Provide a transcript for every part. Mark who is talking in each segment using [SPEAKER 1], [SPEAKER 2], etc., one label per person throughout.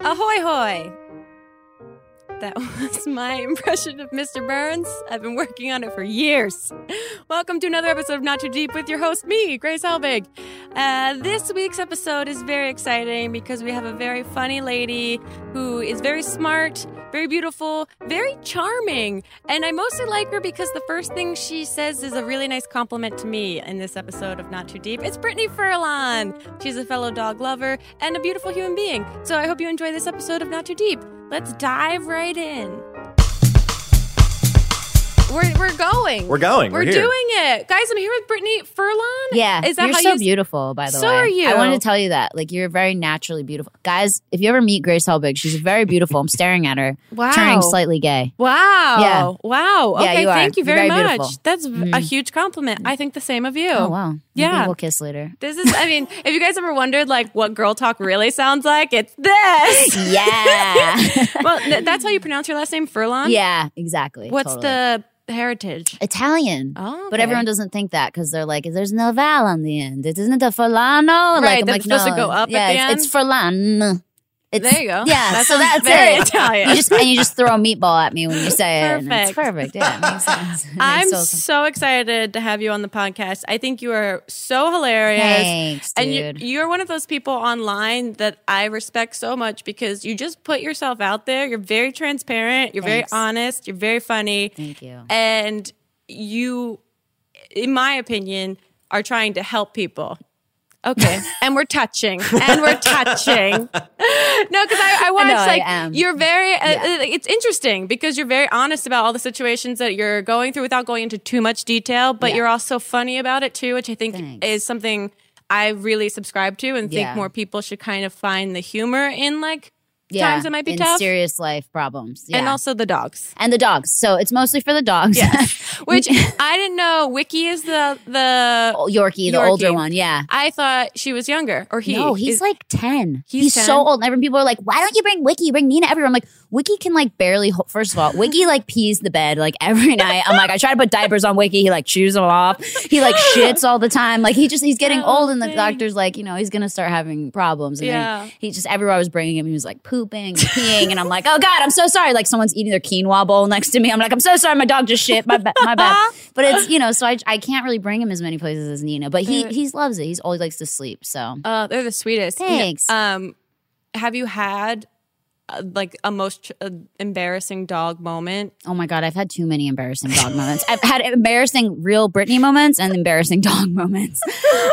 [SPEAKER 1] Hoy hoy! That was my impression of Mr. Burns. I've been working on it for years. Welcome to another episode of Not Too Deep with your host, me, Grace Helbig. Uh, this week's episode is very exciting because we have a very funny lady who is very smart, very beautiful, very charming. And I mostly like her because the first thing she says is a really nice compliment to me in this episode of Not Too Deep. It's Brittany Furlan. She's a fellow dog lover and a beautiful human being. So I hope you enjoy this episode of Not Too Deep. Let's dive right in. We're, we're going.
[SPEAKER 2] We're going.
[SPEAKER 1] We're,
[SPEAKER 2] We're here.
[SPEAKER 1] doing it. Guys, I'm here with Brittany Furlan.
[SPEAKER 3] Yeah,
[SPEAKER 1] Is that
[SPEAKER 3] you're
[SPEAKER 1] how
[SPEAKER 3] so
[SPEAKER 1] you-
[SPEAKER 3] beautiful, by the
[SPEAKER 1] So
[SPEAKER 3] way.
[SPEAKER 1] are you.
[SPEAKER 3] I wanted to tell you that. Like, you're very naturally beautiful, guys. If you ever meet Grace Helbig, she's very beautiful. I'm staring at her,
[SPEAKER 1] Wow.
[SPEAKER 3] turning slightly gay.
[SPEAKER 1] Wow.
[SPEAKER 3] Yeah.
[SPEAKER 1] Wow.
[SPEAKER 3] Yeah,
[SPEAKER 1] Okay,
[SPEAKER 3] you are.
[SPEAKER 1] thank you
[SPEAKER 3] You're
[SPEAKER 1] very,
[SPEAKER 3] very
[SPEAKER 1] much.
[SPEAKER 3] beautiful.
[SPEAKER 1] That's v- a
[SPEAKER 3] Mhm.
[SPEAKER 1] huge compliment. I think the same of you.
[SPEAKER 3] Oh wow. Maybe
[SPEAKER 1] Yeah.
[SPEAKER 3] we'll kiss later.
[SPEAKER 1] This is I mean, if you guys ever wondered like what girl talk really sounds like, it's this.
[SPEAKER 3] Yeah,
[SPEAKER 1] well, th- that's how you pronounce your last name, Furlan?
[SPEAKER 3] yeah, exactly.
[SPEAKER 1] What's
[SPEAKER 3] totally.
[SPEAKER 1] the heritage?
[SPEAKER 3] Italian?
[SPEAKER 1] Oh,
[SPEAKER 3] But
[SPEAKER 1] okay.
[SPEAKER 3] everyone doesn't think that because they're like, "There's no vowel on the end. It isn't a Furlano."
[SPEAKER 1] Right,
[SPEAKER 3] like,
[SPEAKER 1] that's
[SPEAKER 3] I'm like,
[SPEAKER 1] supposed to
[SPEAKER 3] no,
[SPEAKER 1] go up at
[SPEAKER 3] yeah,
[SPEAKER 1] the
[SPEAKER 3] it's, it's Furlan. It's,
[SPEAKER 1] There you go.
[SPEAKER 3] Yeah,
[SPEAKER 1] That
[SPEAKER 3] so
[SPEAKER 1] sounds
[SPEAKER 3] that's
[SPEAKER 1] very
[SPEAKER 3] it.
[SPEAKER 1] Italian.
[SPEAKER 3] You just and you just throw a meatball at me when you say it. and It's
[SPEAKER 1] Perfect.
[SPEAKER 3] perfect. Yeah, it makes sense. It makes
[SPEAKER 1] I'm
[SPEAKER 3] total sense.
[SPEAKER 1] so excited to have you on the podcast. I think you are so hilarious.
[SPEAKER 3] Thanks,
[SPEAKER 1] and
[SPEAKER 3] dude.
[SPEAKER 1] You, you're one of those people online that I respect so much because you just put yourself out there. You're very transparent. You're
[SPEAKER 3] Thanks.
[SPEAKER 1] very honest. You're very funny.
[SPEAKER 3] Thank you.
[SPEAKER 1] And you, in my opinion, are trying to help people. Okay, and we're touching, and we're touching. no, because I, I watched
[SPEAKER 3] I
[SPEAKER 1] like
[SPEAKER 3] am.
[SPEAKER 1] you're very. Uh, uh, It's interesting because you're very honest about all the situations that you're going through without going into too much detail, but
[SPEAKER 3] Yeah.
[SPEAKER 1] you're also funny about it too, which I think
[SPEAKER 3] Thanks.
[SPEAKER 1] is something I really subscribe to and think
[SPEAKER 3] Yeah.
[SPEAKER 1] more people should kind of find the humor in like
[SPEAKER 3] yeah,
[SPEAKER 1] times it might be
[SPEAKER 3] in
[SPEAKER 1] tough,
[SPEAKER 3] serious life problems. Yeah.
[SPEAKER 1] and also the dogs.
[SPEAKER 3] and the dogs. So it's mostly for the dogs. Yeah.
[SPEAKER 1] Which I didn't know. Wiki is the the.
[SPEAKER 3] Yorkie, the
[SPEAKER 1] Yorkie.
[SPEAKER 3] older one. Yeah.
[SPEAKER 1] I thought she was younger, or he.
[SPEAKER 3] no, he's
[SPEAKER 1] is-
[SPEAKER 3] like 10.
[SPEAKER 1] He's
[SPEAKER 3] He's,
[SPEAKER 1] 10?
[SPEAKER 3] so old. And everyone, people are like, why don't you bring Wiki? You Bring Nina everywhere. I'm like, Wiki can like barely, ho- first of all, Wiki like pees the bed like every night. I'm like, I try to put diapers on Wiki. He like chews them off. He like shits all the time. Like he just, he's getting
[SPEAKER 1] Oh,
[SPEAKER 3] old and the
[SPEAKER 1] thanks.
[SPEAKER 3] doctor's like, you know, he's going to start having problems. And
[SPEAKER 1] Yeah.
[SPEAKER 3] then he just, everywhere I was bringing him, he was like pooping, and peeing. And I'm like, oh God, I'm so sorry. Like someone's eating their quinoa bowl next to me. I'm like, I'm so sorry. My dog just shit. My, ba- my bad. But it's, you know, so I, I can't really bring him as many places as Nina, but he, he loves it. He's always likes to sleep. So.
[SPEAKER 1] Uh, they're the sweetest. You know,
[SPEAKER 3] Thanks.
[SPEAKER 1] um, have you had uh, like a most uh, embarrassing dog moment?
[SPEAKER 3] Oh my god, I've had too many embarrassing dog moments. I've had embarrassing real Britney moments and embarrassing dog moments.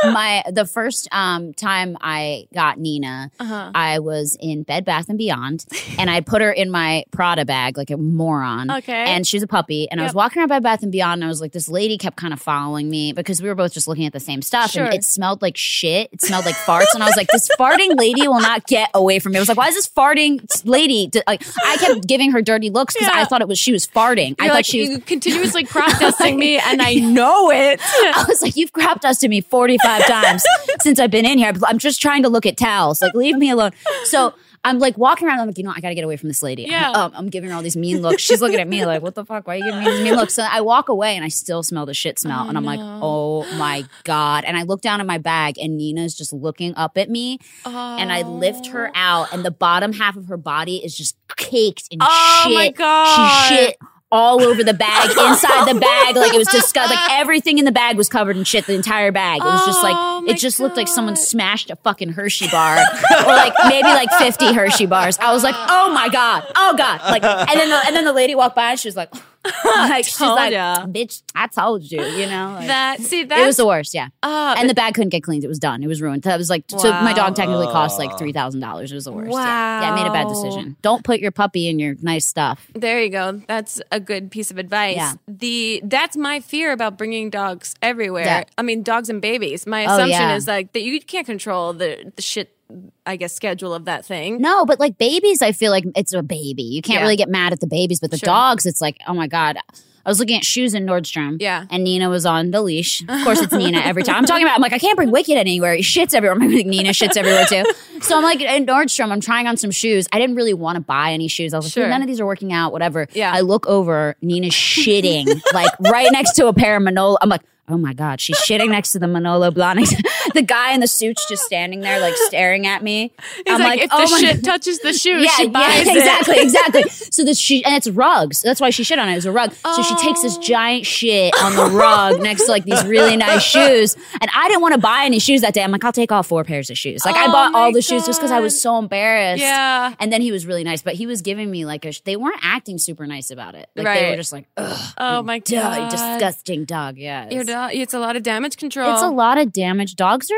[SPEAKER 3] my the first um, time I got Nina,
[SPEAKER 1] Uh-huh.
[SPEAKER 3] I was in Bed Bath and Beyond, and I put her in my Prada bag like a moron.
[SPEAKER 1] Okay.
[SPEAKER 3] and she's a puppy, and I was
[SPEAKER 1] Yep.
[SPEAKER 3] walking around Bed Bath and Beyond, and I was like, this lady kept kind of following me because we were both just looking at the same stuff,
[SPEAKER 1] Sure.
[SPEAKER 3] and it smelled like shit. It smelled like farts, and I was like, this farting lady will not get away from me. I was like, why is this farting lady? d- Like, I kept giving her dirty looks because
[SPEAKER 1] Yeah.
[SPEAKER 3] I thought thought it was she was farting. I
[SPEAKER 1] You're
[SPEAKER 3] thought
[SPEAKER 1] like
[SPEAKER 3] she was.
[SPEAKER 1] you continuously crop dusting me, and I know it.
[SPEAKER 3] I was like, you've crop dusted me 45 times since I've been in here. I'm just trying to look at towels. Like, leave me alone. So I'm like walking around. I'm like, you know, what? I got to get away from this lady. I'm-
[SPEAKER 1] Yeah.
[SPEAKER 3] um, I'm giving her all these mean looks. She's looking at me like, what the fuck? Why are you giving me these mean looks? So I walk away and I still smell the shit smell. and I'm like, oh my God. And I look down at my bag and Nina's just looking up at me. And I lift her
[SPEAKER 1] Oh.
[SPEAKER 3] out and the bottom half of her body is just caked in
[SPEAKER 1] Oh
[SPEAKER 3] shit.
[SPEAKER 1] my God.
[SPEAKER 3] She shit all over the bag, inside the bag. Like it was disgusting. Like everything in the bag was covered in shit. The entire bag. It was just
[SPEAKER 1] Oh,
[SPEAKER 3] like
[SPEAKER 1] my
[SPEAKER 3] it just looked like someone
[SPEAKER 1] God.
[SPEAKER 3] smashed a fucking Hershey bar, or like maybe like fifty Hershey bars. I was like, oh my god, oh god. Like and then the, and then the lady walked by and she was like, like she's
[SPEAKER 1] Told
[SPEAKER 3] like,
[SPEAKER 1] ya.
[SPEAKER 3] bitch, I told you, you know. Like,
[SPEAKER 1] That see that
[SPEAKER 3] it was the worst, yeah.
[SPEAKER 1] Oh,
[SPEAKER 3] and the bag couldn't get cleaned. It was done. It was ruined. That was like, so my
[SPEAKER 1] Wow.
[SPEAKER 3] dog technically cost like $3,000. It was the worst. Yeah. yeah, I made a bad
[SPEAKER 1] Wow.
[SPEAKER 3] decision. Don't put your puppy in your nice stuff.
[SPEAKER 1] There you go. That's a good piece of advice.
[SPEAKER 3] Yeah.
[SPEAKER 1] The that's my fear about bringing dogs everywhere.
[SPEAKER 3] Yeah.
[SPEAKER 1] I mean, dogs and babies. My assumption
[SPEAKER 3] Oh, yeah.
[SPEAKER 1] is like that you can't control the, the shit. I guess schedule of that thing.
[SPEAKER 3] No, but like babies, I feel like it's a baby. You can't
[SPEAKER 1] Mm-hmm. Yeah.
[SPEAKER 3] really get mad at the babies, but the
[SPEAKER 1] Sure.
[SPEAKER 3] dogs, it's like, oh my God. I was looking at shoes in Nordstrom.
[SPEAKER 1] Yeah.
[SPEAKER 3] And Nina was on the leash. Of course, it's Nina every time. I'm talking about, I'm like, I can't bring Wicked anywhere. Shit's everywhere. I'm like, Nina shits everywhere too. So I'm like, in Nordstrom, I'm trying on some shoes. I didn't really want to buy any shoes. I was like, "Hmm,
[SPEAKER 1] Sure.
[SPEAKER 3] none of these are working out, whatever.
[SPEAKER 1] Yeah.
[SPEAKER 3] I look over, Nina's shitting, like right next to a pair of Manolo. I'm like, oh my God, she's shitting next to the Manolo Blahnik. the guy in the suit's just standing there, like staring at me.
[SPEAKER 1] He's
[SPEAKER 3] I'm
[SPEAKER 1] like,
[SPEAKER 3] like,
[SPEAKER 1] if
[SPEAKER 3] oh
[SPEAKER 1] the
[SPEAKER 3] my
[SPEAKER 1] shit touches the shoe,
[SPEAKER 3] yeah,
[SPEAKER 1] she buys
[SPEAKER 3] yeah,
[SPEAKER 1] it.
[SPEAKER 3] exactly, exactly. So this she and it's rugs. That's why she shit on it. It was a rug. So she takes
[SPEAKER 1] Oh.
[SPEAKER 3] this giant shit on the rug next to like these really nice shoes. And I didn't want to buy any shoes that day. I'm like, I'll take all four pairs of shoes. Like I
[SPEAKER 1] Oh
[SPEAKER 3] bought all
[SPEAKER 1] my
[SPEAKER 3] the shoes just because I
[SPEAKER 1] God.
[SPEAKER 3] was so embarrassed.
[SPEAKER 1] Yeah.
[SPEAKER 3] And then he was really nice, but he was giving me like a. sh- They weren't acting super nice about it. Like they
[SPEAKER 1] Right.
[SPEAKER 3] were just like, ugh,
[SPEAKER 1] Oh my
[SPEAKER 3] duh,
[SPEAKER 1] god,
[SPEAKER 3] you disgusting dog. Yeah.
[SPEAKER 1] Your dog. It's a lot of damage control.
[SPEAKER 3] It's a lot of damage. Dogs are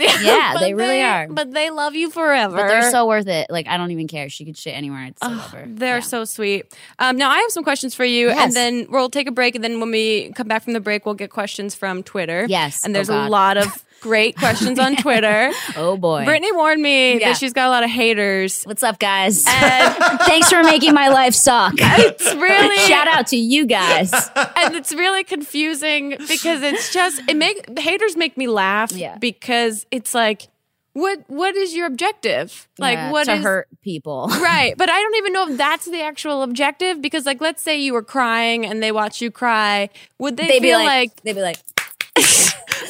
[SPEAKER 3] Yeah,
[SPEAKER 1] But
[SPEAKER 3] they really are.
[SPEAKER 1] But they love you forever.
[SPEAKER 3] But they're so worth it. Like I don't even care. She could shit anywhere. I'd still love her.
[SPEAKER 1] They're
[SPEAKER 3] Yeah.
[SPEAKER 1] so sweet. Um, now I have some questions for you,
[SPEAKER 3] Yes.
[SPEAKER 1] and then we'll take a break, and then when we come back from the break, we'll get questions from Twitter.
[SPEAKER 3] Yes.
[SPEAKER 1] and
[SPEAKER 3] Oh,
[SPEAKER 1] there's a
[SPEAKER 3] God.
[SPEAKER 1] lot of great questions on Twitter.
[SPEAKER 3] Oh boy.
[SPEAKER 1] Brittany warned me
[SPEAKER 3] Yeah.
[SPEAKER 1] that she's got a lot of haters.
[SPEAKER 3] What's up, guys? Thanks for making my life suck.
[SPEAKER 1] It's really
[SPEAKER 3] Shout out to you guys.
[SPEAKER 1] and it's really confusing because it's just it make haters make me laugh
[SPEAKER 3] Yeah.
[SPEAKER 1] because it's like what what is your objective like
[SPEAKER 3] Yeah,
[SPEAKER 1] what
[SPEAKER 3] to
[SPEAKER 1] is-
[SPEAKER 3] hurt people?
[SPEAKER 1] right but i don't even know if that's the actual objective because like let's say you were crying and they watch you cry would they
[SPEAKER 3] They'd be
[SPEAKER 1] feel
[SPEAKER 3] like,
[SPEAKER 1] like,
[SPEAKER 3] they'd be like,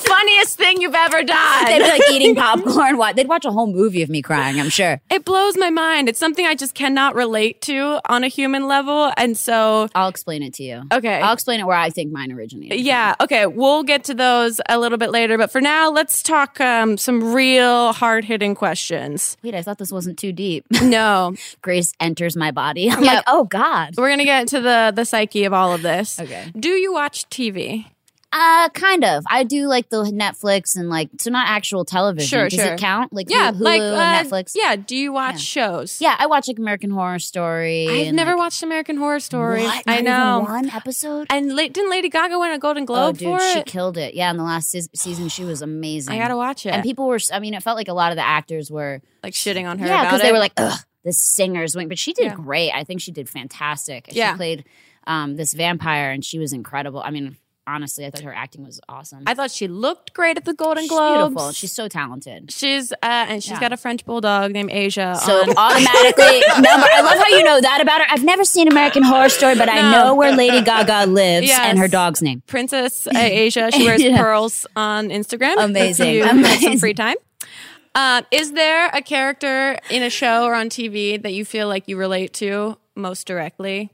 [SPEAKER 1] funniest thing you've ever
[SPEAKER 3] they'd
[SPEAKER 1] done
[SPEAKER 3] be like eating popcorn. What? They'd watch a whole movie of me crying. I'm sure.
[SPEAKER 1] it blows my mind it's something i just cannot relate to on a human level and so
[SPEAKER 3] I'll explain it to you.
[SPEAKER 1] Okay.
[SPEAKER 3] I'll explain it where I think mine originated.
[SPEAKER 1] Yeah. Okay. We'll get to those a little bit later. But for now, let's talk um, some real hard hitting questions.
[SPEAKER 3] Wait, I thought this wasn't too deep.
[SPEAKER 1] No,
[SPEAKER 3] Grace enters my body. I'm
[SPEAKER 1] Yep.
[SPEAKER 3] like, oh God.
[SPEAKER 1] we're going to get to the, the psyche of all of this.
[SPEAKER 3] Okay.
[SPEAKER 1] Do you watch TV?
[SPEAKER 3] Uh, kind of. I do like the Netflix and like, so not actual television.
[SPEAKER 1] Sure,
[SPEAKER 3] Does
[SPEAKER 1] sure.
[SPEAKER 3] it count? Like
[SPEAKER 1] Yeah.
[SPEAKER 3] Hulu
[SPEAKER 1] like
[SPEAKER 3] and
[SPEAKER 1] uh,
[SPEAKER 3] Netflix?
[SPEAKER 1] Yeah. Do you watch shows?
[SPEAKER 3] Yeah, I watch like American Horror Story.
[SPEAKER 1] I've
[SPEAKER 3] and,
[SPEAKER 1] never
[SPEAKER 3] like,
[SPEAKER 1] watched American Horror Story.
[SPEAKER 3] What? Not
[SPEAKER 1] I
[SPEAKER 3] even
[SPEAKER 1] know.
[SPEAKER 3] one episode.
[SPEAKER 1] And la- didn't Lady Gaga win a Golden
[SPEAKER 3] oh,
[SPEAKER 1] Globe
[SPEAKER 3] dude,
[SPEAKER 1] for
[SPEAKER 3] she
[SPEAKER 1] it?
[SPEAKER 3] killed it. Yeah, in the last se- season, she was amazing.
[SPEAKER 1] I gotta watch it.
[SPEAKER 3] And people were. s- I mean, it felt like a lot of the actors were.
[SPEAKER 1] like shitting on her
[SPEAKER 3] Yeah,
[SPEAKER 1] about
[SPEAKER 3] because
[SPEAKER 1] it.
[SPEAKER 3] they were like, ugh, the singer's wing. But she did
[SPEAKER 1] Yeah.
[SPEAKER 3] great. I think she did fantastic.
[SPEAKER 1] Yeah.
[SPEAKER 3] She played um, this vampire, and she was incredible. I mean, honestly, I thought her acting was awesome.
[SPEAKER 1] I thought she looked great at the Golden
[SPEAKER 3] She's
[SPEAKER 1] Globes.
[SPEAKER 3] beautiful. She's so talented.
[SPEAKER 1] She's uh, and she's
[SPEAKER 3] Yeah.
[SPEAKER 1] got a French bulldog named Asia.
[SPEAKER 3] So
[SPEAKER 1] on-
[SPEAKER 3] automatically, number. I love how you know that about her. I've never seen American Horror Story, but
[SPEAKER 1] No.
[SPEAKER 3] I know where Lady Gaga lives and her
[SPEAKER 1] Yes.
[SPEAKER 3] dog's name.
[SPEAKER 1] Princess uh, Asia. She wears
[SPEAKER 3] Yeah.
[SPEAKER 1] pearls on Instagram. if
[SPEAKER 3] Amazing.
[SPEAKER 1] you have some
[SPEAKER 3] Amazing.
[SPEAKER 1] free time. Um, is there a character in a show or on TV that you feel like you relate to most directly?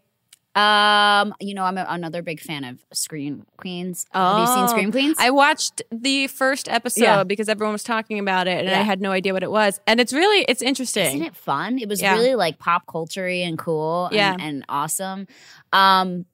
[SPEAKER 3] Um, you know, I'm a, another big fan of Scream Queens. Have you
[SPEAKER 1] Oh.
[SPEAKER 3] seen Scream Queens?
[SPEAKER 1] I watched the first episode
[SPEAKER 3] Yeah.
[SPEAKER 1] because everyone was talking about it, and I
[SPEAKER 3] Yeah.
[SPEAKER 1] had no idea what it was. And it's really it's interesting.
[SPEAKER 3] Isn't it fun? It was
[SPEAKER 1] Yeah.
[SPEAKER 3] really like pop culture and cool and,
[SPEAKER 1] Yeah.
[SPEAKER 3] and awesome. Um,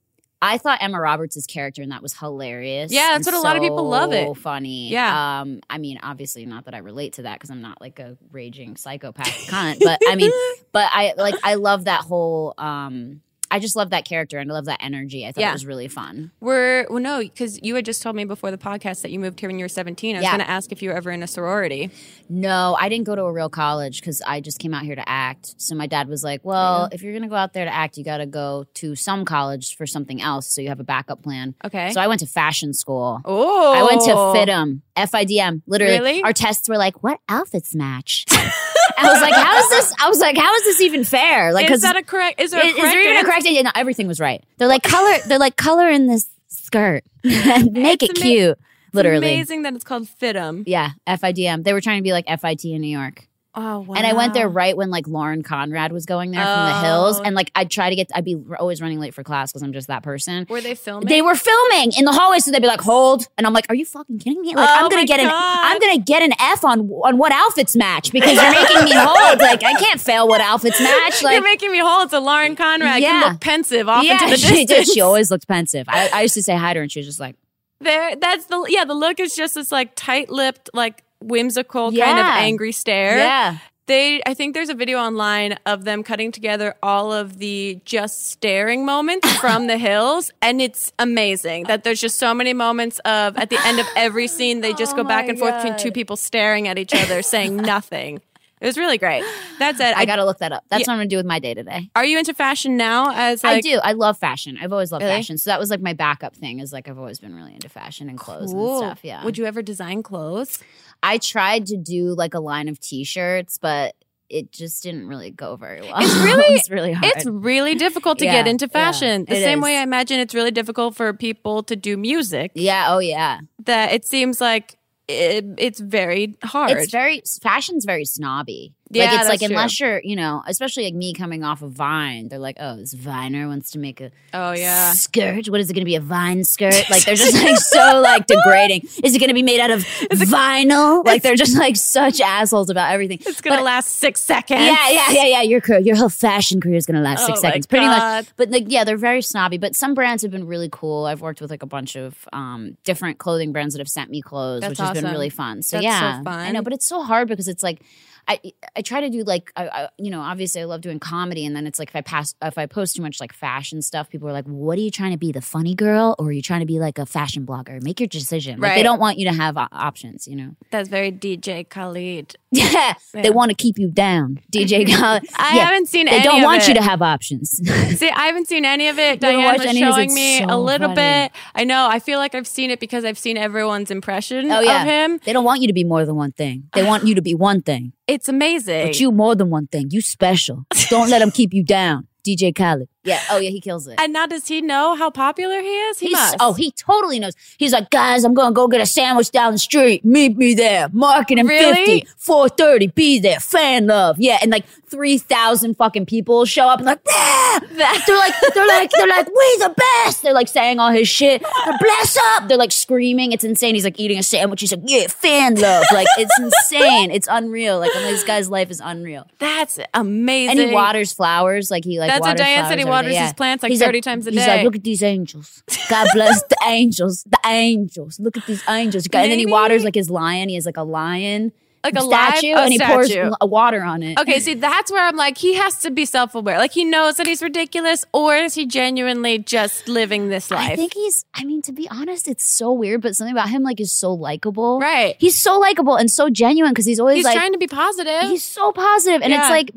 [SPEAKER 3] I thought Emma Roberts' character and that was hilarious.
[SPEAKER 1] Yeah, that's
[SPEAKER 3] and
[SPEAKER 1] what a lot of people love
[SPEAKER 3] so
[SPEAKER 1] it.
[SPEAKER 3] funny.
[SPEAKER 1] Yeah.
[SPEAKER 3] Um, I mean, obviously not that I relate to that because I'm not like a raging psychopath cunt, but I mean, but I like I love that whole um I just love that character and I love that energy. I thought
[SPEAKER 1] Yeah.
[SPEAKER 3] it was really fun.
[SPEAKER 1] We're well, no, because you had just told me before the podcast that you moved here when you were seventeen. I was
[SPEAKER 3] Yeah.
[SPEAKER 1] going to ask if you were ever in a sorority.
[SPEAKER 3] No, I didn't go to a real college because I just came out here to act. So my dad was like, "Well, if you're gonna go out there to act, you got to go to some college for something else, so you have a backup plan."
[SPEAKER 1] Okay.
[SPEAKER 3] So I went to fashion school.
[SPEAKER 1] Oh,
[SPEAKER 3] I went to FIDM, FIDM. Literally,
[SPEAKER 1] Really?
[SPEAKER 3] our tests were like, "What outfits match?" I was like, "How is this?" I was like, "How is this even fair?" Like,
[SPEAKER 1] Is
[SPEAKER 3] because
[SPEAKER 1] that a correct? Is there a
[SPEAKER 3] is, is
[SPEAKER 1] correct?
[SPEAKER 3] there even a
[SPEAKER 1] answer?
[SPEAKER 3] correct? Yeah, no, everything was right. They're like color. They're like color in this skirt, make it
[SPEAKER 1] ama-
[SPEAKER 3] cute. Literally,
[SPEAKER 1] amazing that it's called Fitum.
[SPEAKER 3] yeah. FIDM. They were trying to be like FIT in New York.
[SPEAKER 1] Oh wow!
[SPEAKER 3] And I went there right when like Lauren Conrad was going there from the hills.
[SPEAKER 1] Oh.
[SPEAKER 3] And like I'd try to get, I'd be r- always running late for class because I'm just that person.
[SPEAKER 1] Were they filming?
[SPEAKER 3] They were filming in the hallway, so they'd be like, "Hold," and I'm like, "Are you fucking kidding me? Like,
[SPEAKER 1] Oh
[SPEAKER 3] I'm
[SPEAKER 1] my
[SPEAKER 3] gonna get an,
[SPEAKER 1] God.
[SPEAKER 3] I'm gonna get an F on on what outfits match because you're making me hold. Like, I can't fail what outfits match. Like,
[SPEAKER 1] You're making me whole. It's a Lauren Conrad. You
[SPEAKER 3] Yeah.
[SPEAKER 1] look pensive off into the
[SPEAKER 3] she did.
[SPEAKER 1] distance.
[SPEAKER 3] She always looked pensive. I, I used to say hi to her, and she was just like,
[SPEAKER 1] there, that's the yeah. The look is just this like tight-lipped, like whimsical kind of
[SPEAKER 3] Yeah.
[SPEAKER 1] angry stare.
[SPEAKER 3] "Yeah,
[SPEAKER 1] They, I think there's a video online of them cutting together all of the just staring moments from the hills, and it's amazing that there's just so many moments of at the end of every scene they
[SPEAKER 3] Oh
[SPEAKER 1] just go back and forth between two people staring at each other saying nothing. It was really great. That's it.
[SPEAKER 3] I gotta look that up. That's what I'm gonna do with my day today."
[SPEAKER 1] Are you into fashion now? As like,
[SPEAKER 3] I do. I love fashion. I've always loved
[SPEAKER 1] Really?
[SPEAKER 3] fashion. So that was like my backup thing is like I've always been really into fashion and clothes
[SPEAKER 1] Cool.
[SPEAKER 3] and stuff. Yeah.
[SPEAKER 1] Would you ever design clothes?
[SPEAKER 3] I tried to do like a line of t-shirts, but it just didn't really go very well.
[SPEAKER 1] It's really-
[SPEAKER 3] it's really hard.
[SPEAKER 1] It's really difficult to
[SPEAKER 3] Yeah,
[SPEAKER 1] get into
[SPEAKER 3] yeah,
[SPEAKER 1] fashion. the
[SPEAKER 3] it
[SPEAKER 1] same
[SPEAKER 3] is.
[SPEAKER 1] way I imagine it's really difficult for people to do music.
[SPEAKER 3] yeah, oh yeah.
[SPEAKER 1] That it seems like it, it's very hard.
[SPEAKER 3] It's very fashion's very snobby.
[SPEAKER 1] Yeah,
[SPEAKER 3] like it's
[SPEAKER 1] that's
[SPEAKER 3] like
[SPEAKER 1] true.
[SPEAKER 3] unless you're, you know, especially like me coming off of Vine, they're like, oh, this Viner wants to make a
[SPEAKER 1] oh yeah.
[SPEAKER 3] skirt. What is it going to be? A Vine skirt? Like they're just like so like degrading. Is it going to be made out of vinyl? Like they're just like such assholes about everything.
[SPEAKER 1] It's gonna
[SPEAKER 3] But-
[SPEAKER 1] last six seconds.
[SPEAKER 3] Yeah, yeah, yeah, yeah. Your career, your whole fashion career is gonna last six
[SPEAKER 1] Oh my
[SPEAKER 3] seconds, pretty
[SPEAKER 1] God.
[SPEAKER 3] much. But like, yeah, they're very snobby. But some brands have been really cool. I've worked with like a bunch of um, different clothing brands that have sent me clothes,
[SPEAKER 1] That's
[SPEAKER 3] which has
[SPEAKER 1] awesome.
[SPEAKER 3] been really fun. So
[SPEAKER 1] That's so
[SPEAKER 3] yeah, I know.
[SPEAKER 1] fun.
[SPEAKER 3] But it's so hard because it's like. I, I try to do like I, I you know obviously I love doing comedy and then it's like if I pass if I post too much like fashion stuff people are like what are you trying to be the funny girl or are you trying to be like a fashion blogger make your decision like,
[SPEAKER 1] Right.
[SPEAKER 3] they don't want you to have o- options you know
[SPEAKER 1] That's very DJ Khalid.
[SPEAKER 3] yeah,
[SPEAKER 1] Yeah.
[SPEAKER 3] they want to keep you down DJ Khaled
[SPEAKER 1] I
[SPEAKER 3] Yeah.
[SPEAKER 1] haven't seen
[SPEAKER 3] They
[SPEAKER 1] any
[SPEAKER 3] don't
[SPEAKER 1] of
[SPEAKER 3] want
[SPEAKER 1] it.
[SPEAKER 3] you to have options.
[SPEAKER 1] See, I haven't seen any of it.
[SPEAKER 3] You haven't
[SPEAKER 1] Diane
[SPEAKER 3] watched
[SPEAKER 1] was
[SPEAKER 3] any of this?
[SPEAKER 1] showing
[SPEAKER 3] It's
[SPEAKER 1] me a
[SPEAKER 3] so
[SPEAKER 1] little
[SPEAKER 3] funny.
[SPEAKER 1] bit. I know. I feel like I've seen it because I've seen everyone's impression
[SPEAKER 3] Oh, yeah.
[SPEAKER 1] of him.
[SPEAKER 3] they don't want you to be more than one thing. They want you to be one thing,
[SPEAKER 1] It's amazing.
[SPEAKER 3] but you more than one thing. You special. Don't let them keep you down. DJ Khaled. Yeah. Oh yeah, he kills it.
[SPEAKER 1] and now does he know how popular he is? He
[SPEAKER 3] He's,
[SPEAKER 1] must.
[SPEAKER 3] oh, he totally knows. He's like, guys, I'm gonna go get a sandwich down the street. Meet me there. Market and
[SPEAKER 1] Really?
[SPEAKER 3] 50, 430, be there. Fan love. Yeah. And like three thousand fucking people show up and like, "Ah!" they're like, they're like, they're like, we the best. They're like saying all his shit. They're, Bless up. They're like screaming. It's insane. He's like eating a sandwich. He's like, yeah, fan love. Like it's insane. It's unreal. Like this guy's life is unreal.
[SPEAKER 1] That's amazing.
[SPEAKER 3] And he waters flowers like he like.
[SPEAKER 1] That's what
[SPEAKER 3] waters
[SPEAKER 1] Diane said, he
[SPEAKER 3] flowers every
[SPEAKER 1] waters
[SPEAKER 3] day.
[SPEAKER 1] his
[SPEAKER 3] Yeah.
[SPEAKER 1] plants, like,
[SPEAKER 3] He's
[SPEAKER 1] 30 times a
[SPEAKER 3] he's
[SPEAKER 1] day.
[SPEAKER 3] like, look at these angels. God bless the angels, the angels. Look at these angels. God- And then he
[SPEAKER 1] Maybe-
[SPEAKER 3] waters like his lion. He has like a lion,
[SPEAKER 1] Like a live-
[SPEAKER 3] statue,
[SPEAKER 1] a
[SPEAKER 3] and he
[SPEAKER 1] statue.
[SPEAKER 3] pours l- water on it.
[SPEAKER 1] Okay, see, that's where I'm like, he has to be self aware. Like, he knows that he's ridiculous, or is he genuinely just living this life?
[SPEAKER 3] I think he's. I mean, to be honest, it's so weird, but something about him like is so likable.
[SPEAKER 1] Right.
[SPEAKER 3] He's so likable and so genuine because he's always
[SPEAKER 1] he's
[SPEAKER 3] like.
[SPEAKER 1] trying to be positive.
[SPEAKER 3] He's so positive, and
[SPEAKER 1] Yeah.
[SPEAKER 3] it's like,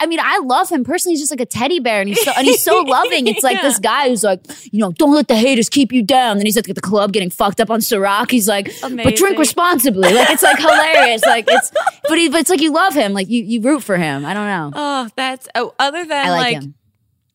[SPEAKER 3] I mean, I love him personally. He's just like a teddy bear, and he's so and he's so loving. It's like
[SPEAKER 1] Yeah.
[SPEAKER 3] this guy who's like, you know, don't let the haters keep you down. Then he's like at the club getting fucked up on Ciroc. He's like, but
[SPEAKER 1] Amazing.
[SPEAKER 3] drink responsibly. Like it's like hilarious. like it's, but he, but it's like you love him. Like you, you root for him. I don't know.
[SPEAKER 1] oh, that's. Oh, other than
[SPEAKER 3] I like,
[SPEAKER 1] like,
[SPEAKER 3] him.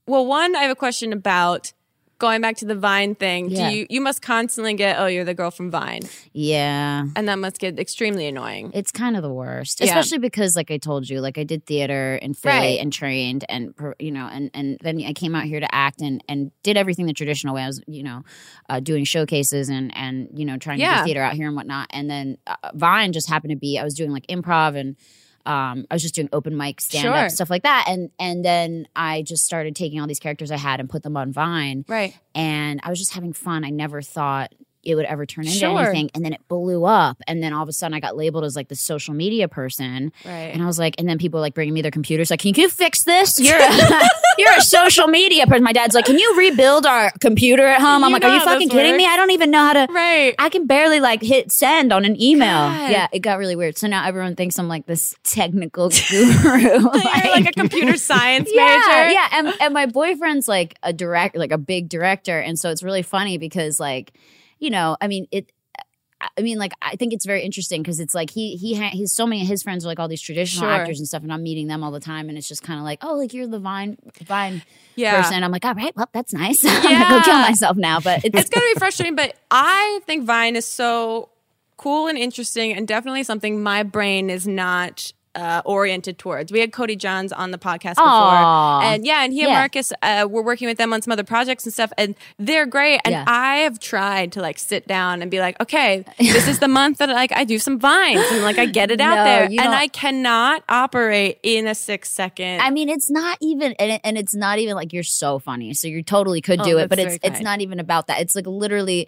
[SPEAKER 1] well, one, I have a question about going back to the Vine thing.
[SPEAKER 3] Yeah.
[SPEAKER 1] Do you, you must constantly get, oh, you're the girl from Vine.
[SPEAKER 3] Yeah.
[SPEAKER 1] And that must get extremely annoying.
[SPEAKER 3] It's kind of the worst,
[SPEAKER 1] Mm-hmm. Yeah.
[SPEAKER 3] especially because, like I told you, like I did theater in Philly
[SPEAKER 1] Right.
[SPEAKER 3] and trained, and per- you know, and and then I came out here to act and and did everything the traditional way. I was, you know, uh, doing showcases and and you know trying to
[SPEAKER 1] Yeah.
[SPEAKER 3] do theater out here and whatnot. And then uh, Vine just happened to be I was doing like improv and. Um, I was just doing open mic, stand up,
[SPEAKER 1] Sure.
[SPEAKER 3] stuff like that, and and then I just started taking all these characters I had and put them on Vine,
[SPEAKER 1] Right.
[SPEAKER 3] and I was just having fun. I never thought it would ever turn into
[SPEAKER 1] Sure.
[SPEAKER 3] anything. And then it blew up. And then all of a sudden I got labeled as like the social media person. And
[SPEAKER 1] Right.
[SPEAKER 3] I was like, and then people were like bringing me their computers, like, can you fix this? You're a, you're a social media person. My dad's like, can you rebuild our computer at home? I'm
[SPEAKER 1] You
[SPEAKER 3] like,
[SPEAKER 1] know
[SPEAKER 3] are you
[SPEAKER 1] how
[SPEAKER 3] fucking
[SPEAKER 1] this
[SPEAKER 3] kidding me?
[SPEAKER 1] works."
[SPEAKER 3] I don't even know how to.
[SPEAKER 1] Right.
[SPEAKER 3] I can barely like hit send on an email.
[SPEAKER 1] God.
[SPEAKER 3] Yeah, it got really weird. So now everyone thinks I'm like this technical guru.
[SPEAKER 1] You're like a computer science major.
[SPEAKER 3] yeah, yeah. And, and my boyfriend's like a direct, like a big director, and so it's really funny because like, you know, I mean it. I mean, like, I think it's very interesting because it's like he he ha- he's so many of his friends are like all these traditional
[SPEAKER 1] Sure.
[SPEAKER 3] actors and stuff, and I'm meeting them all the time, and it's just kind of like, oh, like you're the Vine Vine
[SPEAKER 1] Yeah.
[SPEAKER 3] person. I'm like, all right, well, that's nice. I'm gonna go kill
[SPEAKER 1] Yeah.
[SPEAKER 3] myself now, but it's,
[SPEAKER 1] it's gonna be frustrating, but I think Vine is so cool and interesting, and definitely something my brain is not uh, oriented towards. We had Cody Johns on the podcast before,
[SPEAKER 3] Aw.
[SPEAKER 1] and yeah, and he and
[SPEAKER 3] Yeah.
[SPEAKER 1] Marcus uh, were working with them on some other projects and stuff, and they're great. And
[SPEAKER 3] Yeah.
[SPEAKER 1] I have tried to like sit down and be like, okay, this is the month that like I do some vines and like I get it out
[SPEAKER 3] No,
[SPEAKER 1] there,
[SPEAKER 3] you
[SPEAKER 1] and
[SPEAKER 3] don't-
[SPEAKER 1] I cannot operate in a six second.
[SPEAKER 3] I mean, it's not even, and, it, and it's not even like you're so funny, so you totally could do
[SPEAKER 1] Oh,
[SPEAKER 3] it, but
[SPEAKER 1] that's
[SPEAKER 3] it's
[SPEAKER 1] very
[SPEAKER 3] it's
[SPEAKER 1] kind.
[SPEAKER 3] not even about that. It's like literally,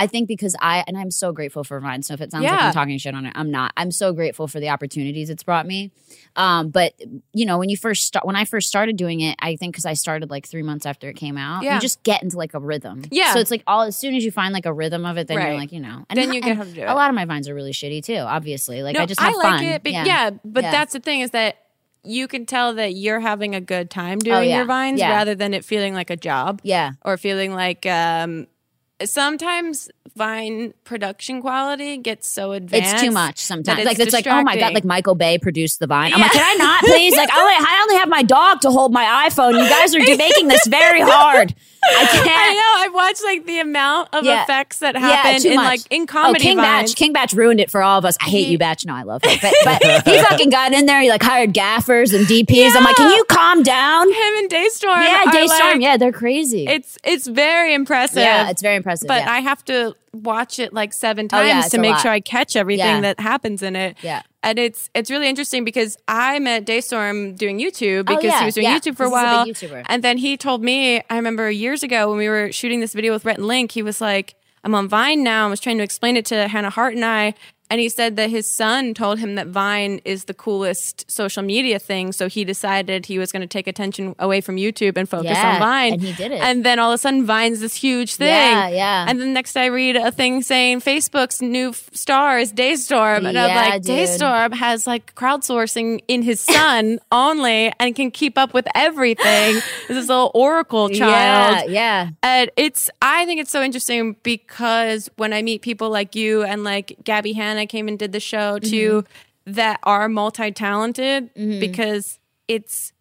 [SPEAKER 3] I think because I and I'm so grateful for Vine. So if it sounds like
[SPEAKER 1] Yeah.
[SPEAKER 3] I'm talking shit on it, I'm not. I'm so grateful for the opportunities it's brought me. Um, but you know, when you first start, when I first started doing it, I think because I started like three months after it came out,
[SPEAKER 1] Yeah.
[SPEAKER 3] you just get into like a rhythm.
[SPEAKER 1] Yeah.
[SPEAKER 3] So it's like all as soon as you find like a rhythm of it, then
[SPEAKER 1] Right.
[SPEAKER 3] you're like, you know, and
[SPEAKER 1] Then you get
[SPEAKER 3] and
[SPEAKER 1] how to do
[SPEAKER 3] A
[SPEAKER 1] it.
[SPEAKER 3] lot of my vines are really shitty too. Obviously, like I just have
[SPEAKER 1] like
[SPEAKER 3] fun.
[SPEAKER 1] it, but yeah, but
[SPEAKER 3] Yeah.
[SPEAKER 1] that's the thing is that you can tell that you're having a good time doing
[SPEAKER 3] Oh, yeah.
[SPEAKER 1] your vines
[SPEAKER 3] Yeah.
[SPEAKER 1] rather than it feeling like a job
[SPEAKER 3] yeah.
[SPEAKER 1] or feeling like um sometimes Vine production quality gets so advanced.
[SPEAKER 3] It's too much sometimes.
[SPEAKER 1] it's
[SPEAKER 3] like it's like, oh my god,
[SPEAKER 1] distracting.
[SPEAKER 3] like Michael Bay produced the Vine. I'm like,
[SPEAKER 1] Yeah.
[SPEAKER 3] can I not please? Like, I only, I only have my dog to hold my iPhone. You guys are do- making this very hard. I
[SPEAKER 1] I
[SPEAKER 3] can't.
[SPEAKER 1] know. I've watched like the amount of
[SPEAKER 3] Yeah.
[SPEAKER 1] effects that
[SPEAKER 3] Yeah,
[SPEAKER 1] happen
[SPEAKER 3] too
[SPEAKER 1] in
[SPEAKER 3] much.
[SPEAKER 1] like in
[SPEAKER 3] Oh,
[SPEAKER 1] comedy
[SPEAKER 3] King
[SPEAKER 1] Vines.
[SPEAKER 3] Batch. King Batch ruined it for all of us. I hate you, Batch. No, I love him. But, but he fucking got in there. He like hired gaffers and DPs. I'm like, can
[SPEAKER 1] Yeah.
[SPEAKER 3] you calm down?
[SPEAKER 1] Him and Daystorm.
[SPEAKER 3] Yeah,
[SPEAKER 1] are,
[SPEAKER 3] Daystorm.
[SPEAKER 1] like-
[SPEAKER 3] yeah, they're crazy.
[SPEAKER 1] It's it's very impressive.
[SPEAKER 3] yeah, it's very impressive.
[SPEAKER 1] but
[SPEAKER 3] yeah.
[SPEAKER 1] I have to watch it like seven
[SPEAKER 3] Oh,
[SPEAKER 1] times
[SPEAKER 3] yeah, it's
[SPEAKER 1] to
[SPEAKER 3] a
[SPEAKER 1] make
[SPEAKER 3] lot.
[SPEAKER 1] sure I catch everything
[SPEAKER 3] Yeah.
[SPEAKER 1] that happens in it.
[SPEAKER 3] Yeah.
[SPEAKER 1] And it's it's really interesting because I met Daystorm doing YouTube
[SPEAKER 3] Oh,
[SPEAKER 1] because
[SPEAKER 3] yeah,
[SPEAKER 1] he was doing
[SPEAKER 3] yeah.
[SPEAKER 1] YouTube for a
[SPEAKER 3] This is a
[SPEAKER 1] while.
[SPEAKER 3] big YouTuber.
[SPEAKER 1] And then he told me, I remember years ago when we were shooting this video with Rhett and Link, he was like, I'm on Vine now. I was trying to explain it to Hannah Hart and I. And he said that his son told him that Vine is the coolest social media thing. So he decided he was going to take attention away from YouTube and focus on
[SPEAKER 3] Yeah,
[SPEAKER 1] Vine.
[SPEAKER 3] and he did it.
[SPEAKER 1] And then all of a sudden, Vine's this huge thing.
[SPEAKER 3] Yeah, yeah.
[SPEAKER 1] And then next I read a thing saying Facebook's new f- star is Daystorm. And I'm
[SPEAKER 3] Yeah,
[SPEAKER 1] like,
[SPEAKER 3] dude.
[SPEAKER 1] Daystorm has like crowdsourcing in his son only and can keep up with everything. this is little oracle child.
[SPEAKER 3] Yeah, yeah.
[SPEAKER 1] And it's, I think it's so interesting because when I meet people like you and like Gabby Hanna came and did the show too,
[SPEAKER 3] Mm-hmm.
[SPEAKER 1] that are multi talented because it's,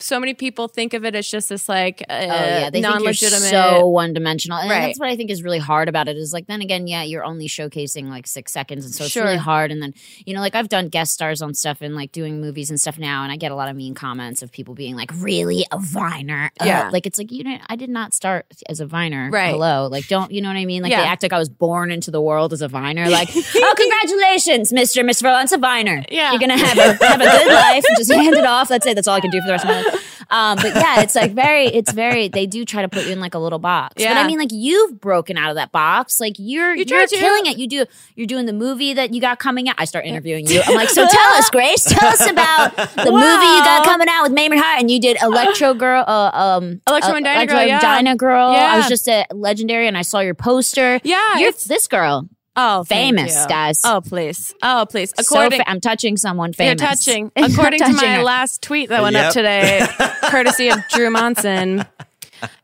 [SPEAKER 1] so many people think of it as just this like uh,
[SPEAKER 3] Oh yeah, they think you're
[SPEAKER 1] non-legitimate
[SPEAKER 3] so one-dimensional, and
[SPEAKER 1] Right.
[SPEAKER 3] that's what I think is really hard about it. Is like then again, yeah, you're only showcasing like six seconds, and so it's really
[SPEAKER 1] Sure.
[SPEAKER 3] hard. And then you know, like I've done guest stars on stuff and like doing movies and stuff now, and I get a lot of mean comments of people being like, "Really a viner?" Ugh."
[SPEAKER 1] Yeah.
[SPEAKER 3] like it's like you didn't. I did not start as a viner.
[SPEAKER 1] Right.
[SPEAKER 3] Hello, like don't you know what I mean? Like
[SPEAKER 1] Yeah.
[SPEAKER 3] they act like I was born into the world as a viner. Like, oh, congratulations, Mister Mister Rollins, a viner.
[SPEAKER 1] Yeah.
[SPEAKER 3] you're gonna have a have a good life. Just hand it off. That's it. That's all I can do for the rest of my life. Um, but yeah, it's like very, it's very. They do try to put you in like a little box. But
[SPEAKER 1] Yeah.
[SPEAKER 3] I mean, like you've broken out of that box. Like you're
[SPEAKER 1] You
[SPEAKER 3] you
[SPEAKER 1] try
[SPEAKER 3] are you are
[SPEAKER 1] to.
[SPEAKER 3] killing it. You do. You're doing the movie that you got coming out. I start interviewing you. I'm like, so tell us, Grace. Tell us about the movie you got coming out with Mamie Hart, and you did Electro Girl. Uh, um,
[SPEAKER 1] Electro and Dinah Girl, yeah.
[SPEAKER 3] Dinah Girl. I
[SPEAKER 1] Yeah.
[SPEAKER 3] was just at Legendary, and I saw your poster.
[SPEAKER 1] Yeah,
[SPEAKER 3] you're
[SPEAKER 1] it's-
[SPEAKER 3] this girl.
[SPEAKER 1] Oh, thank
[SPEAKER 3] Famous,
[SPEAKER 1] you.
[SPEAKER 3] guys.
[SPEAKER 1] Oh, please. Oh, please.
[SPEAKER 3] So
[SPEAKER 1] According
[SPEAKER 3] fa- I'm touching someone
[SPEAKER 1] you're
[SPEAKER 3] famous.
[SPEAKER 1] touching.
[SPEAKER 3] I'm
[SPEAKER 1] According to
[SPEAKER 3] touching
[SPEAKER 1] my
[SPEAKER 3] her.
[SPEAKER 1] last tweet that went up
[SPEAKER 2] Yep.
[SPEAKER 1] today, courtesy of Drew Monson.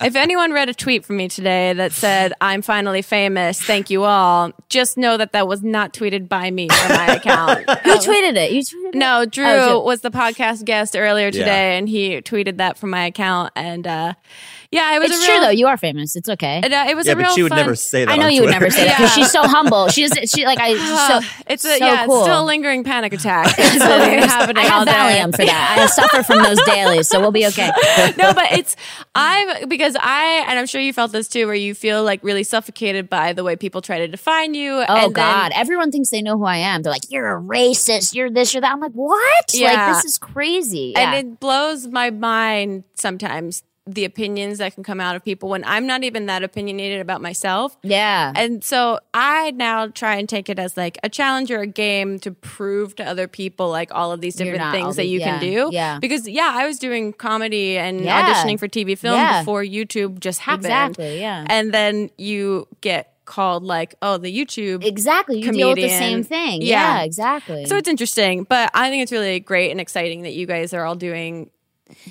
[SPEAKER 1] If anyone read a tweet from me today that said "I'm finally famous," thank you all. Just know that that was not tweeted by me from my account.
[SPEAKER 3] Who tweeted it? You tweeted it?
[SPEAKER 1] No, Drew
[SPEAKER 3] Oh, Drew.
[SPEAKER 1] was the podcast guest earlier today, and he tweeted that from my account. And uh, yeah, it was
[SPEAKER 3] It's
[SPEAKER 1] a
[SPEAKER 3] true
[SPEAKER 1] real,
[SPEAKER 3] though. You are famous. It's okay.
[SPEAKER 1] It, uh, it was
[SPEAKER 2] yeah,
[SPEAKER 1] a real.
[SPEAKER 2] but she would
[SPEAKER 1] fun,
[SPEAKER 2] never say that.
[SPEAKER 3] I know
[SPEAKER 2] on
[SPEAKER 3] you would
[SPEAKER 2] Twitter.
[SPEAKER 3] never say that because
[SPEAKER 1] Yeah.
[SPEAKER 3] she's so humble. She doesn't. She like I.
[SPEAKER 1] Oh,
[SPEAKER 3] she's so,
[SPEAKER 1] it's a,
[SPEAKER 3] so
[SPEAKER 1] yeah,
[SPEAKER 3] cool.
[SPEAKER 1] it's still a lingering panic attack. It's been
[SPEAKER 3] I
[SPEAKER 1] happening all
[SPEAKER 3] have
[SPEAKER 1] day.
[SPEAKER 3] Valium for that. I suffer from those dailies, so we'll be okay.
[SPEAKER 1] no, but it's I'm because I and I'm sure you felt this too, where you feel like really suffocated by the way people try to define you.
[SPEAKER 3] Oh
[SPEAKER 1] and then-
[SPEAKER 3] God! Everyone thinks they know who I am. They're like, "You're a racist. You're this. You're that." I'm like, "What?
[SPEAKER 1] Yeah.
[SPEAKER 3] Like this is crazy." Yeah.
[SPEAKER 1] and it blows my mind sometimes the opinions that can come out of people when I'm not even that opinionated about myself.
[SPEAKER 3] yeah.
[SPEAKER 1] And so I now try and take it as like a challenge or a game to prove to other people like all of these
[SPEAKER 3] You're
[SPEAKER 1] different
[SPEAKER 3] not all
[SPEAKER 1] things that
[SPEAKER 3] the-
[SPEAKER 1] you can
[SPEAKER 3] yeah,
[SPEAKER 1] do.
[SPEAKER 3] yeah.
[SPEAKER 1] Because yeah, I was doing comedy and
[SPEAKER 3] Yeah.
[SPEAKER 1] auditioning for TV film
[SPEAKER 3] Yeah.
[SPEAKER 1] before YouTube just happened.
[SPEAKER 3] Exactly, yeah.
[SPEAKER 1] And then you get called like, oh, the YouTube.
[SPEAKER 3] exactly. You deal with the
[SPEAKER 1] comedian.
[SPEAKER 3] same thing.
[SPEAKER 1] Yeah.
[SPEAKER 3] Yeah. exactly.
[SPEAKER 1] So it's interesting, but I think it's really great and exciting that you guys are all doing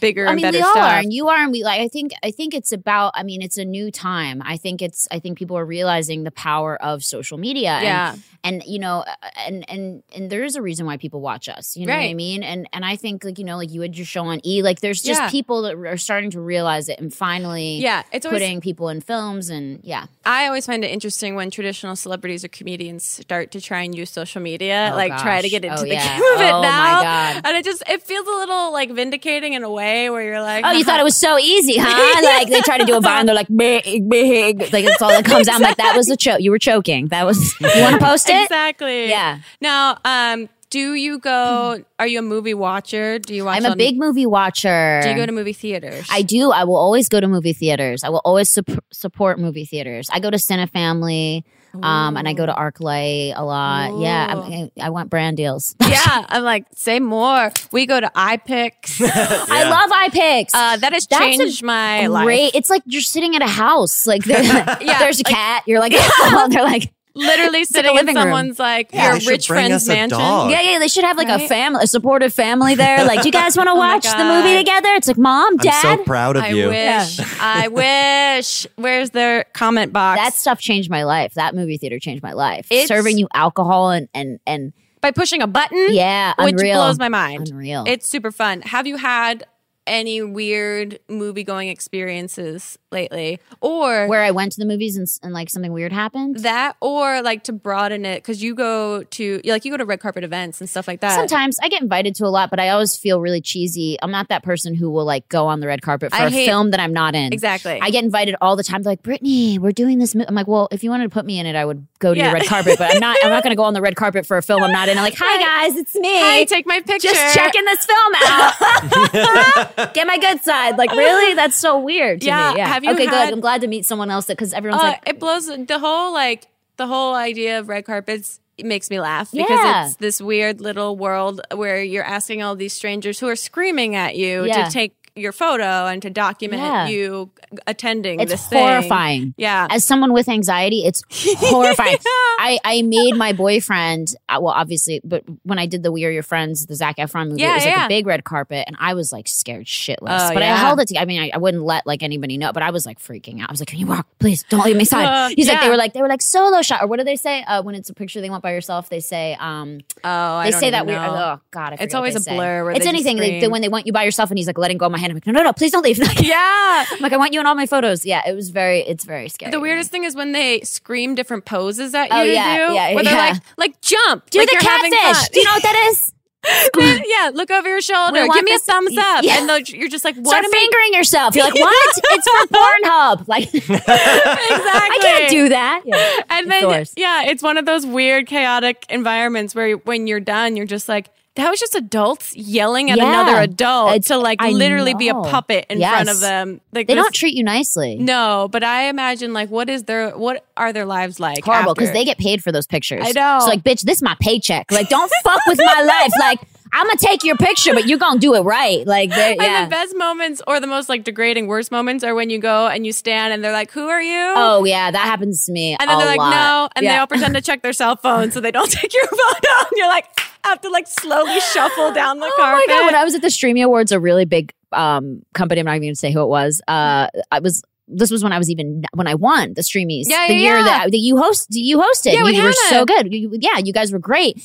[SPEAKER 1] bigger
[SPEAKER 3] I
[SPEAKER 1] and
[SPEAKER 3] mean,
[SPEAKER 1] better
[SPEAKER 3] we all
[SPEAKER 1] stuff.
[SPEAKER 3] are, and you are, and we like. I think, I think it's about. I mean, it's a new time. I think it's. I think people are realizing the power of social media. and-
[SPEAKER 1] Yeah.
[SPEAKER 3] and you know, uh, and and and there is a reason why people watch us. You know what
[SPEAKER 1] Right.
[SPEAKER 3] I mean? And and I think like you know, like you had your show on E. Like there's just
[SPEAKER 1] Yeah.
[SPEAKER 3] people that are starting to realize it, and finally,
[SPEAKER 1] Yeah, it's always-
[SPEAKER 3] putting people in films, and yeah,
[SPEAKER 1] I always find it interesting when traditional celebrities or comedians start to try and use social media,
[SPEAKER 3] Oh,
[SPEAKER 1] like try
[SPEAKER 3] gosh.
[SPEAKER 1] to get into
[SPEAKER 3] Oh,
[SPEAKER 1] the
[SPEAKER 3] yeah.
[SPEAKER 1] game of it
[SPEAKER 3] Oh, my
[SPEAKER 1] now.
[SPEAKER 3] God.
[SPEAKER 1] And it just it feels a little like vindicating in a way where you're like,
[SPEAKER 3] Oh, you thought it was so easy, huh? Like they try to do a vine, they're like big, big, like that's all that comes out. I'm like that was the choke. You were choking. That was. You want to post it?
[SPEAKER 1] exactly.
[SPEAKER 3] Yeah. Hmm.
[SPEAKER 1] Now, um, do you go? Are you a movie watcher? Do you watch?
[SPEAKER 3] I'm a
[SPEAKER 1] on-
[SPEAKER 3] big movie watcher.
[SPEAKER 1] Do you go to movie theaters?
[SPEAKER 3] I do. I will always go to movie theaters. I will always sup- support movie theaters. I go to Cinefamily, um, and I go to ArcLight a lot. Yeah, I'm, I, I want brand deals.
[SPEAKER 1] yeah, I'm like, say more. We go to iPix.
[SPEAKER 3] I love iPix.
[SPEAKER 1] Uh, that has
[SPEAKER 3] That's a
[SPEAKER 1] changed my life.
[SPEAKER 3] Great. It's like you're sitting at a house. Like there- there's a cat. You're like, they're like,
[SPEAKER 1] literally sitting in
[SPEAKER 3] living room.
[SPEAKER 1] someone's like
[SPEAKER 2] Yeah, they
[SPEAKER 1] your
[SPEAKER 2] should
[SPEAKER 1] rich
[SPEAKER 2] bring
[SPEAKER 1] friend's
[SPEAKER 2] us a
[SPEAKER 1] mansion.
[SPEAKER 2] dog.
[SPEAKER 3] Yeah, yeah, they should have like a
[SPEAKER 1] Right? Oh
[SPEAKER 3] family, a supportive family there. Like, do you guys want to watch the movie
[SPEAKER 1] God.
[SPEAKER 3] together? It's like, mom,
[SPEAKER 2] I'm
[SPEAKER 3] dad.
[SPEAKER 2] so proud of
[SPEAKER 1] I
[SPEAKER 2] you.
[SPEAKER 1] wish. I wish. Where's their comment box?
[SPEAKER 3] that stuff changed my life. That movie theater changed my life.
[SPEAKER 1] It's-
[SPEAKER 3] Serving you alcohol and and and
[SPEAKER 1] by pushing a button.
[SPEAKER 3] yeah,
[SPEAKER 1] which
[SPEAKER 3] unreal.
[SPEAKER 1] blows my mind.
[SPEAKER 3] Unreal.
[SPEAKER 1] It's super fun. Have you had any weird movie going experiences lately, or
[SPEAKER 3] where I went to the movies and, s- and like something weird happened.
[SPEAKER 1] that, or like to broaden it? Because you go to like you go to red carpet events and stuff like that.
[SPEAKER 3] Sometimes I get invited to a lot, but I always feel really cheesy. I'm not that person who will like go on the red carpet for
[SPEAKER 1] I
[SPEAKER 3] a
[SPEAKER 1] hate-
[SPEAKER 3] film that I'm not in.
[SPEAKER 1] exactly.
[SPEAKER 3] I get invited all the time. They're like, Brittany, we're doing this. Mo-. I'm like, well, if you wanted to put me in it, I would go to
[SPEAKER 1] Yeah.
[SPEAKER 3] your red carpet, but I'm not. I'm not going to go on the red carpet for a film I'm not in. I'm like, hi guys, it's me.
[SPEAKER 1] Hey, take my picture.
[SPEAKER 3] just checking this film out. Get my good side. Like, really? That's so weird to
[SPEAKER 1] Yeah,
[SPEAKER 3] me. Yeah.
[SPEAKER 1] have you
[SPEAKER 3] okay,
[SPEAKER 1] had-
[SPEAKER 3] good. I'm glad to meet someone else because everyone's
[SPEAKER 1] Uh,
[SPEAKER 3] like,
[SPEAKER 1] it blows the whole like the whole idea of red carpets. It makes me laugh because
[SPEAKER 3] Yeah.
[SPEAKER 1] it's this weird little world where you're asking all these strangers who are screaming at you
[SPEAKER 3] Yeah.
[SPEAKER 1] to take your photo and to document
[SPEAKER 3] Yeah.
[SPEAKER 1] you attending
[SPEAKER 3] it's
[SPEAKER 1] this thing.
[SPEAKER 3] horrifying.
[SPEAKER 1] Yeah.
[SPEAKER 3] Uh, As someone with anxiety, it's horrifying. I, I made my boyfriend, uh, well, obviously, but when I did the We Are Your Friends, the Zach Efron movie,
[SPEAKER 1] Yeah,
[SPEAKER 3] it was like
[SPEAKER 1] yeah.
[SPEAKER 3] a big red carpet, and I was like scared shitless.
[SPEAKER 1] Oh,
[SPEAKER 3] but I
[SPEAKER 1] yeah.
[SPEAKER 3] held it together. I mean, I, I wouldn't let like anybody know, but I was like freaking out. I was like, can you walk? Please don't leave me side.
[SPEAKER 1] Uh,
[SPEAKER 3] He's like,
[SPEAKER 1] yeah.
[SPEAKER 3] they were like, they were like solo shot, or what do they say? Uh, when it's a picture they want by yourself, they say, um,
[SPEAKER 1] oh, I
[SPEAKER 3] they
[SPEAKER 1] don't
[SPEAKER 3] say that
[SPEAKER 1] even
[SPEAKER 3] weird.
[SPEAKER 1] know.
[SPEAKER 3] Oh God, I forget
[SPEAKER 1] It's
[SPEAKER 3] what
[SPEAKER 1] always
[SPEAKER 3] they
[SPEAKER 1] a
[SPEAKER 3] say.
[SPEAKER 1] blur where
[SPEAKER 3] it's
[SPEAKER 1] they just
[SPEAKER 3] anything. Like,
[SPEAKER 1] scream.
[SPEAKER 3] when they want you by yourself, and he's like letting go of my hand. I'm like, no, no, no, please don't leave. I'm
[SPEAKER 1] yeah.
[SPEAKER 3] like, I want you in all my photos. Yeah, it was very. It's very scary.
[SPEAKER 1] The weirdest thing is when they scream different poses at you
[SPEAKER 3] Oh,
[SPEAKER 1] to
[SPEAKER 3] yeah,
[SPEAKER 1] do.
[SPEAKER 3] yeah,
[SPEAKER 1] where they're
[SPEAKER 3] yeah.
[SPEAKER 1] like, like jump.
[SPEAKER 3] Do
[SPEAKER 1] like
[SPEAKER 3] the
[SPEAKER 1] you're having fun.
[SPEAKER 3] catfish. Do you know what that is?
[SPEAKER 1] yeah, look over your shoulder.
[SPEAKER 3] want
[SPEAKER 1] Give me a
[SPEAKER 3] this-
[SPEAKER 1] thumbs up.
[SPEAKER 3] Yeah.
[SPEAKER 1] And they'll- you're just like, what
[SPEAKER 3] Start
[SPEAKER 1] am I
[SPEAKER 3] fingering yourself. You're like, what? it's for Pornhub. Like,
[SPEAKER 1] exactly.
[SPEAKER 3] I can't do that. Yeah.
[SPEAKER 1] And
[SPEAKER 3] It's the
[SPEAKER 1] then
[SPEAKER 3] worst.
[SPEAKER 1] yeah, it's one of those weird chaotic environments where when you're done, you're just like that was just adults yelling at
[SPEAKER 3] Yeah.
[SPEAKER 1] another adult
[SPEAKER 3] It's-
[SPEAKER 1] to like
[SPEAKER 3] I
[SPEAKER 1] literally be a
[SPEAKER 3] know.
[SPEAKER 1] puppet in front of
[SPEAKER 3] Yes.
[SPEAKER 1] them. Like this-
[SPEAKER 3] They don't treat you nicely.
[SPEAKER 1] no, but I imagine like what is their what are their lives like?
[SPEAKER 3] Horrible because
[SPEAKER 1] after?
[SPEAKER 3] they get paid for those pictures.
[SPEAKER 1] I know.
[SPEAKER 3] So like, bitch, this is my paycheck. Like, don't fuck with my life. Like, I'm gonna take your picture, but you're gonna do it right. Like, they're-
[SPEAKER 1] And
[SPEAKER 3] yeah.
[SPEAKER 1] the best moments or the most like degrading worst moments are when you go and you stand and they're like, Who are you?
[SPEAKER 3] Oh yeah, that happens to me.
[SPEAKER 1] And then
[SPEAKER 3] a
[SPEAKER 1] they're like,
[SPEAKER 3] lot.
[SPEAKER 1] no. And they
[SPEAKER 3] Yeah.
[SPEAKER 1] all pretend to check their cell phone so they don't take your photo. And you're like, have to like slowly shuffle down the
[SPEAKER 3] Oh
[SPEAKER 1] carpet.
[SPEAKER 3] my god! When I was at the Streamy Awards, a really big um, company, I'm not even going to say who it was. Uh, I was. This was when I was even when I won the Streamies.
[SPEAKER 1] Yeah,
[SPEAKER 3] the
[SPEAKER 1] yeah,
[SPEAKER 3] year
[SPEAKER 1] yeah.
[SPEAKER 3] that, that you host, you hosted.
[SPEAKER 1] Yeah,
[SPEAKER 3] you
[SPEAKER 1] with
[SPEAKER 3] were so
[SPEAKER 1] Hannah.
[SPEAKER 3] good. You- yeah, you guys were great.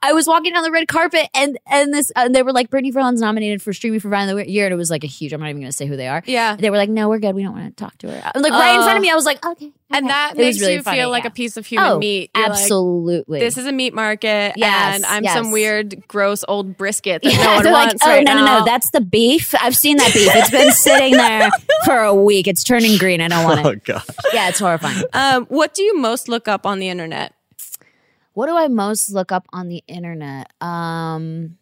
[SPEAKER 3] I was walking down the red carpet and and this and they were like Brittany Ferland's nominated for Streamy for Vine of the Year and it was like a huge. I'm not even going to say who they are.
[SPEAKER 1] yeah.
[SPEAKER 3] They were like, no, we're good. We don't want to talk to her. Like right in
[SPEAKER 1] Oh.
[SPEAKER 3] front of me, I was like, okay. okay.
[SPEAKER 1] And that
[SPEAKER 3] It was
[SPEAKER 1] makes
[SPEAKER 3] really
[SPEAKER 1] you
[SPEAKER 3] funny,
[SPEAKER 1] feel like
[SPEAKER 3] yeah.
[SPEAKER 1] a piece of human
[SPEAKER 3] Oh,
[SPEAKER 1] meat. You're like,
[SPEAKER 3] absolutely.
[SPEAKER 1] this is a meat market,
[SPEAKER 3] Yes,
[SPEAKER 1] and I'm
[SPEAKER 3] yes.
[SPEAKER 1] some weird, gross old brisket that
[SPEAKER 3] Yeah,
[SPEAKER 1] no one
[SPEAKER 3] they're
[SPEAKER 1] wants
[SPEAKER 3] like, oh
[SPEAKER 1] right
[SPEAKER 3] no,
[SPEAKER 1] now.
[SPEAKER 3] no, no, that's the beef. I've seen that beef. It's been sitting there for a week. It's turning green. I don't want
[SPEAKER 2] Oh
[SPEAKER 3] it.
[SPEAKER 2] god.
[SPEAKER 3] Yeah, it's horrifying.
[SPEAKER 1] um, what do you most look up on the internet?
[SPEAKER 3] What do I most look up on the internet? Um,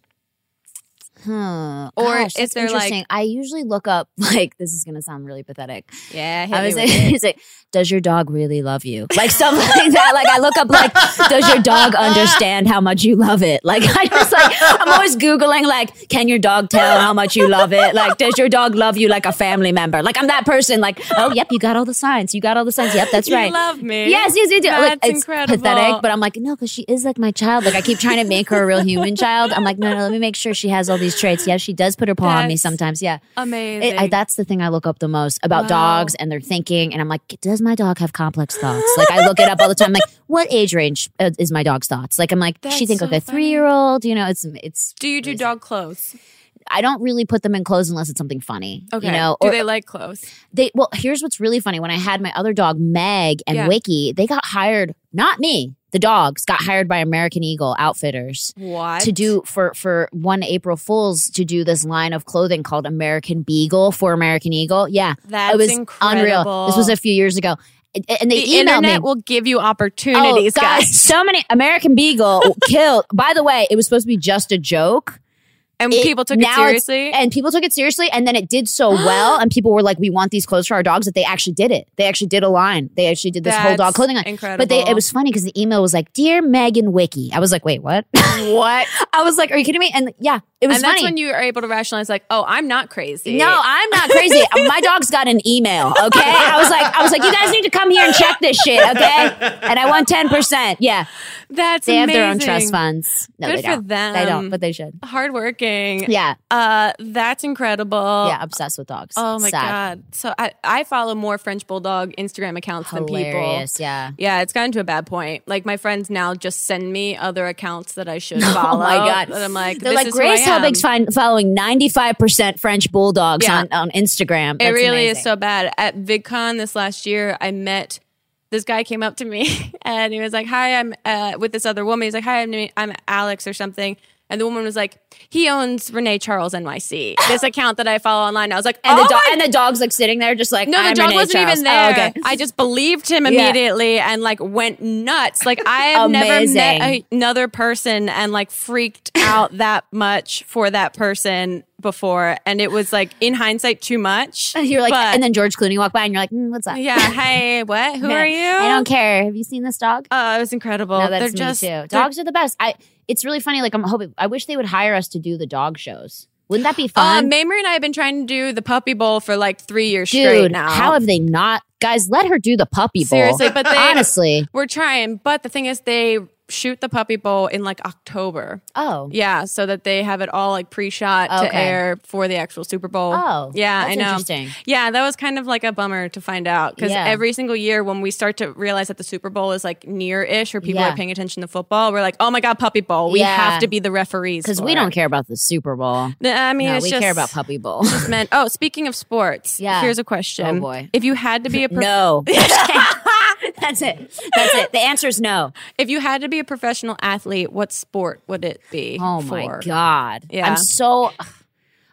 [SPEAKER 3] huh.
[SPEAKER 1] Or
[SPEAKER 3] Gosh,
[SPEAKER 1] is
[SPEAKER 3] that's
[SPEAKER 1] there, like-
[SPEAKER 3] interesting. I usually look up like this is gonna sound really pathetic.
[SPEAKER 1] Yeah,
[SPEAKER 3] I was like, it's like, does your dog really love you? Like something like that. Like I look up like, does your dog understand how much you love it? Like I just like I'm always Googling like, can your dog tell how much you love it? Like, does your dog love you like a family member? Like I'm that person, like, oh yep, you got all the signs. You got all the signs. Yep, that's
[SPEAKER 1] you
[SPEAKER 3] right.
[SPEAKER 1] love me.
[SPEAKER 3] Yes, yes, you do.
[SPEAKER 1] That's
[SPEAKER 3] like, it's
[SPEAKER 1] incredible.
[SPEAKER 3] pathetic, but I'm like, no, because she is like my child. Like, I keep trying to make her a real human child. I'm like, no, no, let me make sure she has all these traits. Yeah, she does put her paw on me
[SPEAKER 1] That's
[SPEAKER 3] sometimes. Yeah.
[SPEAKER 1] amazing.
[SPEAKER 3] It, I, that's the thing I look up the most about
[SPEAKER 1] Wow.
[SPEAKER 3] dogs and their thinking. And I'm like, does my dog have complex thoughts? Like, I look it up all the time. Like, what age range uh, is my dog's thoughts? Like, I'm like,
[SPEAKER 1] That's
[SPEAKER 3] she think
[SPEAKER 1] so
[SPEAKER 3] like a
[SPEAKER 1] funny.
[SPEAKER 3] three year old. You know, it's it's.
[SPEAKER 1] do you do dog clothes?
[SPEAKER 3] I don't really put them in clothes unless it's something funny.
[SPEAKER 1] Okay.
[SPEAKER 3] you know,
[SPEAKER 1] do
[SPEAKER 3] or
[SPEAKER 1] they like clothes?
[SPEAKER 3] they well, here's what's really funny. When I had my other dog, Meg and
[SPEAKER 1] Yeah.
[SPEAKER 3] Wiki, they got hired. Not me. The dogs got hired by American Eagle Outfitters
[SPEAKER 1] What
[SPEAKER 3] to do for for one April Fools to do this line of clothing called American Beagle for American Eagle. Yeah,
[SPEAKER 1] That's
[SPEAKER 3] it was
[SPEAKER 1] incredible.
[SPEAKER 3] unreal. This was a few years ago, And- and they
[SPEAKER 1] the
[SPEAKER 3] emailed
[SPEAKER 1] internet
[SPEAKER 3] me.
[SPEAKER 1] will give you
[SPEAKER 3] Oh,
[SPEAKER 1] opportunities,
[SPEAKER 3] guys, so many American Beagle killed. By the way, it was supposed to be just a joke.
[SPEAKER 1] And
[SPEAKER 3] It-
[SPEAKER 1] people took it
[SPEAKER 3] now it's-
[SPEAKER 1] seriously.
[SPEAKER 3] And people took it seriously, and then it did so well, and people were like, "We want these clothes for our dogs." That they actually did it. They actually did a line. They actually did this whole dog
[SPEAKER 1] That's
[SPEAKER 3] clothing line.
[SPEAKER 1] Incredible.
[SPEAKER 3] But they, it was funny because the email was like, "Dear Megan Wiki," I was like, "Wait, what?"
[SPEAKER 1] what?
[SPEAKER 3] I was like, "Are you kidding me?" And yeah, it was
[SPEAKER 1] and
[SPEAKER 3] funny.
[SPEAKER 1] that's when you are able to rationalize, like, oh, I'm not crazy.
[SPEAKER 3] no, I'm not crazy. My dog's got an email. Okay, I was like, I was like, you guys need to come here and check this shit. Okay, and I want ten percent. Yeah,
[SPEAKER 1] that's
[SPEAKER 3] they have their own
[SPEAKER 1] amazing.
[SPEAKER 3] trust funds. No,
[SPEAKER 1] Good
[SPEAKER 3] they
[SPEAKER 1] for
[SPEAKER 3] don't.
[SPEAKER 1] them.
[SPEAKER 3] They don't, but they should.
[SPEAKER 1] hardworking.
[SPEAKER 3] Yeah,
[SPEAKER 1] Uh, that's incredible.
[SPEAKER 3] yeah, obsessed with dogs.
[SPEAKER 1] Oh my
[SPEAKER 3] Sad.
[SPEAKER 1] god. So I I follow more French bulldog Instagram accounts than people.
[SPEAKER 3] hilarious. Yeah.
[SPEAKER 1] Yeah, it's gotten to a bad point. Like my friends now just send me other accounts that I should follow.
[SPEAKER 3] Oh my god!
[SPEAKER 1] And I'm like,
[SPEAKER 3] they're
[SPEAKER 1] this
[SPEAKER 3] like
[SPEAKER 1] is who I
[SPEAKER 3] Grace
[SPEAKER 1] am."
[SPEAKER 3] Helbig's fin- following ninety five percent French bulldogs
[SPEAKER 1] Yeah.
[SPEAKER 3] on, on Instagram.
[SPEAKER 1] It
[SPEAKER 3] That's
[SPEAKER 1] really
[SPEAKER 3] amazing.
[SPEAKER 1] is so bad. At VidCon this last year, I met this guy came up to me and he was like, "Hi, I'm uh, with this other woman." He's like, "Hi, I'm I'm Alex or something." And the woman was like, "He owns Renee Charles NYC, this account that I follow online." I was like,
[SPEAKER 3] And
[SPEAKER 1] "Oh
[SPEAKER 3] the dog
[SPEAKER 1] my
[SPEAKER 3] and the dog's like sitting there, just like
[SPEAKER 1] No, the
[SPEAKER 3] I'm
[SPEAKER 1] dog
[SPEAKER 3] Renee
[SPEAKER 1] wasn't
[SPEAKER 3] Charles.
[SPEAKER 1] even there.
[SPEAKER 3] Oh, okay.
[SPEAKER 1] I just believed him immediately and like went nuts. Like I have never
[SPEAKER 3] Amazing.
[SPEAKER 1] met a- another person and like freaked out that much for that person before, and it was like in hindsight too much.
[SPEAKER 3] And you're like,
[SPEAKER 1] But-
[SPEAKER 3] and then George Clooney walked by, and you're like, mm, what's up?
[SPEAKER 1] yeah, hey, what? Who are you?
[SPEAKER 3] I don't care. Have you seen this dog?
[SPEAKER 1] Oh, it was incredible.
[SPEAKER 3] no, that's
[SPEAKER 1] They're
[SPEAKER 3] me
[SPEAKER 1] just
[SPEAKER 3] too.
[SPEAKER 1] they're-
[SPEAKER 3] Dogs are the best. I. It's really funny. Like I'm hoping. I wish they would hire us to do the dog shows. Wouldn't that be
[SPEAKER 1] Uh,
[SPEAKER 3] fun?
[SPEAKER 1] Mamrie and I have been trying to do the puppy bowl for like three years straight
[SPEAKER 3] Dude,
[SPEAKER 1] now.
[SPEAKER 3] how have they not? Guys, let her do the puppy bowl.
[SPEAKER 1] Seriously, but they-
[SPEAKER 3] honestly,
[SPEAKER 1] We're trying, but the thing is, they shoot the puppy bowl in like October.
[SPEAKER 3] oh,
[SPEAKER 1] Yeah, so that they have it all like pre-shot to
[SPEAKER 3] Okay.
[SPEAKER 1] air for the actual Super Bowl.
[SPEAKER 3] oh,
[SPEAKER 1] yeah,
[SPEAKER 3] that's
[SPEAKER 1] I know.
[SPEAKER 3] Interesting.
[SPEAKER 1] Yeah, that was kind of like a bummer to find out because
[SPEAKER 3] Yeah.
[SPEAKER 1] every single year when we start to realize that the Super Bowl is like near-ish or people
[SPEAKER 3] Yeah.
[SPEAKER 1] are paying attention to football, we're like, oh my god, puppy bowl! We
[SPEAKER 3] Yeah.
[SPEAKER 1] have to be the referees
[SPEAKER 3] Because
[SPEAKER 1] for
[SPEAKER 3] we
[SPEAKER 1] it.
[SPEAKER 3] don't care about the Super Bowl.
[SPEAKER 1] N- I mean,
[SPEAKER 3] no,
[SPEAKER 1] it's
[SPEAKER 3] we
[SPEAKER 1] just
[SPEAKER 3] care about Puppy Bowl.
[SPEAKER 1] just meant. Oh, speaking of sports,
[SPEAKER 3] Yeah.
[SPEAKER 1] here's a question.
[SPEAKER 3] Oh, boy.
[SPEAKER 1] if you had to be a pro-
[SPEAKER 3] no. That's it. That's it. The answer is no.
[SPEAKER 1] if you had to be a professional athlete, what sport would it be?
[SPEAKER 3] Oh
[SPEAKER 1] for?
[SPEAKER 3] my God.
[SPEAKER 1] Yeah.
[SPEAKER 3] I'm so.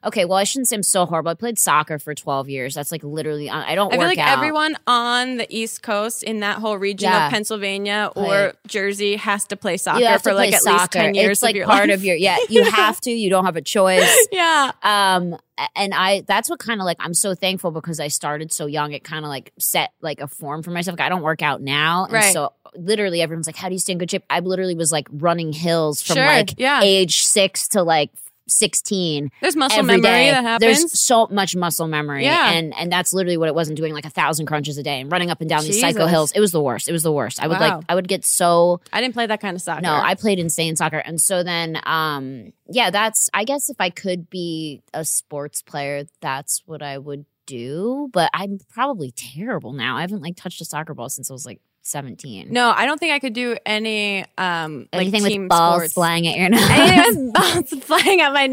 [SPEAKER 3] Okay, well, I shouldn't say I'm so horrible. I played soccer for 12 years. That's like literally, uh, I I don't
[SPEAKER 1] I
[SPEAKER 3] work
[SPEAKER 1] feel like
[SPEAKER 3] out.
[SPEAKER 1] everyone on the East Coast in that whole region
[SPEAKER 3] Yeah.
[SPEAKER 1] of Pennsylvania
[SPEAKER 3] Play.
[SPEAKER 1] or Jersey has to play soccer
[SPEAKER 3] you have
[SPEAKER 1] for
[SPEAKER 3] to
[SPEAKER 1] like
[SPEAKER 3] play
[SPEAKER 1] at
[SPEAKER 3] soccer.
[SPEAKER 1] least 10 years
[SPEAKER 3] it's like
[SPEAKER 1] of your
[SPEAKER 3] part
[SPEAKER 1] life.
[SPEAKER 3] of your, yeah, you have to. You don't have a choice.
[SPEAKER 1] yeah.
[SPEAKER 3] um a- and i that's what kind of like i'm so thankful because i started so young it kind of like set like a form for myself Like, i don't work out now and
[SPEAKER 1] Right.
[SPEAKER 3] so literally everyone's like how do you stay in good shape i literally was like running hills from
[SPEAKER 1] Sure.
[SPEAKER 3] like
[SPEAKER 1] yeah.
[SPEAKER 3] age six to like 16
[SPEAKER 1] There's muscle
[SPEAKER 3] every
[SPEAKER 1] memory
[SPEAKER 3] day
[SPEAKER 1] that happens.
[SPEAKER 3] there's so much muscle memory
[SPEAKER 1] Yeah.
[SPEAKER 3] and and that's literally what it was and doing like a thousand crunches a day and running up and down these psycho
[SPEAKER 1] Jesus.
[SPEAKER 3] hills it was the worst it was the worst i would
[SPEAKER 1] Wow.
[SPEAKER 3] like i would get so
[SPEAKER 1] I didn't play that kind of soccer.
[SPEAKER 3] no, I played insane soccer. And so then um yeah, that's I guess if I could be a sports player, that's what I would do, but I'm probably terrible now. I haven't like touched a soccer ball since I was like 17.
[SPEAKER 1] no, I don't think I could do any um like
[SPEAKER 3] Anything
[SPEAKER 1] team
[SPEAKER 3] with balls
[SPEAKER 1] sports.
[SPEAKER 3] flying at your nose.
[SPEAKER 1] Anything with balls flying at my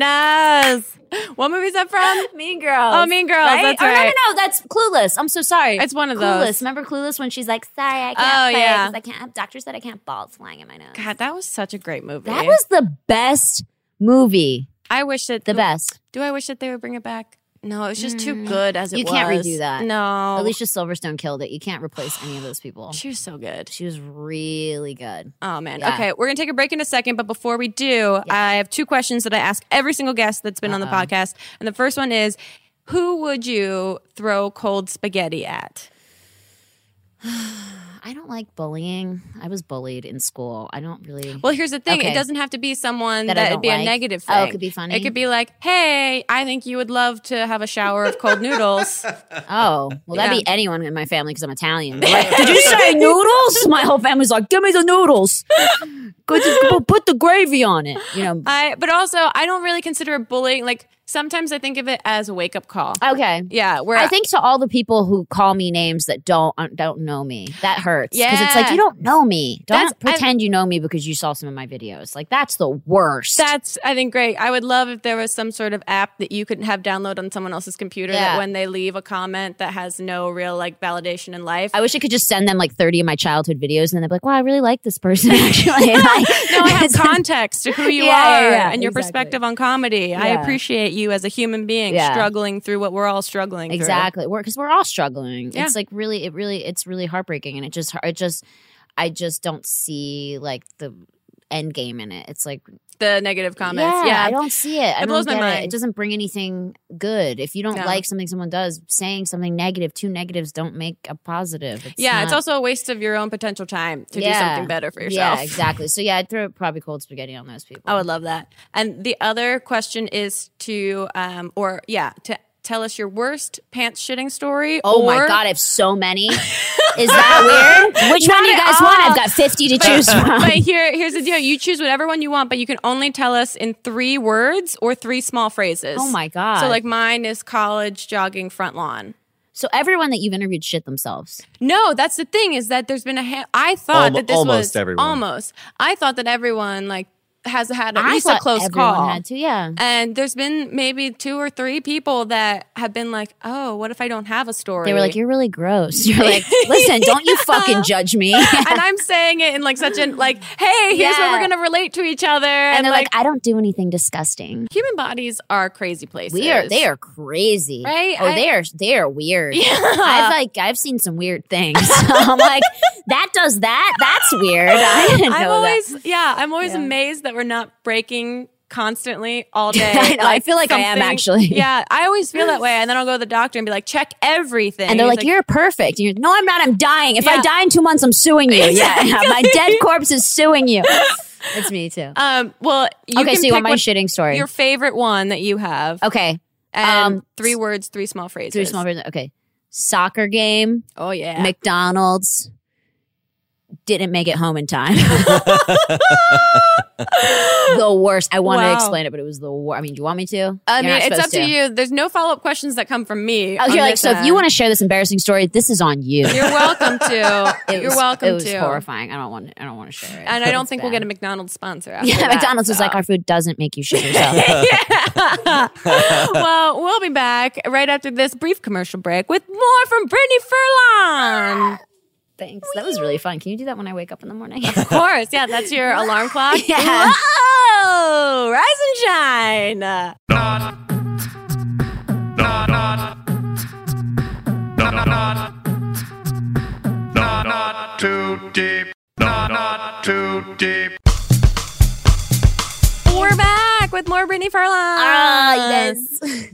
[SPEAKER 1] nose. What movie is that from?
[SPEAKER 3] mean girls.
[SPEAKER 1] Oh, Mean Girls. That's
[SPEAKER 3] or
[SPEAKER 1] right.
[SPEAKER 3] no, no, no, that's Clueless. I'm so sorry.
[SPEAKER 1] It's one of
[SPEAKER 3] Clueless.
[SPEAKER 1] those.
[SPEAKER 3] Remember Clueless when she's like, "Sorry, I can't
[SPEAKER 1] Oh,
[SPEAKER 3] play
[SPEAKER 1] yeah.
[SPEAKER 3] 'cause I can't." Doctor said I can't balls flying at my nose.
[SPEAKER 1] God, that was such a great movie.
[SPEAKER 3] that was the best movie.
[SPEAKER 1] I wish that
[SPEAKER 3] The best.
[SPEAKER 1] Do I wish that they would bring it back? No, it's just too
[SPEAKER 3] Mm.
[SPEAKER 1] good as it
[SPEAKER 3] You
[SPEAKER 1] was.
[SPEAKER 3] can't redo that.
[SPEAKER 1] No,
[SPEAKER 3] Alicia Silverstone killed it. You can't replace any of those people.
[SPEAKER 1] she was so good.
[SPEAKER 3] She was really good.
[SPEAKER 1] Oh man.
[SPEAKER 3] Yeah.
[SPEAKER 1] Okay, we're gonna take a break in a second, but before we do, I have two questions that I ask every single guest that's been on the
[SPEAKER 3] Uh-oh.
[SPEAKER 1] podcast, and the first one is, who would you throw cold spaghetti at?
[SPEAKER 3] I don't like bullying. I was bullied in school. I don't really.
[SPEAKER 1] Well, here's the thing:
[SPEAKER 3] Okay.
[SPEAKER 1] it doesn't have to be someone
[SPEAKER 3] That
[SPEAKER 1] that
[SPEAKER 3] I
[SPEAKER 1] would
[SPEAKER 3] don't
[SPEAKER 1] be a
[SPEAKER 3] like?
[SPEAKER 1] negative thing.
[SPEAKER 3] Oh, it could be funny?
[SPEAKER 1] It could be like, hey, I think you would love to have a shower of cold noodles.
[SPEAKER 3] oh, well, that'd be anyone in my family because I'm Italian. They're Like, Did you say noodles? My whole family's like, give me the noodles. Put the- Put the gravy on it. You know.
[SPEAKER 1] I, but also, I don't really consider it bullying. Like sometimes I think of it as a wake up call.
[SPEAKER 3] Okay.
[SPEAKER 1] Uh, yeah, where
[SPEAKER 3] I think to all the people who call me names that don't uh, don't know me, that hurts. Because it's like
[SPEAKER 1] Yeah.
[SPEAKER 3] you don't know me. Don't
[SPEAKER 1] That's- I-
[SPEAKER 3] pretend you know me because you saw some of my videos. Like that's the worst.
[SPEAKER 1] That's I think great. I would love if there was some sort of app that you could have download on someone else's computer
[SPEAKER 3] Yeah.
[SPEAKER 1] that when they leave a comment that has no real like validation in life.
[SPEAKER 3] I wish I could just send them like 30 of my childhood videos and they'd be like, wow, I really like this person actually. Like,
[SPEAKER 1] no, I have context to who you
[SPEAKER 3] Yeah, yeah,
[SPEAKER 1] are
[SPEAKER 3] yeah,
[SPEAKER 1] and your
[SPEAKER 3] exactly.
[SPEAKER 1] perspective on comedy. I
[SPEAKER 3] Yeah.
[SPEAKER 1] appreciate you as a human being
[SPEAKER 3] Yeah.
[SPEAKER 1] struggling through what we're all struggling
[SPEAKER 3] Exactly. Because we're, all struggling.
[SPEAKER 1] Yeah.
[SPEAKER 3] It's like really, it really, it's really heartbreaking. And it just, it just, I just don't see like the end game in it. It's like,
[SPEAKER 1] the negative comments. Yeah,
[SPEAKER 3] I don't see it. I
[SPEAKER 1] It blows
[SPEAKER 3] don't
[SPEAKER 1] my
[SPEAKER 3] get
[SPEAKER 1] mind.
[SPEAKER 3] It. it doesn't bring anything good. If you don't
[SPEAKER 1] No.
[SPEAKER 3] like something someone does, saying something negative, two negatives don't make a positive. It's
[SPEAKER 1] Yeah, it's
[SPEAKER 3] not-
[SPEAKER 1] also a waste of your own potential time to do
[SPEAKER 3] Yeah.
[SPEAKER 1] something better for yourself.
[SPEAKER 3] Yeah, exactly. So yeah, I'd throw probably cold spaghetti on those people.
[SPEAKER 1] I would love that. And the other question is to, um, or yeah, to tell us your worst pants shitting story.
[SPEAKER 3] Oh my
[SPEAKER 1] or-
[SPEAKER 3] god, I have so many. Is that weird? Which one do you
[SPEAKER 1] at
[SPEAKER 3] guys want?
[SPEAKER 1] all.
[SPEAKER 3] I've got 50 to choose
[SPEAKER 1] But
[SPEAKER 3] from.
[SPEAKER 1] here, here's the deal: you choose whatever one you want, but you can only tell us in three words or three small phrases.
[SPEAKER 3] Oh my god.
[SPEAKER 1] So like mine is college jogging front lawn.
[SPEAKER 3] So everyone that you've interviewed shit themselves.
[SPEAKER 1] No, that's the thing is that there's been a. Ha- I thought
[SPEAKER 2] Almo-
[SPEAKER 1] that this
[SPEAKER 2] almost
[SPEAKER 1] was
[SPEAKER 2] everyone.
[SPEAKER 1] almost. I thought that everyone like has had at
[SPEAKER 3] I
[SPEAKER 1] least a
[SPEAKER 3] thought
[SPEAKER 1] close
[SPEAKER 3] everyone
[SPEAKER 1] call.
[SPEAKER 3] had to, yeah.
[SPEAKER 1] And there's been maybe two or three people that have been like, "Oh, what if I don't have a story?"
[SPEAKER 3] They were like, "You're really gross." You're like, "Listen, don't you fucking judge me." and
[SPEAKER 1] and I'm saying it in like such an like, "Hey, here's where
[SPEAKER 3] Yeah.
[SPEAKER 1] we're gonna relate to each other." And,
[SPEAKER 3] they're like, "I don't do anything disgusting."
[SPEAKER 1] "Human bodies are crazy places.
[SPEAKER 3] We are they are crazy.
[SPEAKER 1] Right?
[SPEAKER 3] Oh,
[SPEAKER 1] I-
[SPEAKER 3] they are they are weird. I've like I've seen some weird things. I'm like, that does that? That's weird. I didn't know
[SPEAKER 1] I'm
[SPEAKER 3] that.
[SPEAKER 1] always yeah. I'm always
[SPEAKER 3] Yeah.
[SPEAKER 1] amazed that we're not breaking constantly all day.
[SPEAKER 3] I know, I feel like I am,
[SPEAKER 1] something-
[SPEAKER 3] actually.
[SPEAKER 1] Yeah, I always feel that way, and then I'll go to the doctor and be like, check everything,
[SPEAKER 3] And they're
[SPEAKER 1] He's
[SPEAKER 3] like, "You're perfect." And you're, no, I'm not. I'm dying. If
[SPEAKER 1] Yeah.
[SPEAKER 3] I die in two months, I'm suing you. Yeah, yeah, my dead corpse is suing you. It's me too.
[SPEAKER 1] um, well, you
[SPEAKER 3] okay,
[SPEAKER 1] can
[SPEAKER 3] so you
[SPEAKER 1] pick
[SPEAKER 3] want my
[SPEAKER 1] what-
[SPEAKER 3] shitting story?
[SPEAKER 1] your favorite one that you have,
[SPEAKER 3] okay,
[SPEAKER 1] and
[SPEAKER 3] um,
[SPEAKER 1] three words, three small phrases,
[SPEAKER 3] three small. Okay, soccer game,
[SPEAKER 1] Oh yeah,
[SPEAKER 3] McDonald's. Didn't make it home in time. the worst. I wanted
[SPEAKER 1] Wow.
[SPEAKER 3] to explain it, but it was the worst. I mean, do you want me to?
[SPEAKER 1] I
[SPEAKER 3] You're
[SPEAKER 1] mean,
[SPEAKER 3] not
[SPEAKER 1] it's
[SPEAKER 3] supposed
[SPEAKER 1] up to. you. There's no follow up questions that come from me.
[SPEAKER 3] Oh,
[SPEAKER 1] on
[SPEAKER 3] you're like,
[SPEAKER 1] this
[SPEAKER 3] so if
[SPEAKER 1] end.
[SPEAKER 3] you want to share this embarrassing story, this is on you.
[SPEAKER 1] you're welcome to.
[SPEAKER 3] It
[SPEAKER 1] you're
[SPEAKER 3] was-
[SPEAKER 1] welcome
[SPEAKER 3] It was
[SPEAKER 1] to.
[SPEAKER 3] horrifying. I don't want. I don't want to share it.
[SPEAKER 1] And I don't
[SPEAKER 3] It's
[SPEAKER 1] think
[SPEAKER 3] bad.
[SPEAKER 1] we'll get a McDonald's sponsor. After
[SPEAKER 3] Yeah,
[SPEAKER 1] that,
[SPEAKER 3] McDonald's was
[SPEAKER 1] so.
[SPEAKER 3] like, our food doesn't make you shit yourself.
[SPEAKER 1] well, we'll be back right after this brief commercial break with more from Brittany Furlong.
[SPEAKER 3] Thanks. That was really fun. Can you do that when I wake up in the morning?
[SPEAKER 1] Of course, yeah, that's your alarm clock.
[SPEAKER 3] Yeah.
[SPEAKER 1] Whoa, rise and shine.
[SPEAKER 4] not too deep. Not, not too deep.
[SPEAKER 1] We're back with more Brittany Furlong.
[SPEAKER 3] Ah,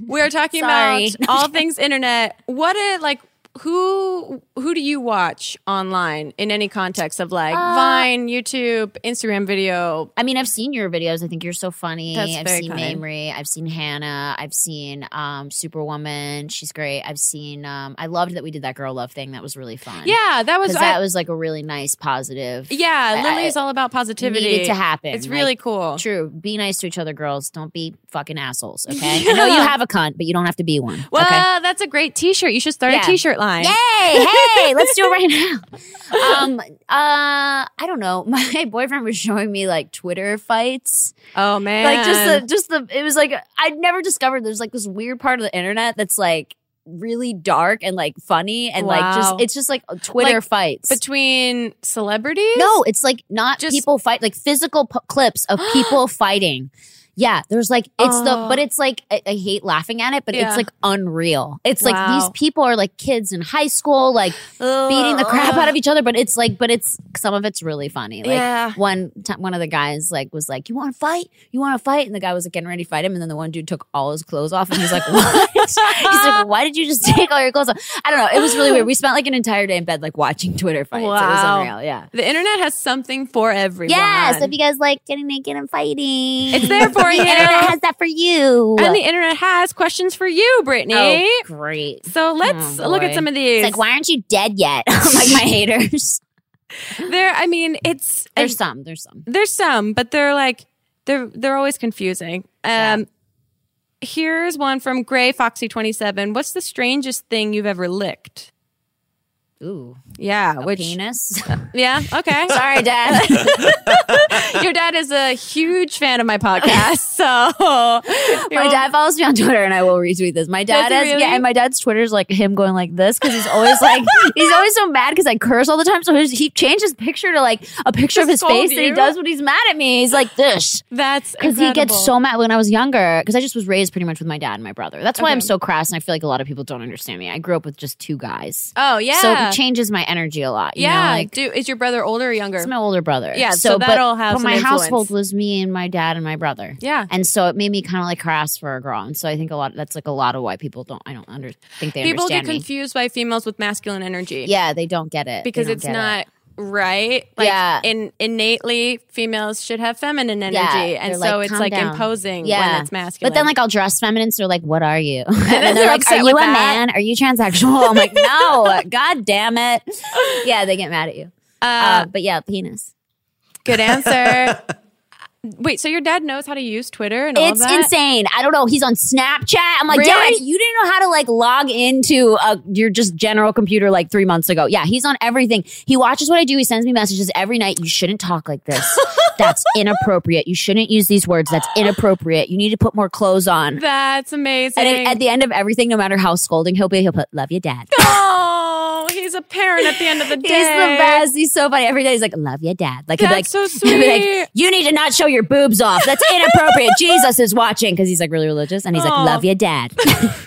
[SPEAKER 1] We are talking
[SPEAKER 3] Sorry.
[SPEAKER 1] about all things internet. What it like? Who who do you watch online in any context of like
[SPEAKER 3] Uh,
[SPEAKER 1] Vine, YouTube, Instagram video?
[SPEAKER 3] I mean, I've seen your videos. I think you're so funny.
[SPEAKER 1] That's
[SPEAKER 3] I've
[SPEAKER 1] very
[SPEAKER 3] seen
[SPEAKER 1] kind.
[SPEAKER 3] Mamrie. I've seen Hannah. I've seen um, Superwoman. She's great. I've seen. Um, I loved that we did that girl love thing. That was really fun.
[SPEAKER 1] Yeah, that was,
[SPEAKER 3] because
[SPEAKER 1] I-
[SPEAKER 3] that was like a really nice positive.
[SPEAKER 1] yeah.
[SPEAKER 3] I-
[SPEAKER 1] Lily is all about positivity.
[SPEAKER 3] needed to happen.
[SPEAKER 1] It's
[SPEAKER 3] Like,
[SPEAKER 1] really cool.
[SPEAKER 3] True. Be nice to each other, girls. Don't be fucking assholes. Okay. I know you have a cunt, but you don't have to be one.
[SPEAKER 1] Well,
[SPEAKER 3] okay?
[SPEAKER 1] that's a great T-shirt. You should start
[SPEAKER 3] Yeah.
[SPEAKER 1] a T-shirt line.
[SPEAKER 3] Yay! Hey, let's do it right now. Um, uh, I don't know. My boyfriend was showing me like Twitter fights,
[SPEAKER 1] Oh man,
[SPEAKER 3] like just the just the. It was like I'd never discovered. There's like this weird part of the internet that's like really dark and like funny and like
[SPEAKER 1] Wow.
[SPEAKER 3] just it's just like Twitter
[SPEAKER 1] Like,
[SPEAKER 3] fights.
[SPEAKER 1] between celebrities.
[SPEAKER 3] no, it's like not
[SPEAKER 1] Just-
[SPEAKER 3] people fight like physical p- clips of people fighting. Yeah, there's like it's
[SPEAKER 1] Oh.
[SPEAKER 3] the but it's like I, I hate laughing at it, but
[SPEAKER 1] Yeah.
[SPEAKER 3] it's like unreal. It's
[SPEAKER 1] Wow.
[SPEAKER 3] like these people are like kids in high school, like beating the crap out of each other. But it's like, but it's some of it's really funny. Like
[SPEAKER 1] Uh, Yeah.
[SPEAKER 3] one ti- one of the guys like was like, "You want to fight? You want to fight?" And the guy was like getting ready to fight him, and then the one dude took all his clothes off, and he's like, "What?" he's like, "Why did you just take all your clothes off?" I don't know. It was really weird. We spent like an entire day in bed like watching Twitter fights. It
[SPEAKER 1] Wow.
[SPEAKER 3] was unreal. Yeah.
[SPEAKER 1] The internet has something for everyone.
[SPEAKER 3] Yeah, so if you guys like getting naked and fighting,
[SPEAKER 1] It's there for
[SPEAKER 3] the
[SPEAKER 1] you.
[SPEAKER 3] internet has that for you.
[SPEAKER 1] and the internet has questions for you, Brittany.
[SPEAKER 3] oh, great.
[SPEAKER 1] So let's
[SPEAKER 3] Oh,
[SPEAKER 1] look at
[SPEAKER 3] boy.
[SPEAKER 1] some of these.
[SPEAKER 3] It's like, why aren't you dead yet? like my haters.
[SPEAKER 1] There, I mean, it's
[SPEAKER 3] There's
[SPEAKER 1] I-
[SPEAKER 3] some. There's some.
[SPEAKER 1] there's some, but they're like they're they're always confusing. Um, here's one from Gray Foxy twenty seven. What's the strangest thing you've ever licked?
[SPEAKER 3] Ooh,
[SPEAKER 1] Yeah,
[SPEAKER 3] a
[SPEAKER 1] which
[SPEAKER 3] penis.
[SPEAKER 1] yeah, okay.
[SPEAKER 3] Sorry, Dad.
[SPEAKER 1] Your dad is a huge fan of my podcast, so
[SPEAKER 3] my dad follows me on Twitter, and I will retweet this. My
[SPEAKER 1] Does
[SPEAKER 3] dad
[SPEAKER 1] he
[SPEAKER 3] has
[SPEAKER 1] really?
[SPEAKER 3] yeah, and my dad's Twitter is like him going like this because he's always like he's always so mad because I curse all the time. So his, he changed his picture to like a picture of
[SPEAKER 1] To
[SPEAKER 3] his
[SPEAKER 1] scold
[SPEAKER 3] face that he
[SPEAKER 1] you?
[SPEAKER 3] does when he's mad at me. He's like this.
[SPEAKER 1] that's
[SPEAKER 3] Because he gets
[SPEAKER 1] incredible.
[SPEAKER 3] so mad when I was younger, because I just was raised pretty much with my dad and my brother. That's why I'm
[SPEAKER 1] Okay.
[SPEAKER 3] so crass, and I feel like a lot of people don't understand me. I grew up with just two guys,
[SPEAKER 1] Oh yeah,
[SPEAKER 3] so it changes my energy a lot. you know,
[SPEAKER 1] yeah,
[SPEAKER 3] like,
[SPEAKER 1] do is your brother older or younger?
[SPEAKER 3] it's my older brother.
[SPEAKER 1] Yeah, so
[SPEAKER 3] but-
[SPEAKER 1] that'll have
[SPEAKER 3] But
[SPEAKER 1] some
[SPEAKER 3] my
[SPEAKER 1] influence.
[SPEAKER 3] household was me and my dad and my brother.
[SPEAKER 1] yeah,
[SPEAKER 3] And so it made me kind of like harass for a girl. And so I think a lot that's like a lot of why people don't I don't under think they
[SPEAKER 1] people get
[SPEAKER 3] understand me.
[SPEAKER 1] confused by females with masculine energy.
[SPEAKER 3] Yeah, they don't get it They
[SPEAKER 1] because
[SPEAKER 3] don't
[SPEAKER 1] it's
[SPEAKER 3] get it.
[SPEAKER 1] not right. Like
[SPEAKER 3] Yeah.
[SPEAKER 1] in, innately females should have feminine energy,
[SPEAKER 3] Yeah,
[SPEAKER 1] and
[SPEAKER 3] they're
[SPEAKER 1] so
[SPEAKER 3] like,
[SPEAKER 1] it's
[SPEAKER 3] "Calm
[SPEAKER 1] like
[SPEAKER 3] down."
[SPEAKER 1] imposing
[SPEAKER 3] Yeah.
[SPEAKER 1] when it's masculine.
[SPEAKER 3] But then, like, I'll dress feminine, so they're like, "What are you?" And,
[SPEAKER 1] then they're
[SPEAKER 3] then they're like,
[SPEAKER 1] upset
[SPEAKER 3] "Are you
[SPEAKER 1] with
[SPEAKER 3] a
[SPEAKER 1] that.
[SPEAKER 3] man? Are you transsexual?" I'm like, "No, god damn it!" Yeah, they get mad at you.
[SPEAKER 1] uh,
[SPEAKER 3] Uh, but yeah, penis.
[SPEAKER 1] good answer. Wait, so your dad knows how to use Twitter and all
[SPEAKER 3] It's
[SPEAKER 1] that?
[SPEAKER 3] insane. I don't know. He's on Snapchat. I'm like,
[SPEAKER 1] Really?
[SPEAKER 3] "Dad, you didn't know how to like log into a, your just general computer like three months ago." Yeah, he's on everything. He watches what I do. He sends me messages every night. You shouldn't talk like this. That's inappropriate. You shouldn't use these words. That's inappropriate. You need to put more clothes on.
[SPEAKER 1] That's amazing.
[SPEAKER 3] And at- at the end of everything, no matter how scolding he'll be, he'll put, "Love you, Dad."
[SPEAKER 1] oh, he's a parent at the end of the day.
[SPEAKER 3] He's the best. He's so funny. Every day he's like, "Love your dad." Like, he'd be
[SPEAKER 1] That's
[SPEAKER 3] like,
[SPEAKER 1] so
[SPEAKER 3] he'd be like,
[SPEAKER 1] sweet.
[SPEAKER 3] you need to not show your boobs off. That's inappropriate. Jesus is watching because he's like really religious, and he's
[SPEAKER 1] Aw.
[SPEAKER 3] like, "Love your dad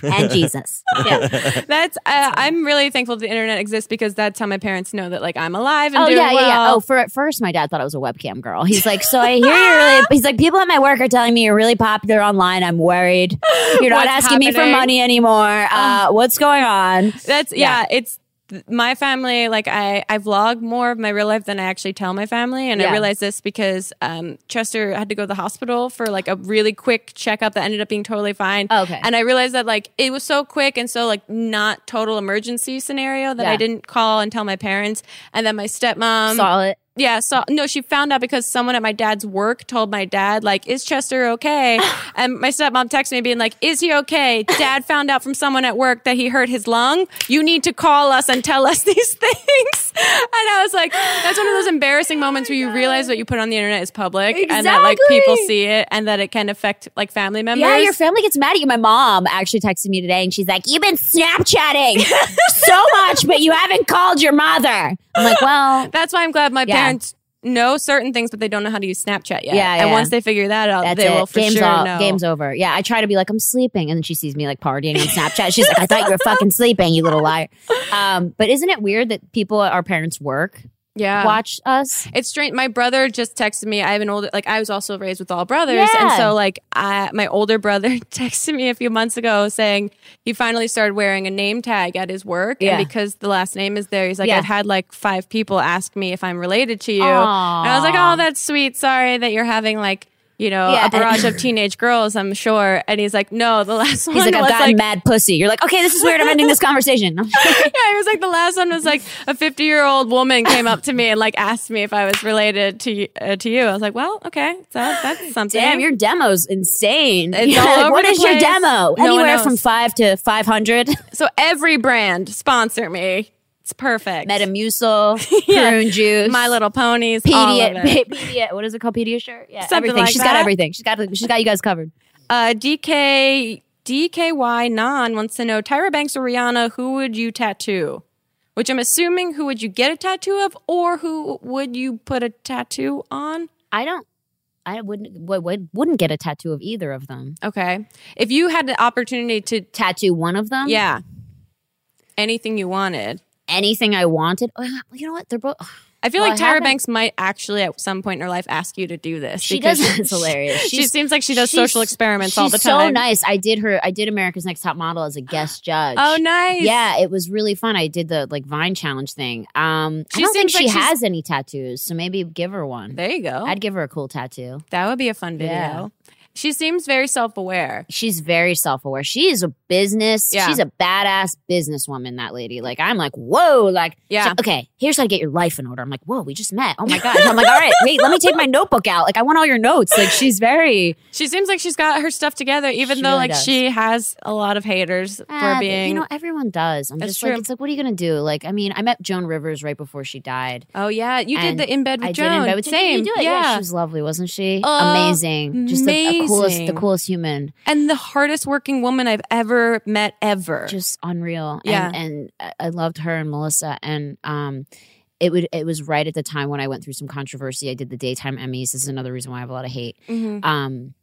[SPEAKER 3] and Jesus." Yeah.
[SPEAKER 1] That's uh, I'm really thankful the internet exists because that's how my parents know that like I'm alive and
[SPEAKER 3] Oh
[SPEAKER 1] doing
[SPEAKER 3] yeah, yeah,
[SPEAKER 1] well.
[SPEAKER 3] yeah. Oh, for at first, my dad thought I was a webcam girl. He's like, "So I hear you're really." He's like, "People at my work are telling me you're really popular online. I'm worried. You're not
[SPEAKER 1] What's
[SPEAKER 3] asking me for
[SPEAKER 1] happening?" Um,
[SPEAKER 3] money anymore. Uh, what's going on?"
[SPEAKER 1] That's yeah. It's th- my family. Like I, I vlog more of my real life than I actually tell my family, and I
[SPEAKER 3] Yeah.
[SPEAKER 1] realized this because um, Chester had to go to the hospital for like a really quick checkup that ended up being totally fine.
[SPEAKER 3] Oh, Okay.
[SPEAKER 1] and I realized that like it was so quick and so like not total emergency scenario that I
[SPEAKER 3] Yeah.
[SPEAKER 1] didn't call and tell my parents, and then my stepmom
[SPEAKER 3] Saw it.
[SPEAKER 1] yeah, so no, she found out because someone at my dad's work told my dad, like, is Chester okay? and my stepmom texted me being like, Is he okay? Dad found out from someone at work that he hurt his lung. You need to call us and tell us these things. and I was like, that's one of those embarrassing moments where you realize what you put on the internet is public and that like people
[SPEAKER 3] Oh Exactly.
[SPEAKER 1] see it and that it can affect like family members.
[SPEAKER 3] Yeah, your family gets mad at you. My mom actually texted me today and she's like, You've been Snapchatting so much, but you haven't called your mother. I'm like, Well,
[SPEAKER 1] that's why I'm glad my
[SPEAKER 3] Yeah.
[SPEAKER 1] parents know certain things, but they don't know how to use Snapchat yet.
[SPEAKER 3] Yeah,
[SPEAKER 1] And
[SPEAKER 3] yeah.
[SPEAKER 1] once they figure that out,
[SPEAKER 3] that's
[SPEAKER 1] they
[SPEAKER 3] it.
[SPEAKER 1] will for
[SPEAKER 3] game's,
[SPEAKER 1] sure
[SPEAKER 3] all-
[SPEAKER 1] know.
[SPEAKER 3] game's over. Yeah, I try to be like, I'm sleeping. And then she sees me like partying on Snapchat. She's like, I thought you were fucking sleeping, you little liar. Um, but isn't it weird that people at our parents' work
[SPEAKER 1] yeah.
[SPEAKER 3] watch us?
[SPEAKER 1] It's strange. My brother just texted me. I have an older, like I was also raised with all brothers, and
[SPEAKER 3] Yeah.
[SPEAKER 1] so like I, my older brother texted me a few months ago saying he finally started wearing a name tag at his work,
[SPEAKER 3] Yeah.
[SPEAKER 1] and because the last name is there, he's like,
[SPEAKER 3] Yeah.
[SPEAKER 1] I've had like five people ask me if I'm related to you,
[SPEAKER 3] Aw.
[SPEAKER 1] and I was like, oh, that's sweet. Sorry that you're having like. You know,
[SPEAKER 3] Yeah,
[SPEAKER 1] a
[SPEAKER 3] and-
[SPEAKER 1] barrage of teenage girls, I'm sure. And he's like, no, the last one
[SPEAKER 3] He's like, I've
[SPEAKER 1] was
[SPEAKER 3] gotten
[SPEAKER 1] like,
[SPEAKER 3] mad pussy. You're like, Okay, this is weird. I'm ending this conversation.
[SPEAKER 1] yeah, it was like the last one was like a 50 year old woman came up to me and like asked me if I was related to y- uh, to you. I was like, well, okay, so that's something.
[SPEAKER 3] Damn, your demo's insane.
[SPEAKER 1] It's
[SPEAKER 3] Yeah,
[SPEAKER 1] all
[SPEAKER 3] like,
[SPEAKER 1] over
[SPEAKER 3] what
[SPEAKER 1] the
[SPEAKER 3] is
[SPEAKER 1] place.
[SPEAKER 3] your demo?
[SPEAKER 1] No one
[SPEAKER 3] Anywhere
[SPEAKER 1] knows.
[SPEAKER 3] from five to five hundred.
[SPEAKER 1] so every brand sponsor me. It's perfect.
[SPEAKER 3] Metamucil,
[SPEAKER 1] Yeah.
[SPEAKER 3] prune juice,
[SPEAKER 1] My Little Ponies, all of
[SPEAKER 3] Pedia,
[SPEAKER 1] it.
[SPEAKER 3] Pedia. What is it called? Pediasure. Yeah,
[SPEAKER 1] Something
[SPEAKER 3] everything.
[SPEAKER 1] like
[SPEAKER 3] She's
[SPEAKER 1] that.
[SPEAKER 3] got everything. She's got. She's got you guys covered.
[SPEAKER 1] Uh, DK DKY Non wants to know Tyra Banks or Rihanna, who would you tattoo? Which I'm assuming, who would you get a tattoo of, or who would you put a tattoo on?
[SPEAKER 3] I don't. I wouldn't. Would, wouldn't get a tattoo of either of them.
[SPEAKER 1] Okay, if you had the opportunity to,
[SPEAKER 3] Tattoo one of them.
[SPEAKER 1] yeah, anything you wanted.
[SPEAKER 3] Anything I wanted. Oh, you know what? They're both.
[SPEAKER 1] I feel
[SPEAKER 3] Well,
[SPEAKER 1] like
[SPEAKER 3] I
[SPEAKER 1] Tyra
[SPEAKER 3] haven't-
[SPEAKER 1] Banks might actually at some point in her life ask you to do this.
[SPEAKER 3] She
[SPEAKER 1] because
[SPEAKER 3] does. It's hilarious.
[SPEAKER 1] she
[SPEAKER 3] She's-
[SPEAKER 1] seems like she does
[SPEAKER 3] she's-
[SPEAKER 1] social experiments all the
[SPEAKER 3] she's
[SPEAKER 1] time.
[SPEAKER 3] So nice. I did her. I did America's Next Top Model as a guest judge.
[SPEAKER 1] Oh, nice.
[SPEAKER 3] Yeah, it was really fun. I did the like Vine challenge thing. Um,
[SPEAKER 1] She
[SPEAKER 3] I don't think
[SPEAKER 1] seems like
[SPEAKER 3] she
[SPEAKER 1] she's-
[SPEAKER 3] has any tattoos, so maybe give her one.
[SPEAKER 1] There you go.
[SPEAKER 3] I'd give her a cool tattoo.
[SPEAKER 1] that would be a fun video.
[SPEAKER 3] Yeah.
[SPEAKER 1] She seems very self aware.
[SPEAKER 3] She's very self aware. She is a business.
[SPEAKER 1] Yeah.
[SPEAKER 3] She's a badass businesswoman. That lady. Like I'm like whoa. Like
[SPEAKER 1] Yeah.
[SPEAKER 3] she's like, okay, here's how to get your life in order. I'm like whoa. We just met. Oh my god. I'm like all right. Wait. Let me take my notebook out. Like I want all your notes. Like she's very.
[SPEAKER 1] She seems like she's got her stuff together, even
[SPEAKER 3] She
[SPEAKER 1] though
[SPEAKER 3] really
[SPEAKER 1] like
[SPEAKER 3] does.
[SPEAKER 1] she has a lot of haters
[SPEAKER 3] Ah,
[SPEAKER 1] for being.
[SPEAKER 3] you know, everyone does. I'm
[SPEAKER 1] That's
[SPEAKER 3] just
[SPEAKER 1] true.
[SPEAKER 3] like, it's like, what are you gonna do? Like, I mean, I met Joan Rivers right before she died.
[SPEAKER 1] oh yeah, you did
[SPEAKER 3] And
[SPEAKER 1] the in bed with
[SPEAKER 3] I
[SPEAKER 1] Joan.
[SPEAKER 3] did in bed with
[SPEAKER 1] Same.
[SPEAKER 3] You do it. Yeah.
[SPEAKER 1] Yeah.
[SPEAKER 3] she was lovely, wasn't she? amazing, just the, the coolest, the
[SPEAKER 1] Amazing.
[SPEAKER 3] coolest human,
[SPEAKER 1] and the hardest working woman I've ever met ever.
[SPEAKER 3] just unreal.
[SPEAKER 1] Yeah.
[SPEAKER 3] and, and I- I loved her and Melissa, and um, it would it was right at the time when I went through some controversy. I did the daytime Emmys. This is another reason why I have a lot of hate.
[SPEAKER 1] Mhm.
[SPEAKER 3] Um,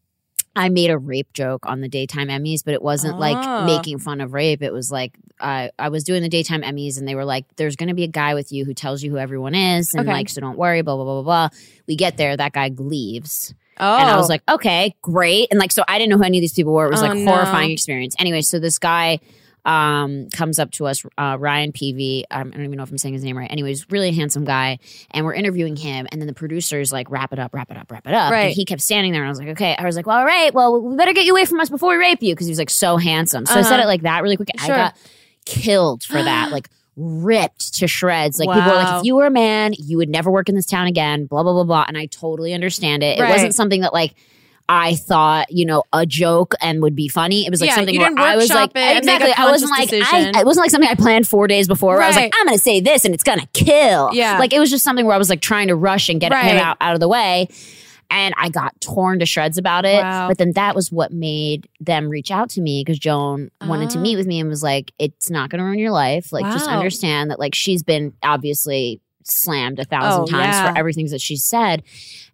[SPEAKER 3] I made a rape joke on the daytime Emmys, but it wasn't
[SPEAKER 1] Ah.
[SPEAKER 3] like making fun of rape. It was like I I was doing the daytime Emmys, and they were like, "There's going to be a guy with you who tells you who everyone is, and
[SPEAKER 1] Okay.
[SPEAKER 3] like, so don't worry." Blah blah blah blah blah. We get there, that guy leaves,
[SPEAKER 1] Oh,
[SPEAKER 3] and I was like, "Okay, great." And like, so I didn't know who any of these people were. It was
[SPEAKER 1] Oh,
[SPEAKER 3] like
[SPEAKER 1] no.
[SPEAKER 3] horrifying experience. Anyway, so this guy um comes up to us uh ryan peavy um, i don't even know if i'm saying his name right anyways really handsome guy and we're interviewing him and then the producers like wrap it up wrap it up wrap it up
[SPEAKER 1] Right.
[SPEAKER 3] and he kept standing there and i was like okay i was like well all right well we better get you away from us before we rape you because he was like so handsome so i said
[SPEAKER 1] Uh-huh.
[SPEAKER 3] it like that really quick
[SPEAKER 1] Sure.
[SPEAKER 3] i got killed for that like ripped to shreds like people were like
[SPEAKER 1] Wow.
[SPEAKER 3] if you were a man you would never work in this town again blah blah blah blah and i totally understand it
[SPEAKER 1] Right.
[SPEAKER 3] it wasn't something that like I thought, you know, a joke and would be funny. It was like
[SPEAKER 1] Yeah,
[SPEAKER 3] something
[SPEAKER 1] you
[SPEAKER 3] where
[SPEAKER 1] didn't
[SPEAKER 3] I was
[SPEAKER 1] workshop
[SPEAKER 3] like,
[SPEAKER 1] it and make a
[SPEAKER 3] exactly. I wasn't like,
[SPEAKER 1] conscious
[SPEAKER 3] I,
[SPEAKER 1] decision.
[SPEAKER 3] it wasn't like something I planned four days before. Where I was
[SPEAKER 1] Right.
[SPEAKER 3] like, I'm going to say this and it's going to kill.
[SPEAKER 1] Yeah.
[SPEAKER 3] like it was just something where I was like trying to rush and get
[SPEAKER 1] Right.
[SPEAKER 3] him out out of the way, and I got torn to shreds about it.
[SPEAKER 1] Wow.
[SPEAKER 3] But then that was what made them reach out to me because Joan wanted to
[SPEAKER 1] Ah.
[SPEAKER 3] meet with me and was like, "It's not going to ruin your life. Like, just
[SPEAKER 1] Wow.
[SPEAKER 3] understand that. Like, she's been obviously." slammed a thousand
[SPEAKER 1] Oh,
[SPEAKER 3] times
[SPEAKER 1] yeah.
[SPEAKER 3] for everything that she said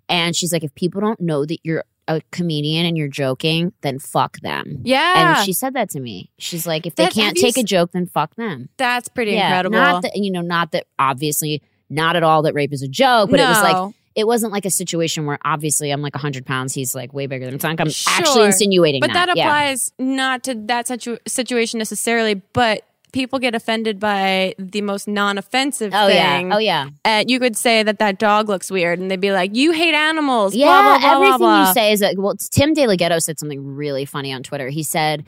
[SPEAKER 3] and she's like, if people don't know that you're a comedian and you're joking, then fuck them.
[SPEAKER 1] yeah,
[SPEAKER 3] And she said that to me. She's like, if
[SPEAKER 1] That-
[SPEAKER 3] they
[SPEAKER 1] have
[SPEAKER 3] can't
[SPEAKER 1] you
[SPEAKER 3] take a
[SPEAKER 1] s-
[SPEAKER 3] joke, then fuck them.
[SPEAKER 1] that's pretty incredible.
[SPEAKER 3] Not that you know, not that obviously not at all that rape is a joke, but it was like
[SPEAKER 1] No.
[SPEAKER 3] it wasn't like a situation where obviously I'm like hundred pounds, he's like way bigger than Frank. I'm
[SPEAKER 1] Sure.
[SPEAKER 3] actually insinuating
[SPEAKER 1] But that,
[SPEAKER 3] that Yeah.
[SPEAKER 1] applies not to that situ- situation necessarily, but people get offended by the most non-offensive
[SPEAKER 3] Oh
[SPEAKER 1] thing.
[SPEAKER 3] yeah. Oh yeah.
[SPEAKER 1] Uh, you could say that that dog looks weird, and they'd be like, "You hate animals."
[SPEAKER 3] Yeah,
[SPEAKER 1] blah, blah, blah,
[SPEAKER 3] everything
[SPEAKER 1] blah, blah.
[SPEAKER 3] you say is like, well, it's Tim De La Ghetto said something really funny on Twitter. He said,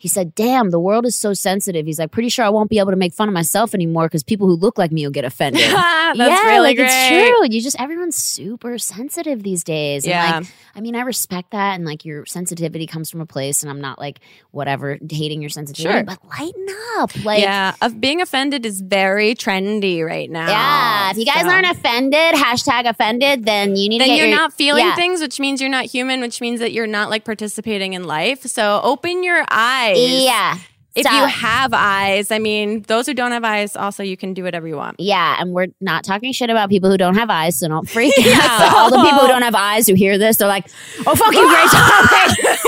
[SPEAKER 3] he said, damn, the world is so sensitive. He's like, pretty sure I won't be able to make fun of myself anymore because people who look like me will get offended.
[SPEAKER 1] That's
[SPEAKER 3] yeah,
[SPEAKER 1] really
[SPEAKER 3] like
[SPEAKER 1] great.
[SPEAKER 3] it's true. You just everyone's super sensitive these days. And,
[SPEAKER 1] Yeah.
[SPEAKER 3] like, I mean, I respect that, and like your sensitivity comes from a place, and I'm not like whatever hating your sensitivity,
[SPEAKER 1] Sure.
[SPEAKER 3] but lighten up, like.
[SPEAKER 1] yeah, of being offended is very trendy right now.
[SPEAKER 3] yeah. if you guys
[SPEAKER 1] So-
[SPEAKER 3] aren't offended, hashtag offended, then you need to
[SPEAKER 1] then
[SPEAKER 3] get
[SPEAKER 1] you're
[SPEAKER 3] your-
[SPEAKER 1] not feeling
[SPEAKER 3] yeah.
[SPEAKER 1] things, which means you're not human, which means that you're not like participating in life. So open your eyes.
[SPEAKER 3] Yeah.
[SPEAKER 1] If you
[SPEAKER 3] Stop.
[SPEAKER 1] have eyes, I mean, those who don't have eyes, also you can do whatever you want.
[SPEAKER 3] Yeah, and we're not talking shit about people who don't have eyes, so don't freak out.
[SPEAKER 1] so-
[SPEAKER 3] All the people who don't have eyes who hear this, they're like, "Oh fuck you, Grace!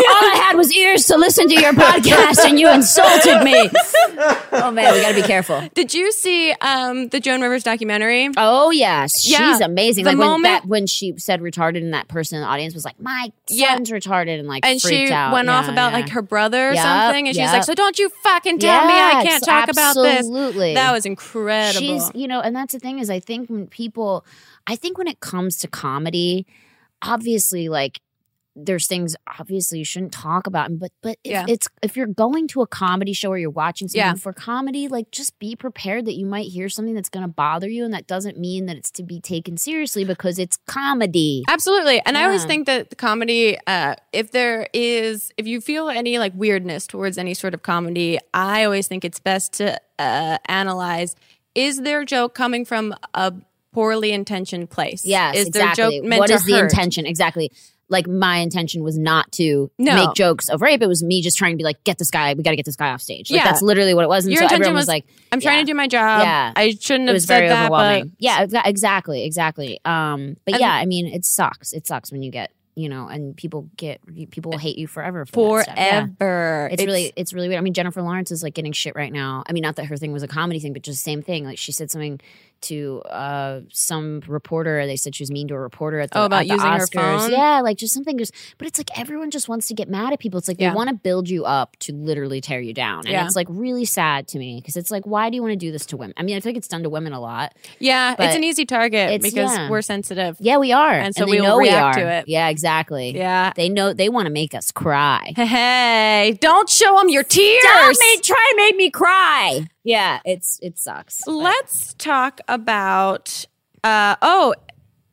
[SPEAKER 3] All I had was ears to listen to your podcast, and you insulted me." oh man, we got to be careful.
[SPEAKER 1] Did you see um, the Joan Rivers documentary?
[SPEAKER 3] Oh yes,
[SPEAKER 1] Yeah.
[SPEAKER 3] she's amazing.
[SPEAKER 1] The
[SPEAKER 3] like
[SPEAKER 1] moment-
[SPEAKER 3] when, that, when she said retarded, and that person in the audience was like, "My
[SPEAKER 1] Yeah.
[SPEAKER 3] son's retarded," and like
[SPEAKER 1] and
[SPEAKER 3] freaked
[SPEAKER 1] she
[SPEAKER 3] out.
[SPEAKER 1] went off
[SPEAKER 3] Yeah,
[SPEAKER 1] about
[SPEAKER 3] yeah.
[SPEAKER 1] like her brother or
[SPEAKER 3] Yep,
[SPEAKER 1] something, and she was
[SPEAKER 3] yep.
[SPEAKER 1] like, "So don't you fucking tell me I
[SPEAKER 3] Yes,
[SPEAKER 1] can't talk about this."
[SPEAKER 3] Absolutely,
[SPEAKER 1] That was incredible.
[SPEAKER 3] She's, you know, and that's the thing is, I think when people, I think when it comes to comedy, obviously, like there's things obviously you shouldn't talk about, but but if
[SPEAKER 1] Yeah.
[SPEAKER 3] it's if you're going to a comedy show or you're watching something
[SPEAKER 1] Yeah.
[SPEAKER 3] for comedy, like just be prepared that you might hear something that's going to bother you, and that doesn't mean that it's to be taken seriously because it's comedy.
[SPEAKER 1] Absolutely. And I always
[SPEAKER 3] Yeah.
[SPEAKER 1] think that the comedy, uh, if there is, if you feel any like weirdness towards any sort of comedy, I always think it's best to uh, analyze is their joke coming from a poorly intentioned place?
[SPEAKER 3] Yes,
[SPEAKER 1] Is
[SPEAKER 3] exactly.
[SPEAKER 1] their joke meant
[SPEAKER 3] What
[SPEAKER 1] to
[SPEAKER 3] is the
[SPEAKER 1] hurt?
[SPEAKER 3] intention? Exactly. Like my intention was not to
[SPEAKER 1] No.
[SPEAKER 3] make jokes of rape. It was me just trying to be like, get this guy. We got to get this guy off stage. Like,
[SPEAKER 1] Yeah.
[SPEAKER 3] that's literally what it was. And
[SPEAKER 1] Your
[SPEAKER 3] so
[SPEAKER 1] intention
[SPEAKER 3] everyone was,
[SPEAKER 1] was-
[SPEAKER 3] like,
[SPEAKER 1] I'm trying
[SPEAKER 3] Yeah.
[SPEAKER 1] to do my job.
[SPEAKER 3] Yeah.
[SPEAKER 1] I shouldn't
[SPEAKER 3] it
[SPEAKER 1] have
[SPEAKER 3] was
[SPEAKER 1] said
[SPEAKER 3] very
[SPEAKER 1] that,
[SPEAKER 3] overwhelming.
[SPEAKER 1] but
[SPEAKER 3] yeah, exa- exactly, exactly. Um, but
[SPEAKER 1] And-
[SPEAKER 3] yeah, I mean, it sucks. It sucks when you get, you know, and people get people hate you forever for that stuff. Yeah.
[SPEAKER 1] forever.
[SPEAKER 3] It's, really it's really weird. I mean, Jennifer Lawrence is like getting shit right now. I mean, not that her thing was a comedy thing, but just same thing. Like she said something to uh some reporter. They said she was mean to a reporter at the,
[SPEAKER 1] Oh, about
[SPEAKER 3] at the
[SPEAKER 1] using her
[SPEAKER 3] Oscars.
[SPEAKER 1] phone?
[SPEAKER 3] Yeah, like just something. Just, but it's like everyone just wants to get mad at people. It's like
[SPEAKER 1] Yeah.
[SPEAKER 3] they want to build you up to literally tear you down, and
[SPEAKER 1] Yeah.
[SPEAKER 3] it's like really sad to me because it's like, why do you want to do this to women? I mean, I feel like it's done to women a lot.
[SPEAKER 1] yeah. It's
[SPEAKER 3] but
[SPEAKER 1] an easy target
[SPEAKER 3] it's-
[SPEAKER 1] because
[SPEAKER 3] yeah.
[SPEAKER 1] we're sensitive.
[SPEAKER 3] Yeah, we are,
[SPEAKER 1] And so
[SPEAKER 3] they
[SPEAKER 1] we will
[SPEAKER 3] know
[SPEAKER 1] react
[SPEAKER 3] we are.
[SPEAKER 1] to it.
[SPEAKER 3] Yeah, exactly.
[SPEAKER 1] Yeah.
[SPEAKER 3] They know they want to make us cry.
[SPEAKER 1] Hey, don't show them your tears.
[SPEAKER 3] Don't make- try and make me cry. Yeah, it's it sucks. but-
[SPEAKER 1] Let's talk about. Uh, oh,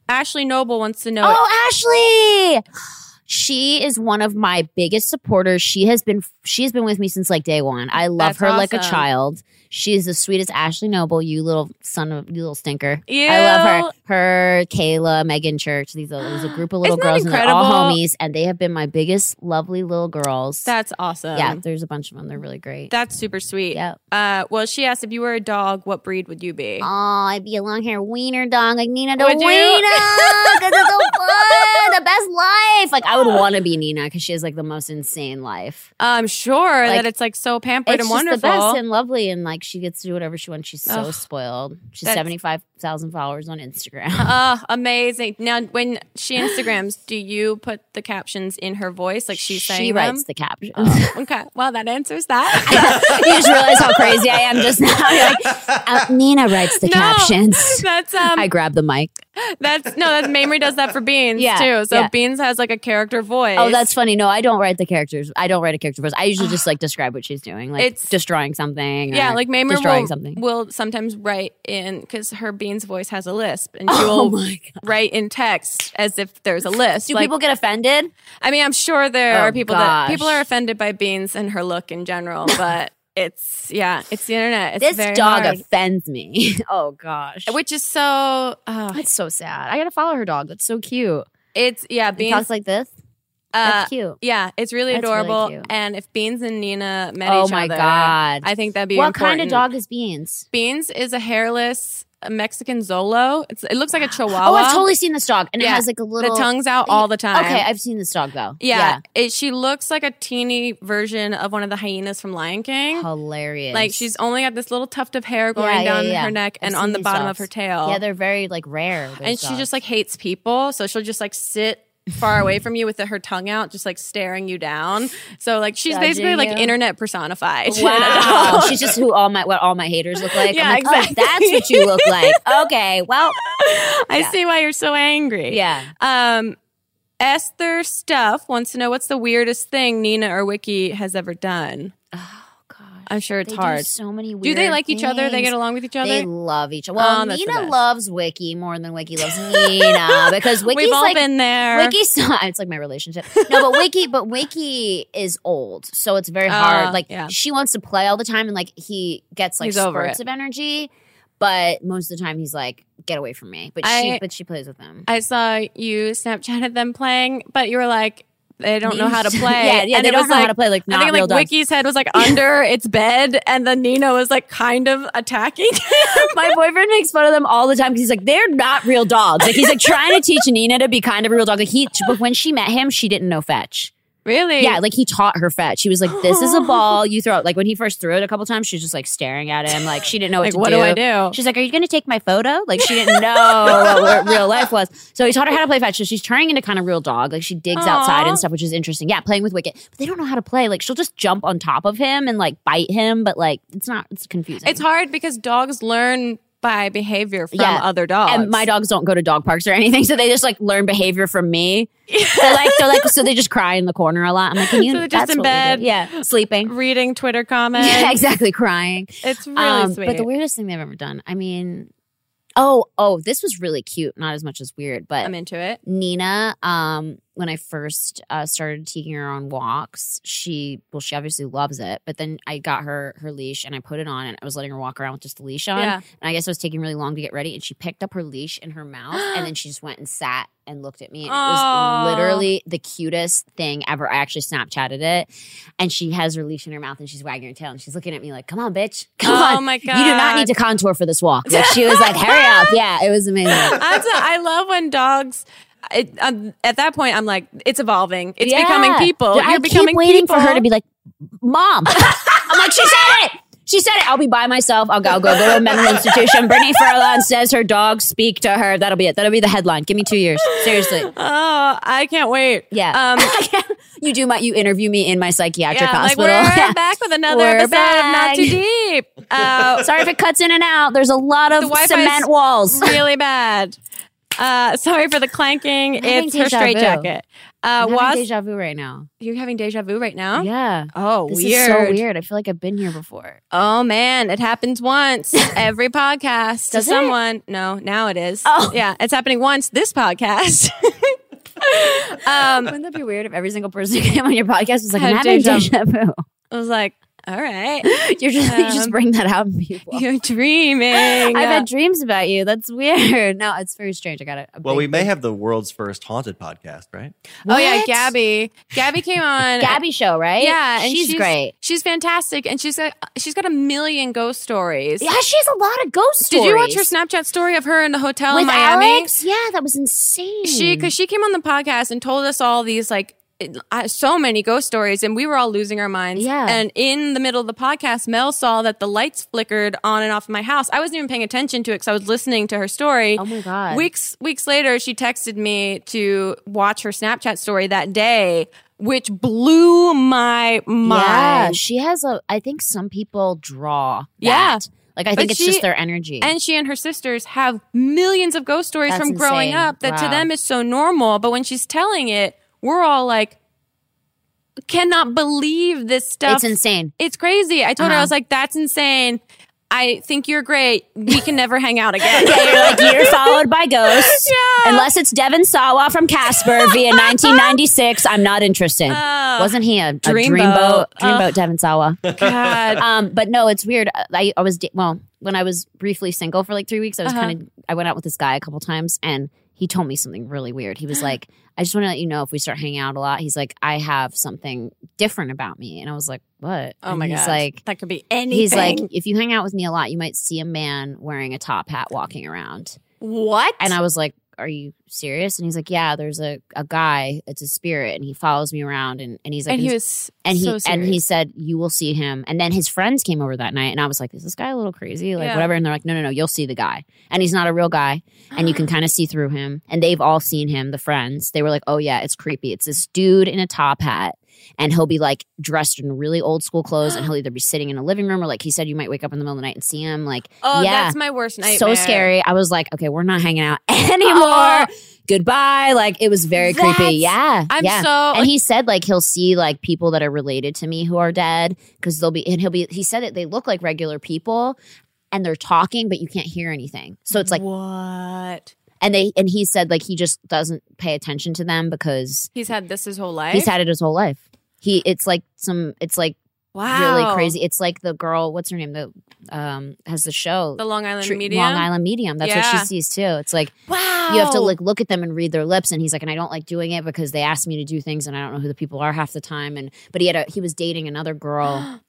[SPEAKER 1] Ashley Noble wants to know.
[SPEAKER 3] Oh, Ashley. She is one of my biggest supporters. She has been she has been with me since like day one. I love
[SPEAKER 1] That's
[SPEAKER 3] her like a
[SPEAKER 1] awesome.
[SPEAKER 3] child. She is the sweetest Ashley Noble, you little son of you little stinker.
[SPEAKER 1] Ew.
[SPEAKER 3] I love her. Her, Kayla, Megan Church. These are there's a group of little
[SPEAKER 1] Isn't that
[SPEAKER 3] girls and they're all
[SPEAKER 1] incredible?
[SPEAKER 3] homies, and they have been my biggest lovely little girls.
[SPEAKER 1] That's awesome.
[SPEAKER 3] yeah, there's a bunch of them. They're really great.
[SPEAKER 1] That's super sweet.
[SPEAKER 3] Yeah.
[SPEAKER 1] Uh, well, she asked if you were a dog, what breed would you be?
[SPEAKER 3] Oh, I'd be a long hair wiener dog like Nina the
[SPEAKER 1] Would you?
[SPEAKER 3] Wiener. 'cause it's so fun. The best life. life, like I would want to be Nina because she has like the most insane life.
[SPEAKER 1] I'm sure
[SPEAKER 3] Like,
[SPEAKER 1] that it's like so pampered
[SPEAKER 3] it's
[SPEAKER 1] and
[SPEAKER 3] just
[SPEAKER 1] wonderful.
[SPEAKER 3] the best and lovely, and like she gets to do whatever she wants. She's so
[SPEAKER 1] Ugh.
[SPEAKER 3] spoiled. She's
[SPEAKER 1] That's-
[SPEAKER 3] seventy five thousand followers on Instagram.
[SPEAKER 1] Ah, amazing. Now, when she Instagrams, do you put the captions in her voice, like she's saying
[SPEAKER 3] she
[SPEAKER 1] them?
[SPEAKER 3] writes
[SPEAKER 1] Oh.
[SPEAKER 3] the captions.
[SPEAKER 1] okay, well that answers that.
[SPEAKER 3] you just realize how crazy I am just now. You're like, uh, Nina writes the
[SPEAKER 1] No.
[SPEAKER 3] captions.
[SPEAKER 1] that's um,
[SPEAKER 3] I grab the mic.
[SPEAKER 1] that's no, that's Mamrie does that for Beans
[SPEAKER 3] Yeah,
[SPEAKER 1] too. So
[SPEAKER 3] yeah.
[SPEAKER 1] Beans has like a character voice.
[SPEAKER 3] Oh, that's funny. No, I don't write the characters. I don't write a character voice. I usually just like describe what she's doing, like
[SPEAKER 1] It's-
[SPEAKER 3] destroying something.
[SPEAKER 1] yeah,
[SPEAKER 3] or
[SPEAKER 1] like Mamrie
[SPEAKER 3] destroying
[SPEAKER 1] will,
[SPEAKER 3] something.
[SPEAKER 1] will sometimes write in because her Beans voice has a lisp, and she
[SPEAKER 3] Oh
[SPEAKER 1] will
[SPEAKER 3] my god!
[SPEAKER 1] write in text as if there's a lisp.
[SPEAKER 3] Do
[SPEAKER 1] like-
[SPEAKER 3] people get offended?
[SPEAKER 1] I mean, I'm sure there
[SPEAKER 3] Oh,
[SPEAKER 1] are people that
[SPEAKER 3] gosh.
[SPEAKER 1] people are offended by Beans and her look in general, but it's yeah, it's the internet. It's
[SPEAKER 3] This
[SPEAKER 1] very
[SPEAKER 3] dog
[SPEAKER 1] hard.
[SPEAKER 3] offends me. oh gosh,
[SPEAKER 1] which is so uh,
[SPEAKER 3] that's so sad. I gotta follow her dog. That's so cute.
[SPEAKER 1] it's yeah
[SPEAKER 3] Beans,
[SPEAKER 1] beans
[SPEAKER 3] talks like this.
[SPEAKER 1] uh,
[SPEAKER 3] That's cute.
[SPEAKER 1] yeah it's really
[SPEAKER 3] That's really
[SPEAKER 1] adorable
[SPEAKER 3] cute.
[SPEAKER 1] and if beans and nina met
[SPEAKER 3] Oh
[SPEAKER 1] each
[SPEAKER 3] my
[SPEAKER 1] other
[SPEAKER 3] god!
[SPEAKER 1] i think that'd be
[SPEAKER 3] what
[SPEAKER 1] important.
[SPEAKER 3] kind of dog is Beans?
[SPEAKER 1] beans is a hairless uh, mexican zolo it's, it looks like a chihuahwa
[SPEAKER 3] Oh, I've totally seen this dog, and
[SPEAKER 1] Yeah.
[SPEAKER 3] it has like a
[SPEAKER 1] the
[SPEAKER 3] little
[SPEAKER 1] tongue's out all the time
[SPEAKER 3] Okay, I've seen this dog though.
[SPEAKER 1] yeah, It, she looks like a teeny version of one of the hyenas from lion king
[SPEAKER 3] Yeah. hilarious.
[SPEAKER 1] Like she's only got this little tuft of hair going
[SPEAKER 3] Yeah, yeah,
[SPEAKER 1] down
[SPEAKER 3] yeah.
[SPEAKER 1] her neck
[SPEAKER 3] I've
[SPEAKER 1] and
[SPEAKER 3] seen
[SPEAKER 1] on the
[SPEAKER 3] these
[SPEAKER 1] bottom of
[SPEAKER 3] dogs.
[SPEAKER 1] her tail.
[SPEAKER 3] yeah, they're very like rare. those
[SPEAKER 1] and she
[SPEAKER 3] dogs.
[SPEAKER 1] just like hates people, so she'll just like sit far away from you with her tongue out, just like staring you down. So like she's
[SPEAKER 3] Judging
[SPEAKER 1] basically like
[SPEAKER 3] you.
[SPEAKER 1] internet personified. you
[SPEAKER 3] Wow,
[SPEAKER 1] know?
[SPEAKER 3] she's just who all my what all my haters look like.
[SPEAKER 1] Yeah,
[SPEAKER 3] I'm like,
[SPEAKER 1] exactly.
[SPEAKER 3] oh, that's what you look like. Okay, well,
[SPEAKER 1] I
[SPEAKER 3] Yeah.
[SPEAKER 1] see why you're so angry.
[SPEAKER 3] yeah.
[SPEAKER 1] Um, Esther Stuff wants to know what's the weirdest thing Nina or Wiki has ever done.
[SPEAKER 3] Oh gosh,
[SPEAKER 1] I'm sure it's
[SPEAKER 3] They do
[SPEAKER 1] hard.
[SPEAKER 3] so many. Weird
[SPEAKER 1] Do they like each other? They
[SPEAKER 3] things.
[SPEAKER 1] get along with each
[SPEAKER 3] They
[SPEAKER 1] other.
[SPEAKER 3] love each other.
[SPEAKER 1] Oh,
[SPEAKER 3] Well,
[SPEAKER 1] that's the
[SPEAKER 3] Nina
[SPEAKER 1] best.
[SPEAKER 3] loves Wiki more than Wiki loves Nina because Wiki's
[SPEAKER 1] We've all
[SPEAKER 3] like
[SPEAKER 1] been there.
[SPEAKER 3] Wiki's it's like my relationship. No, but Wiki, but Wiki is old, so it's very hard.
[SPEAKER 1] Ah,
[SPEAKER 3] like
[SPEAKER 1] yeah.
[SPEAKER 3] she wants to play all the time, and like he gets like
[SPEAKER 1] He's over
[SPEAKER 3] spurts
[SPEAKER 1] it.
[SPEAKER 3] of energy, but most of the time he's like, "Get away from me!" But
[SPEAKER 1] I-
[SPEAKER 3] she, but she plays with him.
[SPEAKER 1] I saw you Snapchatted them playing, but you were like, they don't know how to play.
[SPEAKER 3] yeah, yeah,
[SPEAKER 1] And
[SPEAKER 3] they
[SPEAKER 1] it
[SPEAKER 3] don't
[SPEAKER 1] was
[SPEAKER 3] know how
[SPEAKER 1] like-
[SPEAKER 3] to play. Like
[SPEAKER 1] I
[SPEAKER 3] not
[SPEAKER 1] think
[SPEAKER 3] real
[SPEAKER 1] like
[SPEAKER 3] dogs.
[SPEAKER 1] Wiki's head was like under its bed, and then Nina was like kind of attacking.
[SPEAKER 3] My boyfriend makes fun of them all the time because he's like, they're not real dogs. Like he's like trying to teach Nina to be kind of a real dog. Like he, but when she met him, she didn't know fetch.
[SPEAKER 1] really?
[SPEAKER 3] Yeah, like he taught her fetch. He was like, "This is a ball. You throw it." Like when he first threw it a couple times, she was just like staring at him, like she didn't know what
[SPEAKER 1] Like,
[SPEAKER 3] to
[SPEAKER 1] what do I do?
[SPEAKER 3] She's like, "Are you going to take my photo?" Like she didn't know what re- real life was. So he taught her how to play fetch. So she's turning into kind of real dog. Like she digs
[SPEAKER 1] Aw.
[SPEAKER 3] outside and stuff, which is interesting. Yeah, playing with Wicket, but they don't know how to play. Like she'll just jump on top of him and like bite him, but like it's not. It's confusing.
[SPEAKER 1] It's hard because dogs learn by behavior from
[SPEAKER 3] Yeah.
[SPEAKER 1] other dogs.
[SPEAKER 3] And my dogs don't go to dog parks or anything, so they just like learn behavior from me. They're like, they're like, so they just cry in the corner a lot. I'm like, can you?
[SPEAKER 1] So they're just
[SPEAKER 3] that's
[SPEAKER 1] in
[SPEAKER 3] what we do.
[SPEAKER 1] bed.
[SPEAKER 3] yeah, sleeping.
[SPEAKER 1] reading Twitter comments.
[SPEAKER 3] Yeah, exactly, crying.
[SPEAKER 1] It's really
[SPEAKER 3] Um,
[SPEAKER 1] sweet.
[SPEAKER 3] But the weirdest thing they've ever done. I mean, oh, oh, this was really cute. Not as much as weird, but
[SPEAKER 1] I'm into it.
[SPEAKER 3] Nina, um, when I first uh, started taking her on walks, she well, she obviously loves it. But then I got her her leash and I put it on, and I was letting her walk around with just the leash on.
[SPEAKER 1] Yeah.
[SPEAKER 3] And I guess it was taking really long to get ready. And she picked up her leash in her mouth, and then she just went and sat and looked at me. And it
[SPEAKER 1] Aw.
[SPEAKER 3] was literally the cutest thing ever. I actually Snapchatted it, and she has her leash in her mouth, and she's wagging her tail, and she's looking at me like, "Come on, bitch! Come
[SPEAKER 1] oh
[SPEAKER 3] on!
[SPEAKER 1] my god!
[SPEAKER 3] You do not need to contour for this walk." Like she was like, "Hurry up!" Yeah, it was amazing.
[SPEAKER 1] That's a- I love when dogs. It, um, at that point, I'm like, it's evolving. It's
[SPEAKER 3] Yeah.
[SPEAKER 1] becoming people.
[SPEAKER 3] Dude,
[SPEAKER 1] You're
[SPEAKER 3] I
[SPEAKER 1] becoming
[SPEAKER 3] keep waiting
[SPEAKER 1] people.
[SPEAKER 3] for her to be like, "Mom," I'm like, "She said it." She said it. I'll be by myself. I'll go, I'll go, go to a mental institution. Brittany Furlan says her dogs speak to her. That'll be it. That'll be the headline. Give me two years. Seriously.
[SPEAKER 1] Oh, I can't wait.
[SPEAKER 3] Yeah.
[SPEAKER 1] Um,
[SPEAKER 3] you do my, you interview me in my psychiatric
[SPEAKER 1] yeah, like
[SPEAKER 3] hospital.
[SPEAKER 1] we're
[SPEAKER 3] Yeah.
[SPEAKER 1] back with another
[SPEAKER 3] We're
[SPEAKER 1] episode
[SPEAKER 3] back.
[SPEAKER 1] of Not Too Deep. Uh,
[SPEAKER 3] Sorry if it cuts in and out. There's a lot of
[SPEAKER 1] The Wi-Fi's-
[SPEAKER 3] cement walls.
[SPEAKER 1] really bad. Uh, sorry for the clanking.
[SPEAKER 3] having
[SPEAKER 1] It's her
[SPEAKER 3] deja
[SPEAKER 1] straight
[SPEAKER 3] vu.
[SPEAKER 1] jacket. Uh,
[SPEAKER 3] I'm having
[SPEAKER 1] was
[SPEAKER 3] deja vu right now.
[SPEAKER 1] you're having deja vu right now?
[SPEAKER 3] Yeah.
[SPEAKER 1] Oh,
[SPEAKER 3] This
[SPEAKER 1] weird.
[SPEAKER 3] is so weird. I feel like I've been here before.
[SPEAKER 1] Oh man, it happens once every podcast to
[SPEAKER 3] Does it?
[SPEAKER 1] someone. No, now it is.
[SPEAKER 3] Oh.
[SPEAKER 1] yeah, it's happening once this podcast. um,
[SPEAKER 3] Wouldn't that be weird if every single person who came on your podcast was like, I'm
[SPEAKER 1] Had
[SPEAKER 3] having
[SPEAKER 1] deja
[SPEAKER 3] deja vu?
[SPEAKER 1] I was like, All right.
[SPEAKER 3] You're just, you just
[SPEAKER 1] Um,
[SPEAKER 3] bring that out in people.
[SPEAKER 1] You're dreaming.
[SPEAKER 3] I've had dreams about you. That's weird. No, it's very strange. I got it.
[SPEAKER 5] Well, we may have the world's first haunted podcast, right?
[SPEAKER 1] oh yeah,
[SPEAKER 3] What?
[SPEAKER 1] Gabby. Gabby came on.
[SPEAKER 3] Gabby show, right?
[SPEAKER 1] Yeah, and
[SPEAKER 3] she's, great.
[SPEAKER 1] She's fantastic, and she's got she's got a million ghost stories.
[SPEAKER 3] Yeah, she has a lot of ghost
[SPEAKER 1] Did
[SPEAKER 3] stories.
[SPEAKER 1] you watch her Snapchat story of her in the hotel
[SPEAKER 3] with
[SPEAKER 1] in Miami?
[SPEAKER 3] Alex? Yeah, that was insane.
[SPEAKER 1] She because she came on the podcast and told us all these like it- uh, so many ghost stories, and we were all losing our minds.
[SPEAKER 3] Yeah.
[SPEAKER 1] And in the middle of the podcast, Mel saw that the lights flickered on and off in my house. I wasn't even paying attention to it because I was listening to her story.
[SPEAKER 3] Oh my God.
[SPEAKER 1] Weeks weeks later, she texted me to watch her Snapchat story that day, which blew my mind.
[SPEAKER 3] yeah, she has a. I think some people draw.
[SPEAKER 1] Yeah.
[SPEAKER 3] that. like I think it's
[SPEAKER 1] she-
[SPEAKER 3] just their energy.
[SPEAKER 1] And she and her sisters have millions of ghost stories
[SPEAKER 3] That's
[SPEAKER 1] from growing
[SPEAKER 3] insane.
[SPEAKER 1] up that to
[SPEAKER 3] Wow.
[SPEAKER 1] them is so normal. But when she's telling it, we're all like, cannot believe this stuff.
[SPEAKER 3] it's insane.
[SPEAKER 1] It's crazy. I told her, I
[SPEAKER 3] Uh-huh.
[SPEAKER 1] was like, that's insane. I think you're great. We can never hang out again.
[SPEAKER 2] Yeah, you're like you're followed by ghosts. Unless it's Devin Sawa from Casper via 1996, I'm not interested.
[SPEAKER 3] Wasn't he a, a
[SPEAKER 1] Uh, Dreamboat. Uh.
[SPEAKER 3] dreamboat?
[SPEAKER 1] Ugh.
[SPEAKER 3] Dreamboat Devin Sawa.
[SPEAKER 1] God.
[SPEAKER 3] um, but no, it's weird. I, I was da- well when I was briefly single for like three weeks. I was
[SPEAKER 1] Uh-huh.
[SPEAKER 3] kind of I went out with this guy a couple times, and he told me something really weird. He was like, "I just want to let you know if we start hanging out a lot." He's like, "I have something different about me," and I was like, "What?"
[SPEAKER 1] Oh
[SPEAKER 3] And
[SPEAKER 1] my
[SPEAKER 3] he's
[SPEAKER 1] God.
[SPEAKER 3] like.
[SPEAKER 1] that could be anything.
[SPEAKER 3] He's like, if you hang out with me a lot, you might see a man wearing a top hat walking around.
[SPEAKER 1] what?
[SPEAKER 3] And I was like, Are you serious? And he's like, Yeah, there's a, a guy, it's a spirit, and he follows me around and, and he's like
[SPEAKER 1] and he was
[SPEAKER 3] and he
[SPEAKER 1] so
[SPEAKER 3] and he
[SPEAKER 1] serious.
[SPEAKER 3] said, You will see him. And then his friends came over that night and I was like, Is this guy a little crazy? Like
[SPEAKER 1] Yeah.
[SPEAKER 3] whatever. And they're like, No, no, no, you'll see the guy. And he's not a real guy. And you can kind of see through him. And they've all seen him, the friends. They were like, Oh yeah, it's creepy. It's this dude in a top hat. And he'll be like dressed in really old school clothes, and he'll either be sitting in a living room or like he said, you might wake up in the middle of the night and see him. Like,
[SPEAKER 1] Oh,
[SPEAKER 3] yeah,
[SPEAKER 1] that's my worst nightmare.
[SPEAKER 3] so scary. I was like, okay, we're not hanging out anymore.
[SPEAKER 1] Oh.
[SPEAKER 3] Goodbye. Like it was very
[SPEAKER 1] That's-
[SPEAKER 3] creepy. Yeah.
[SPEAKER 1] I'm
[SPEAKER 3] yeah.
[SPEAKER 1] so
[SPEAKER 3] and he said like he'll see like people that are related to me who are dead because they'll be and he'll be he said it they look like regular people and they're talking but you can't hear anything. So it's like
[SPEAKER 1] what?
[SPEAKER 3] and they and he said like he just doesn't pay attention to them because
[SPEAKER 1] He's had this his whole life.
[SPEAKER 3] he's had it his whole life. He it's like some it's like
[SPEAKER 1] wow.
[SPEAKER 3] really crazy. It's like the girl what's her name that um has the show
[SPEAKER 1] The Long Island
[SPEAKER 3] Tr-
[SPEAKER 1] Medium.
[SPEAKER 3] Long Island medium. That's what
[SPEAKER 1] Yeah.
[SPEAKER 3] she sees too. It's like
[SPEAKER 1] Wow.
[SPEAKER 3] you have to like look at them and read their lips and he's like and i don't like doing it because they asked me to do things and i don't know who the people are half the time and but he had a he was dating another girl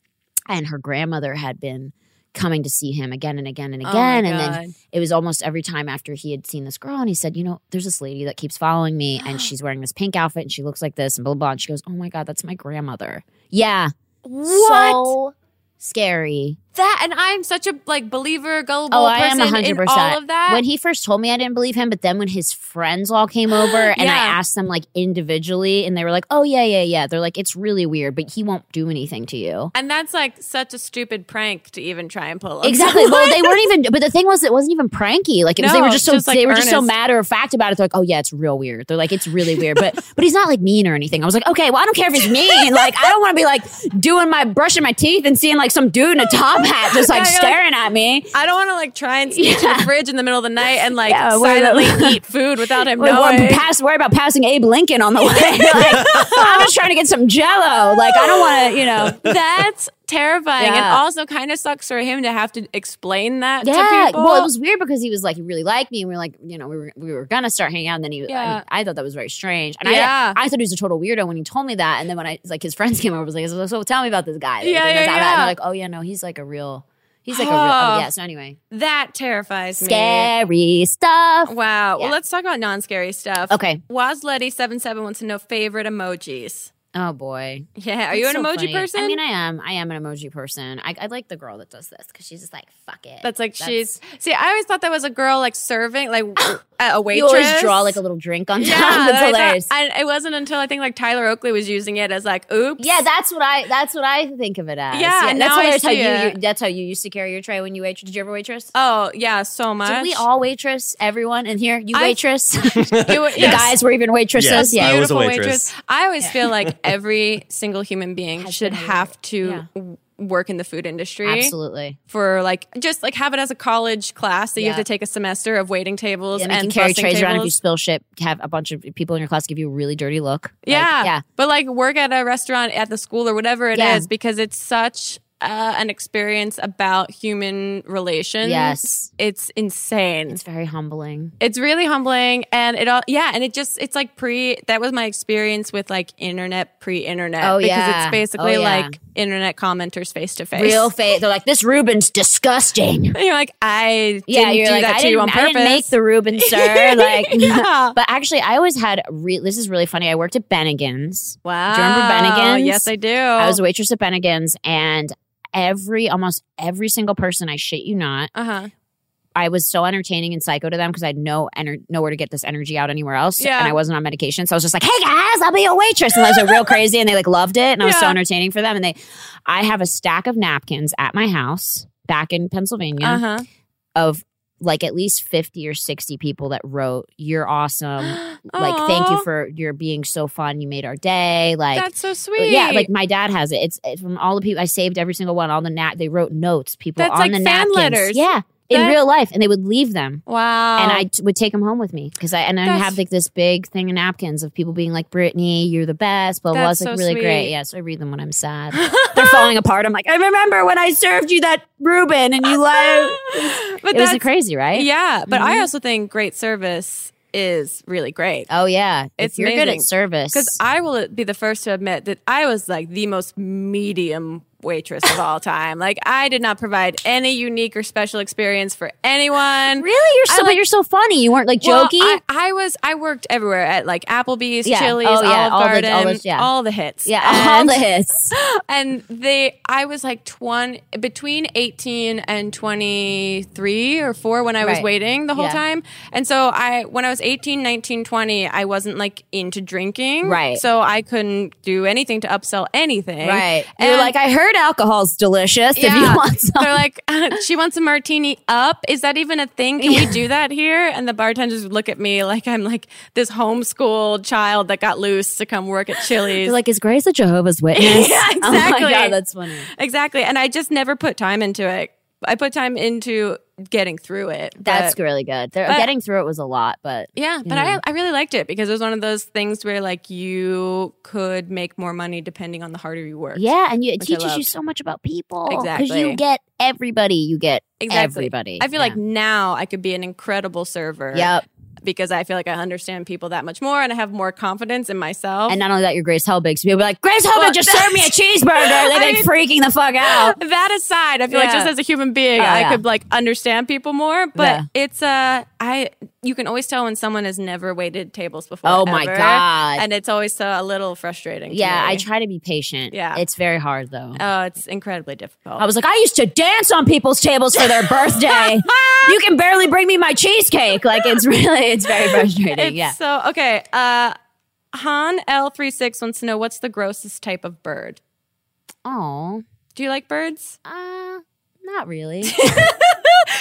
[SPEAKER 3] and her grandmother had been coming to see him again and again and
[SPEAKER 1] Oh my
[SPEAKER 3] again and then
[SPEAKER 1] God.
[SPEAKER 3] it was almost every time after he had seen this girl and he said you know there's this lady that keeps following me and she's wearing this pink outfit and she looks like this and blah blah, blah. and she goes oh my god that's my grandmother yeah
[SPEAKER 1] what?
[SPEAKER 3] so scary
[SPEAKER 1] that and I'm such a like believer, gullible
[SPEAKER 3] Oh, I am
[SPEAKER 1] person in
[SPEAKER 3] 100%.
[SPEAKER 1] all of that.
[SPEAKER 3] When he first told me, I didn't believe him. But then when his friends all came over and
[SPEAKER 1] Yeah.
[SPEAKER 3] I asked them like individually, and they were like, oh, yeah, yeah, yeah. They're like, it's really weird, but he won't do anything to you.
[SPEAKER 1] and that's like such a stupid prank to even try and pull. on
[SPEAKER 3] Exactly. Well, they weren't even, but the thing was, it wasn't even pranky. Like, it was, they
[SPEAKER 1] No,
[SPEAKER 3] were just so,
[SPEAKER 1] just, like,
[SPEAKER 3] they were just so
[SPEAKER 1] earnest.
[SPEAKER 3] matter of fact about it. They're like, oh, yeah, it's real weird. They're like, it's really weird, but, but he's not like mean or anything. I was like, okay, well, I don't care if he's mean. Like, I don't want to be like doing my, brushing my teeth and seeing like some dude in a top hat just like
[SPEAKER 1] Yeah, you're like-
[SPEAKER 3] staring at me.
[SPEAKER 1] I don't want to like try and sneak to the fridge in the middle of the night and like
[SPEAKER 3] Yeah, wait,
[SPEAKER 1] silently
[SPEAKER 3] wait.
[SPEAKER 1] eat food without him
[SPEAKER 3] Like, well,
[SPEAKER 1] knowing.
[SPEAKER 3] pass, worry about passing Abe Lincoln on the way. Like, I'm just trying to get some jello. Like, I don't want to, you know.
[SPEAKER 1] That's terrifying, and
[SPEAKER 3] Yeah.
[SPEAKER 1] also kind of sucks for him to have to explain that to
[SPEAKER 3] Yeah.
[SPEAKER 1] people.
[SPEAKER 3] Well, it was weird because he was like, he really liked me. And we were like, you know, we were, we were going to start hanging out. And then he,
[SPEAKER 1] Yeah.
[SPEAKER 3] I, I thought that was very strange. And
[SPEAKER 1] Yeah.
[SPEAKER 3] I, I thought he was a total weirdo when he told me that. And then when I, like, his friends came over, I was like, so, so tell me about this guy.
[SPEAKER 1] Yeah,
[SPEAKER 3] Like,
[SPEAKER 1] yeah,
[SPEAKER 3] and they're
[SPEAKER 1] yeah.
[SPEAKER 3] like, oh, yeah, no, he's like a real, he's like a real, oh, yeah. So anyway,
[SPEAKER 1] that terrifies me.
[SPEAKER 3] scary stuff.
[SPEAKER 1] Wow. Well,
[SPEAKER 3] Yeah.
[SPEAKER 1] let's talk about non-scary stuff.
[SPEAKER 3] Okay.
[SPEAKER 1] Wazletty77 wants to know favorite emojis.
[SPEAKER 3] Oh, boy.
[SPEAKER 1] Yeah. Are you an
[SPEAKER 3] That's so
[SPEAKER 1] emoji
[SPEAKER 3] funny.
[SPEAKER 1] person?
[SPEAKER 3] I mean, I am. I am an emoji person. I, I like the girl that does this because she's just like, fuck it.
[SPEAKER 1] that's like she's. See, I always thought that was a girl like serving, like at a
[SPEAKER 3] You
[SPEAKER 1] waitress.
[SPEAKER 3] always draw like a little drink on top.
[SPEAKER 1] Yeah,
[SPEAKER 3] it's
[SPEAKER 1] that's what I thought.
[SPEAKER 3] hilarious.
[SPEAKER 1] And it wasn't until I think like Tyler Oakley was using it as like, oops.
[SPEAKER 3] yeah, that's what I. That's what I think of it as.
[SPEAKER 1] Yeah,
[SPEAKER 3] that's
[SPEAKER 1] now I
[SPEAKER 3] hilarious how
[SPEAKER 1] see
[SPEAKER 3] you,
[SPEAKER 1] it.
[SPEAKER 3] you. That's how you used to carry your tray when you waitress. Did you ever waitress?
[SPEAKER 1] Oh yeah, so much.
[SPEAKER 3] Did we all waitress? Everyone in here, you
[SPEAKER 1] I-
[SPEAKER 3] waitress. the
[SPEAKER 1] It wa- yes.
[SPEAKER 3] guys were even waitresses.
[SPEAKER 5] Yes,
[SPEAKER 3] Yeah.
[SPEAKER 5] I was a
[SPEAKER 1] Beautiful
[SPEAKER 5] waitress.
[SPEAKER 1] I always feel like every single human being should have to w- work in the food industry.
[SPEAKER 3] Absolutely.
[SPEAKER 1] For like, just like have it as a college class that you have
[SPEAKER 3] Yeah.
[SPEAKER 1] to take a semester of waiting tables
[SPEAKER 3] And,
[SPEAKER 1] and
[SPEAKER 3] you can carry
[SPEAKER 1] bussing
[SPEAKER 3] trays around if you
[SPEAKER 1] tables.
[SPEAKER 3] spill shit. Have a bunch of people in your class give you a really dirty look. Like,
[SPEAKER 1] yeah.
[SPEAKER 3] yeah.
[SPEAKER 1] But like work at a restaurant at the school or whatever it is
[SPEAKER 3] Yeah.
[SPEAKER 1] because it's such uh, an experience about human relations.
[SPEAKER 6] Yes.
[SPEAKER 1] It's insane.
[SPEAKER 3] It's very humbling.
[SPEAKER 1] It's really humbling, and it all yeah, and it just it's like pre. That was my experience with like internet pre-internet.
[SPEAKER 6] Oh,
[SPEAKER 1] because
[SPEAKER 6] yeah.
[SPEAKER 1] it's basically
[SPEAKER 6] Oh, yeah.
[SPEAKER 1] like internet commenters face to face.
[SPEAKER 6] Real fake. They're like, this Ruben's disgusting.
[SPEAKER 1] And you're like, I
[SPEAKER 6] Yeah,
[SPEAKER 1] didn't
[SPEAKER 6] you're
[SPEAKER 1] do
[SPEAKER 6] like,
[SPEAKER 1] that
[SPEAKER 6] I,
[SPEAKER 1] to
[SPEAKER 6] didn't,
[SPEAKER 1] you on
[SPEAKER 6] I
[SPEAKER 1] purpose.
[SPEAKER 6] didn't make the Ruben, sir. Like,
[SPEAKER 1] Yeah.
[SPEAKER 3] But actually, I always had re- this is really funny. I worked at Bennigan's.
[SPEAKER 1] Wow.
[SPEAKER 3] Do you remember Bennigan's?
[SPEAKER 1] Yes, I do.
[SPEAKER 3] I was a waitress at Bennigan's, and every almost every single person, I shit you not,
[SPEAKER 1] Uh huh.
[SPEAKER 3] I was so entertaining and psycho to them because I had no ener- nowhere to get this energy out anywhere else,
[SPEAKER 1] Yeah.
[SPEAKER 3] and I wasn't on medication. So I was just like, "Hey guys, I'll be a waitress," and I was like, real crazy, and they like loved it, and I was so
[SPEAKER 1] Yeah.
[SPEAKER 3] entertaining for them. And they, I have a stack of napkins at my house back in Pennsylvania
[SPEAKER 1] Uh huh.
[SPEAKER 3] of like at least 50 or 60 people that wrote you're awesome
[SPEAKER 6] Um,
[SPEAKER 3] like thank you for your being so fun you made our day like uh,
[SPEAKER 1] That's so sweet.
[SPEAKER 3] yeah like my dad has it it's, it's from all the people i saved every single one all the nat they wrote notes people
[SPEAKER 1] That's
[SPEAKER 3] on
[SPEAKER 1] like
[SPEAKER 3] the
[SPEAKER 1] fan
[SPEAKER 3] napkins
[SPEAKER 1] letters.
[SPEAKER 3] yeah in
[SPEAKER 1] That-
[SPEAKER 3] real life and they would leave them
[SPEAKER 1] wow.
[SPEAKER 3] and I t- would take them home with me because I and I
[SPEAKER 1] That's-
[SPEAKER 3] have like this big thing of napkins of people being like Brittany, you're the best, blah blah. blah. It's
[SPEAKER 1] That's
[SPEAKER 3] like
[SPEAKER 1] so
[SPEAKER 3] really great.
[SPEAKER 1] sweet.
[SPEAKER 3] Yeah, so I read them when I'm sad. They're falling apart. I'm like, I remember when I served you that Reuben and you like
[SPEAKER 1] but
[SPEAKER 3] it was
[SPEAKER 1] that's-
[SPEAKER 3] crazy, right?
[SPEAKER 1] Yeah, but I also think great service is really great.
[SPEAKER 3] Oh yeah,
[SPEAKER 1] It's
[SPEAKER 3] if you're good
[SPEAKER 1] amazing.
[SPEAKER 3] at service.
[SPEAKER 1] Because I will be the first to admit that I was like the most medium waitress of all time. Like I did not provide any unique or special experience for anyone.
[SPEAKER 3] really, you're so
[SPEAKER 1] I
[SPEAKER 3] but
[SPEAKER 1] like-
[SPEAKER 3] you're so funny. You weren't like
[SPEAKER 1] Well,
[SPEAKER 3] jokey.
[SPEAKER 1] I, I was I worked everywhere at like Applebee's,
[SPEAKER 3] Yeah.
[SPEAKER 1] Chili's,
[SPEAKER 3] Oh, yeah.
[SPEAKER 1] Olive
[SPEAKER 3] All the-
[SPEAKER 1] Garden,
[SPEAKER 3] all
[SPEAKER 1] all,
[SPEAKER 3] those- yeah.
[SPEAKER 1] the hits.
[SPEAKER 3] yeah, all
[SPEAKER 1] And-
[SPEAKER 3] the hits.
[SPEAKER 1] and they I was like 20 between 18 and 23 or 4 when I was
[SPEAKER 3] Right.
[SPEAKER 1] waiting the whole
[SPEAKER 3] Yeah.
[SPEAKER 1] time. And so I when I was 18, 19, 20, I wasn't like into drinking.
[SPEAKER 3] Right.
[SPEAKER 1] So I couldn't do anything to upsell anything.
[SPEAKER 3] You're like, I heard alcohol's delicious. If you want some,
[SPEAKER 1] They're like, she wants a martini up. Is that even a thing? Can we do that here? And the bartenders would look at me like I'm like this homeschooled child that got loose to come work at Chili's.
[SPEAKER 3] you're like, is Grace a Jehovah's Witness?
[SPEAKER 1] Yeah,
[SPEAKER 3] Oh my
[SPEAKER 1] exactly.
[SPEAKER 3] god, that's funny.
[SPEAKER 1] Exactly. And I just never put time into it. I put time into getting through it. but-
[SPEAKER 3] That's really good. They're,
[SPEAKER 1] but-
[SPEAKER 3] getting through it was a lot, but
[SPEAKER 1] Yeah, but I, I really liked it because it was one of those things where like you could make more money depending on the harder you work.
[SPEAKER 3] yeah, and you, it
[SPEAKER 1] Which I
[SPEAKER 3] teaches you
[SPEAKER 1] loved.
[SPEAKER 3] so much about people because you
[SPEAKER 1] Exactly.
[SPEAKER 3] get everybody. You get
[SPEAKER 1] Exactly.
[SPEAKER 3] everybody.
[SPEAKER 1] I feel
[SPEAKER 3] Yeah.
[SPEAKER 1] like now I could be an incredible server.
[SPEAKER 3] Yep,
[SPEAKER 1] Because I feel like I understand people that much more and I have more confidence in myself.
[SPEAKER 3] and not only that, you're Grace Helbig. So people are like, Grace Helbig
[SPEAKER 1] Oh. Well,
[SPEAKER 3] just served me a cheeseburger. They're
[SPEAKER 1] I
[SPEAKER 3] like freaking the fuck out.
[SPEAKER 1] that aside, I feel like
[SPEAKER 3] Yeah.
[SPEAKER 1] just as a human being,
[SPEAKER 3] Oh,
[SPEAKER 1] I
[SPEAKER 3] yeah.
[SPEAKER 1] could like understand people more. But
[SPEAKER 3] Yeah.
[SPEAKER 1] it's uh, I you can always tell when someone has never waited tables before.
[SPEAKER 3] Oh, my
[SPEAKER 1] ever,
[SPEAKER 3] God.
[SPEAKER 1] And it's always uh, a little frustrating. to
[SPEAKER 3] Yeah,
[SPEAKER 1] me.
[SPEAKER 3] I try to be patient.
[SPEAKER 1] Yeah.
[SPEAKER 3] It's very hard though.
[SPEAKER 1] Oh, it's incredibly difficult.
[SPEAKER 3] I was like, I used to dance on people's tables for their birthday. you can barely bring me my cheesecake. Like it's really, it's very frustrating.
[SPEAKER 1] It's
[SPEAKER 3] yeah.
[SPEAKER 1] So okay, uh, Han L36 wants to know what's the grossest type of bird.
[SPEAKER 3] Oh,
[SPEAKER 1] Do you like birds?
[SPEAKER 3] uh, not really.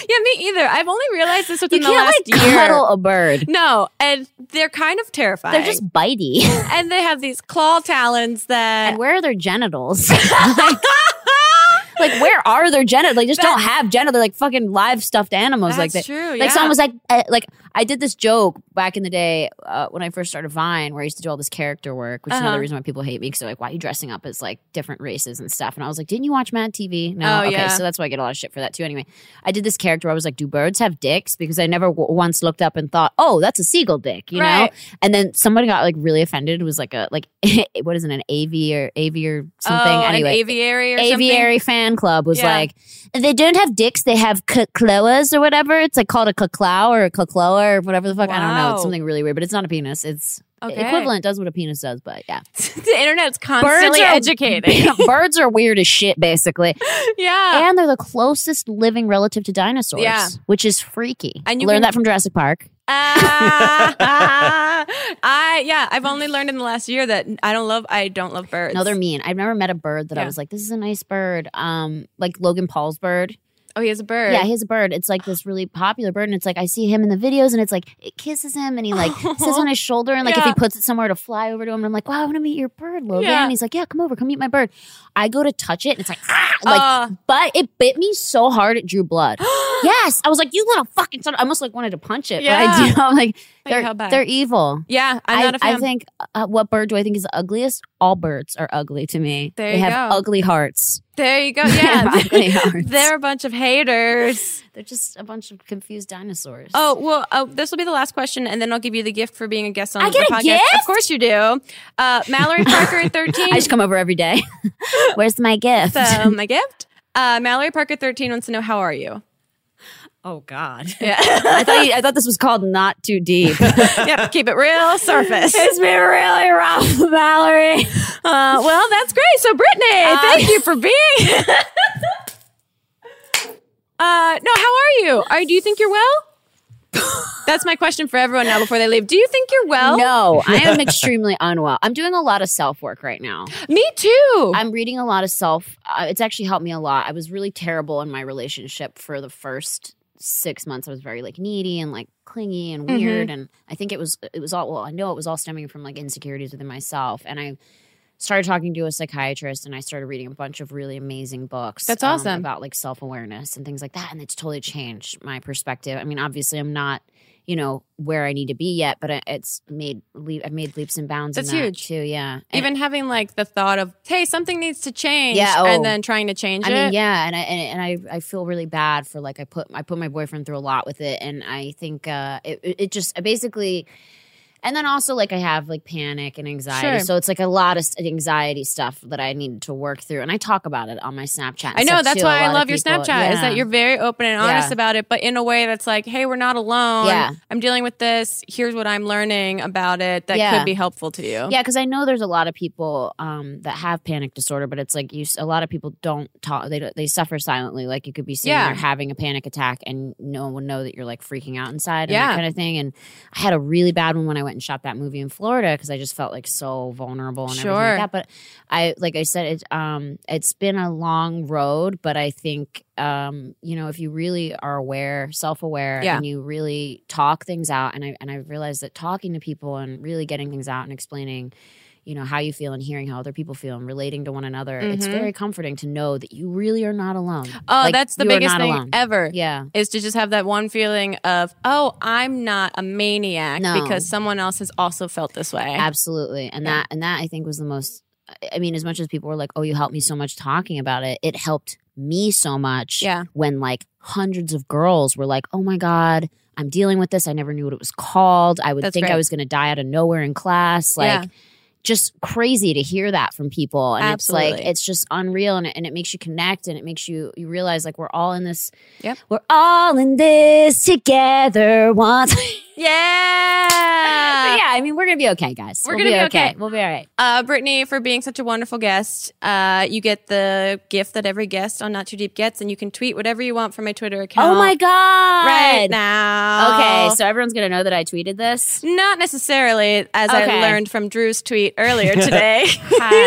[SPEAKER 1] Yeah, me either. I've only realized this
[SPEAKER 3] you
[SPEAKER 1] within the
[SPEAKER 3] can't
[SPEAKER 1] last
[SPEAKER 3] like
[SPEAKER 1] year.
[SPEAKER 3] cuddle a bird.
[SPEAKER 1] No, and they're kind of terrifying.
[SPEAKER 3] They're just bitey.
[SPEAKER 1] and they have these claw talons that
[SPEAKER 3] and where are their genitals? like, like, where are their genitals? They just don't have genitals. They're like fucking live stuffed animals. like that.
[SPEAKER 1] That's true,
[SPEAKER 3] Like
[SPEAKER 1] yeah.
[SPEAKER 3] someone was like, uh, like I did this joke back in the day uh, when I first started Vine, where I used to do all this character work, which is another
[SPEAKER 1] Uh-huh.
[SPEAKER 3] reason why people hate me because they're like, why are you dressing up as like different races and stuff? And I was like, didn't you watch Mad TV? No,
[SPEAKER 1] Oh,
[SPEAKER 3] okay,
[SPEAKER 1] yeah.
[SPEAKER 3] so that's why I get a lot of shit for that too. Anyway, I did this character. Where I was like, do birds have dicks? Because I never w- once looked up and thought, oh, that's a seagull dick, you know?
[SPEAKER 1] Right.
[SPEAKER 3] And then somebody got like really offended. It was like a like what is it an AV or AV or something?
[SPEAKER 1] Oh,
[SPEAKER 3] anyway,
[SPEAKER 1] an aviary or something.
[SPEAKER 3] aviary fan club was
[SPEAKER 1] Yeah.
[SPEAKER 3] like they don't have dicks. They have cloas or whatever. It's like called a caclow or a cacloa or whatever the fuck. I don't know. It's
[SPEAKER 1] Wow.
[SPEAKER 3] something really weird, but it's not a penis. It's
[SPEAKER 1] Okay.
[SPEAKER 3] equivalent. Does what a penis does, but yeah.
[SPEAKER 1] the internet's constantly
[SPEAKER 3] are-
[SPEAKER 1] educating.
[SPEAKER 3] Birds are weird as shit, basically,
[SPEAKER 1] yeah.
[SPEAKER 3] and they're the closest living relative to dinosaurs,
[SPEAKER 1] Yeah.
[SPEAKER 3] which is freaky.
[SPEAKER 1] And you
[SPEAKER 3] learned
[SPEAKER 1] can-
[SPEAKER 3] that from Jurassic Park.
[SPEAKER 1] Ah. I yeah, I've only learned in the last year that I don't love I don't love birds.
[SPEAKER 3] No, they're mean. I've never met a bird that I
[SPEAKER 1] Yeah.
[SPEAKER 3] was like, this is a nice bird. Um, like Logan Paul's bird.
[SPEAKER 1] Oh, he has a bird.
[SPEAKER 3] Yeah, he has a bird. It's like this really popular bird, and it's like I see him in the videos, and it's like it kisses him, and he like sits on his shoulder, and like if he
[SPEAKER 1] Yeah.
[SPEAKER 3] puts it somewhere to fly over to him, and I'm like, wow, I want to meet your bird, Logan.
[SPEAKER 1] Yeah.
[SPEAKER 3] And he's like, yeah, come over, come meet my bird. I go to touch it, and it's like, ah, like,
[SPEAKER 1] Uh.
[SPEAKER 3] but it bit me so hard it drew blood.
[SPEAKER 1] Oh.
[SPEAKER 3] yes, I was like, you little fucking son. I almost like wanted to punch it. Yeah, but I,
[SPEAKER 1] Yeah.
[SPEAKER 3] you know, I'm like
[SPEAKER 1] But you
[SPEAKER 3] they're
[SPEAKER 1] held back.
[SPEAKER 3] they're evil.
[SPEAKER 1] Yeah, I'm
[SPEAKER 3] I-
[SPEAKER 1] not a fan.
[SPEAKER 3] I think uh, what bird do I think is the ugliest? All birds are ugly to me.
[SPEAKER 1] There
[SPEAKER 3] they
[SPEAKER 1] you
[SPEAKER 3] have
[SPEAKER 1] go.
[SPEAKER 3] ugly hearts.
[SPEAKER 1] There you go. Yeah.
[SPEAKER 3] broccoli hearts.
[SPEAKER 1] They're a bunch of haters.
[SPEAKER 3] They're just a bunch of confused dinosaurs.
[SPEAKER 1] Oh, well, uh, this will be the last question, and then I'll give you the gift for being a guest on
[SPEAKER 3] I get
[SPEAKER 1] the
[SPEAKER 3] a
[SPEAKER 1] podcast. Of
[SPEAKER 3] gift?
[SPEAKER 1] course you do. Uh, Mallory Parker 13.
[SPEAKER 3] I just come over every day. Where's my gift?
[SPEAKER 1] So, my gift. Uh, Mallory Parker 13 wants to know, how are you?
[SPEAKER 3] oh God!
[SPEAKER 1] Yeah.
[SPEAKER 3] I thought you, I thought this was called not too deep.
[SPEAKER 1] yep. Keep it real surface.
[SPEAKER 3] it's been really rough, Valerie.
[SPEAKER 1] Uh, well, that's great. So, Brittany, thank you for being. uh, no, how are you? Are, do you think you're well? That's my question for everyone now before they leave. Do you think you're well?
[SPEAKER 3] No, I am extremely unwell. I'm doing a lot of self work right now.
[SPEAKER 1] Me too.
[SPEAKER 3] I'm reading a lot of self. Uh, it's actually helped me a lot. I was really terrible in my relationship for the first six months. I was very like needy and like clingy and
[SPEAKER 1] Mm-hmm.
[SPEAKER 3] weird, and I think it was it was all well. I know it was all stemming from like insecurities within myself, and I started talking to a psychiatrist and I started reading a bunch of really amazing books.
[SPEAKER 1] That's
[SPEAKER 3] um,
[SPEAKER 1] awesome.
[SPEAKER 3] about like self awareness and things like that, and it's totally changed my perspective. I mean, obviously, I'm not. You know where I need to be yet, but I- it's made. leap I've made leaps and bounds. in
[SPEAKER 1] That's
[SPEAKER 3] that,
[SPEAKER 1] huge.
[SPEAKER 3] too. Yeah, And-
[SPEAKER 1] Even having like the thought of, hey, something needs to change,
[SPEAKER 3] Yeah,
[SPEAKER 1] and
[SPEAKER 3] oh.
[SPEAKER 1] then trying to change
[SPEAKER 3] I
[SPEAKER 1] it.
[SPEAKER 3] mean, yeah, and I and, and I I feel really bad for like I put I put my boyfriend through a lot with it, and I think uh, it it it just I basically. And then also, like, I have like panic and anxiety.
[SPEAKER 1] Sure.
[SPEAKER 3] So it's like a lot of s- anxiety stuff that I needed to work through. And I talk about it on my Snapchat. and
[SPEAKER 1] I know
[SPEAKER 3] stuff,
[SPEAKER 1] that's
[SPEAKER 3] too. A
[SPEAKER 1] why I
[SPEAKER 3] lot of
[SPEAKER 1] love your
[SPEAKER 3] people-
[SPEAKER 1] Snapchat is that
[SPEAKER 3] yeah.
[SPEAKER 1] you're very open and honest
[SPEAKER 3] Yeah.
[SPEAKER 1] about it, but in a way that's like, hey, we're not alone.
[SPEAKER 3] Yeah.
[SPEAKER 1] I'm dealing with this. Here's what I'm learning about it that
[SPEAKER 3] Yeah.
[SPEAKER 1] could be helpful to you.
[SPEAKER 3] Yeah, because I know there's a lot of people um, that have panic disorder, but it's like you. s- A lot of people don't talk. They don't- they suffer silently. Like you could be sitting
[SPEAKER 1] Yeah.
[SPEAKER 3] there having a panic attack, and no one would know that you're like freaking out inside. and
[SPEAKER 1] Yeah.
[SPEAKER 3] that kind of thing. And I had a really bad one when I went and shot that movie in Florida because I just felt like so vulnerable and everything
[SPEAKER 1] Sure.
[SPEAKER 3] like that. But I, like I said, it's um, it's been a long road, but I think um, you know, if you really are aware, self aware,
[SPEAKER 1] Yeah.
[SPEAKER 3] and you really talk things out, and I and I realized that talking to people and really getting things out and explaining. You know how you feel and hearing how other people feel and relating to one another. It's
[SPEAKER 1] Mhm.
[SPEAKER 3] very comforting to know that you really are not alone.
[SPEAKER 1] Oh,
[SPEAKER 3] Like,
[SPEAKER 1] that's the
[SPEAKER 3] you are
[SPEAKER 1] biggest
[SPEAKER 3] not
[SPEAKER 1] thing
[SPEAKER 3] alone.
[SPEAKER 1] ever.
[SPEAKER 3] Yeah,
[SPEAKER 1] Is to just have that one feeling of, oh, I'm not a maniac
[SPEAKER 3] No.
[SPEAKER 1] because someone else has also felt this way.
[SPEAKER 3] Absolutely. And that and that I think was the most I- I mean, as much as people were like, Oh, you helped me so much talking about it, it helped me so much
[SPEAKER 1] Yeah.
[SPEAKER 3] when like hundreds of girls were like, Oh my God, I'm dealing with this. I never knew what it was called. I would
[SPEAKER 1] That's
[SPEAKER 3] think
[SPEAKER 1] great.
[SPEAKER 3] I was gonna die out of nowhere in class. Like
[SPEAKER 1] Yeah.
[SPEAKER 3] Just crazy to hear that from people, and it's
[SPEAKER 1] Absolutely.
[SPEAKER 3] like it's just unreal, and it, and it makes you connect, and it makes you you realize like we're all in this,
[SPEAKER 1] Yep.
[SPEAKER 3] we're all in this together once.
[SPEAKER 1] Yeah.
[SPEAKER 3] yeah, I mean we're gonna be okay, guys.
[SPEAKER 1] Uh, We're
[SPEAKER 3] We'll
[SPEAKER 1] gonna be okay.
[SPEAKER 3] We'll be all right.
[SPEAKER 1] Uh, Brittany, for being such a wonderful guest. Uh, you get the gift that every guest on Not Too Deep gets, and you can tweet whatever you want from my Oh. Twitter account.
[SPEAKER 3] Oh my god!
[SPEAKER 1] Right now.
[SPEAKER 3] Okay, so everyone's gonna know that I tweeted this.
[SPEAKER 1] Not necessarily, as I
[SPEAKER 3] Okay.
[SPEAKER 1] learned from Drew's tweet earlier today.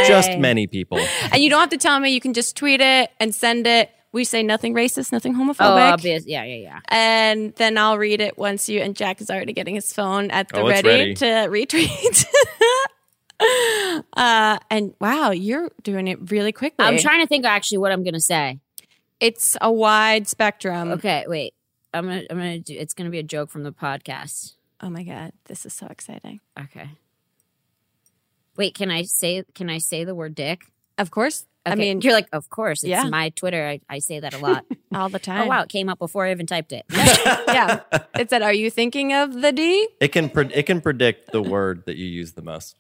[SPEAKER 5] Just many people.
[SPEAKER 1] and you don't have to tell me. You can just tweet it and send it. We say nothing racist, nothing
[SPEAKER 3] Oh,
[SPEAKER 1] homophobic.
[SPEAKER 3] obvious. Yeah, yeah, yeah.
[SPEAKER 1] and then I'll read it once you and Jack is already getting his phone at the
[SPEAKER 7] Oh, it's
[SPEAKER 1] ready, to retweet. uh, and wow, you're doing it really quickly.
[SPEAKER 3] I'm trying to think actually what I'm gonna say.
[SPEAKER 1] It's a wide spectrum.
[SPEAKER 3] Okay, wait. I'm gonna, I'm gonna do. It's gonna be a joke from the podcast.
[SPEAKER 1] Oh my god, this is so exciting.
[SPEAKER 3] Okay. Wait, can I say? Can I say the word dick?
[SPEAKER 1] Of course, I
[SPEAKER 3] Okay,
[SPEAKER 1] mean
[SPEAKER 3] you're like, of course. It's
[SPEAKER 1] Yeah.
[SPEAKER 3] my Twitter. I, I say that a lot.
[SPEAKER 1] all the time.
[SPEAKER 3] oh wow, it came up before I even typed it.
[SPEAKER 1] yeah. It said, "Are you thinking of the D?"
[SPEAKER 5] It can pre- it can predict the word that you use the most.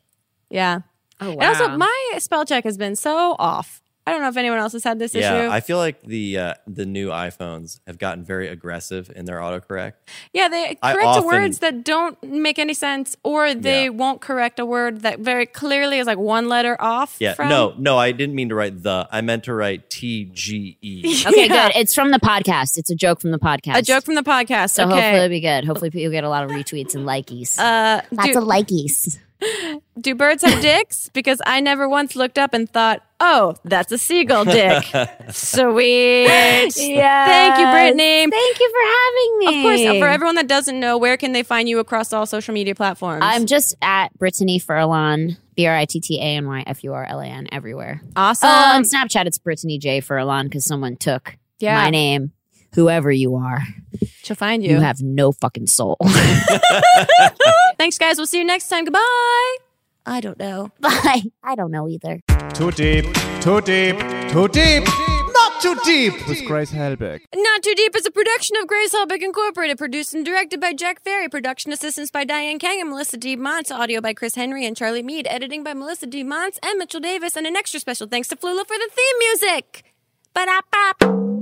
[SPEAKER 1] Yeah.
[SPEAKER 3] oh wow.
[SPEAKER 1] And also, my spell check has been so off. I don't know if anyone else has had this
[SPEAKER 5] yeah,
[SPEAKER 1] issue.
[SPEAKER 5] I feel like the uh, the new iPhones have gotten very aggressive in their autocorrect.
[SPEAKER 1] yeah, they
[SPEAKER 5] I
[SPEAKER 1] correct
[SPEAKER 5] often-
[SPEAKER 1] words that don't make any sense, or they
[SPEAKER 5] Yeah.
[SPEAKER 1] won't correct a word that very clearly is like one letter off.
[SPEAKER 5] Yeah,
[SPEAKER 1] from.
[SPEAKER 5] no, no, I didn't mean to write the. I meant to write T G E.
[SPEAKER 3] okay,
[SPEAKER 1] Yeah.
[SPEAKER 3] good. It's from the podcast. It's a joke from the podcast.
[SPEAKER 1] A joke from the podcast.
[SPEAKER 3] So hopefully
[SPEAKER 1] okay.
[SPEAKER 3] it'll be good. Hopefully people get a lot of retweets and likies.
[SPEAKER 1] uh,
[SPEAKER 8] Lots
[SPEAKER 1] do,
[SPEAKER 8] of likies.
[SPEAKER 1] do birds have dicks? Because I never once looked up and thought, oh, that's a seagull dick. Sweet.
[SPEAKER 3] yeah.
[SPEAKER 1] Thank you, Brittany.
[SPEAKER 3] Thank you for having
[SPEAKER 1] Of
[SPEAKER 3] me.
[SPEAKER 1] course, uh, for everyone that doesn't know, where can they find you across all social media platforms?
[SPEAKER 3] I'm just at Brittany Furlan, B R I T T A N Y F U R L A N everywhere.
[SPEAKER 1] awesome.
[SPEAKER 3] Oh, on Snapchat, it's Brittany J Furlan because someone took
[SPEAKER 1] Um, Yeah.
[SPEAKER 3] my name. Whoever you are,
[SPEAKER 1] She'll find
[SPEAKER 3] you
[SPEAKER 1] you.
[SPEAKER 3] have no fucking soul.
[SPEAKER 1] Thanks, guys. We'll see you next time. Goodbye.
[SPEAKER 2] I don't know. Bye. I don't know either.
[SPEAKER 9] Too deep, too deep, too deep, not too deep with Grace Helbig.
[SPEAKER 1] Not Too Deep is a production of Grace Helbig Incorporated, produced and directed by Jack Ferry, production assistance by Diane Kang and Melissa D. Montz, audio by Chris Henry and Charlie Mead, editing by Melissa D. Montz and Mitchell Davis, and an extra special thanks to Flula for the theme music. Ba-da-ba.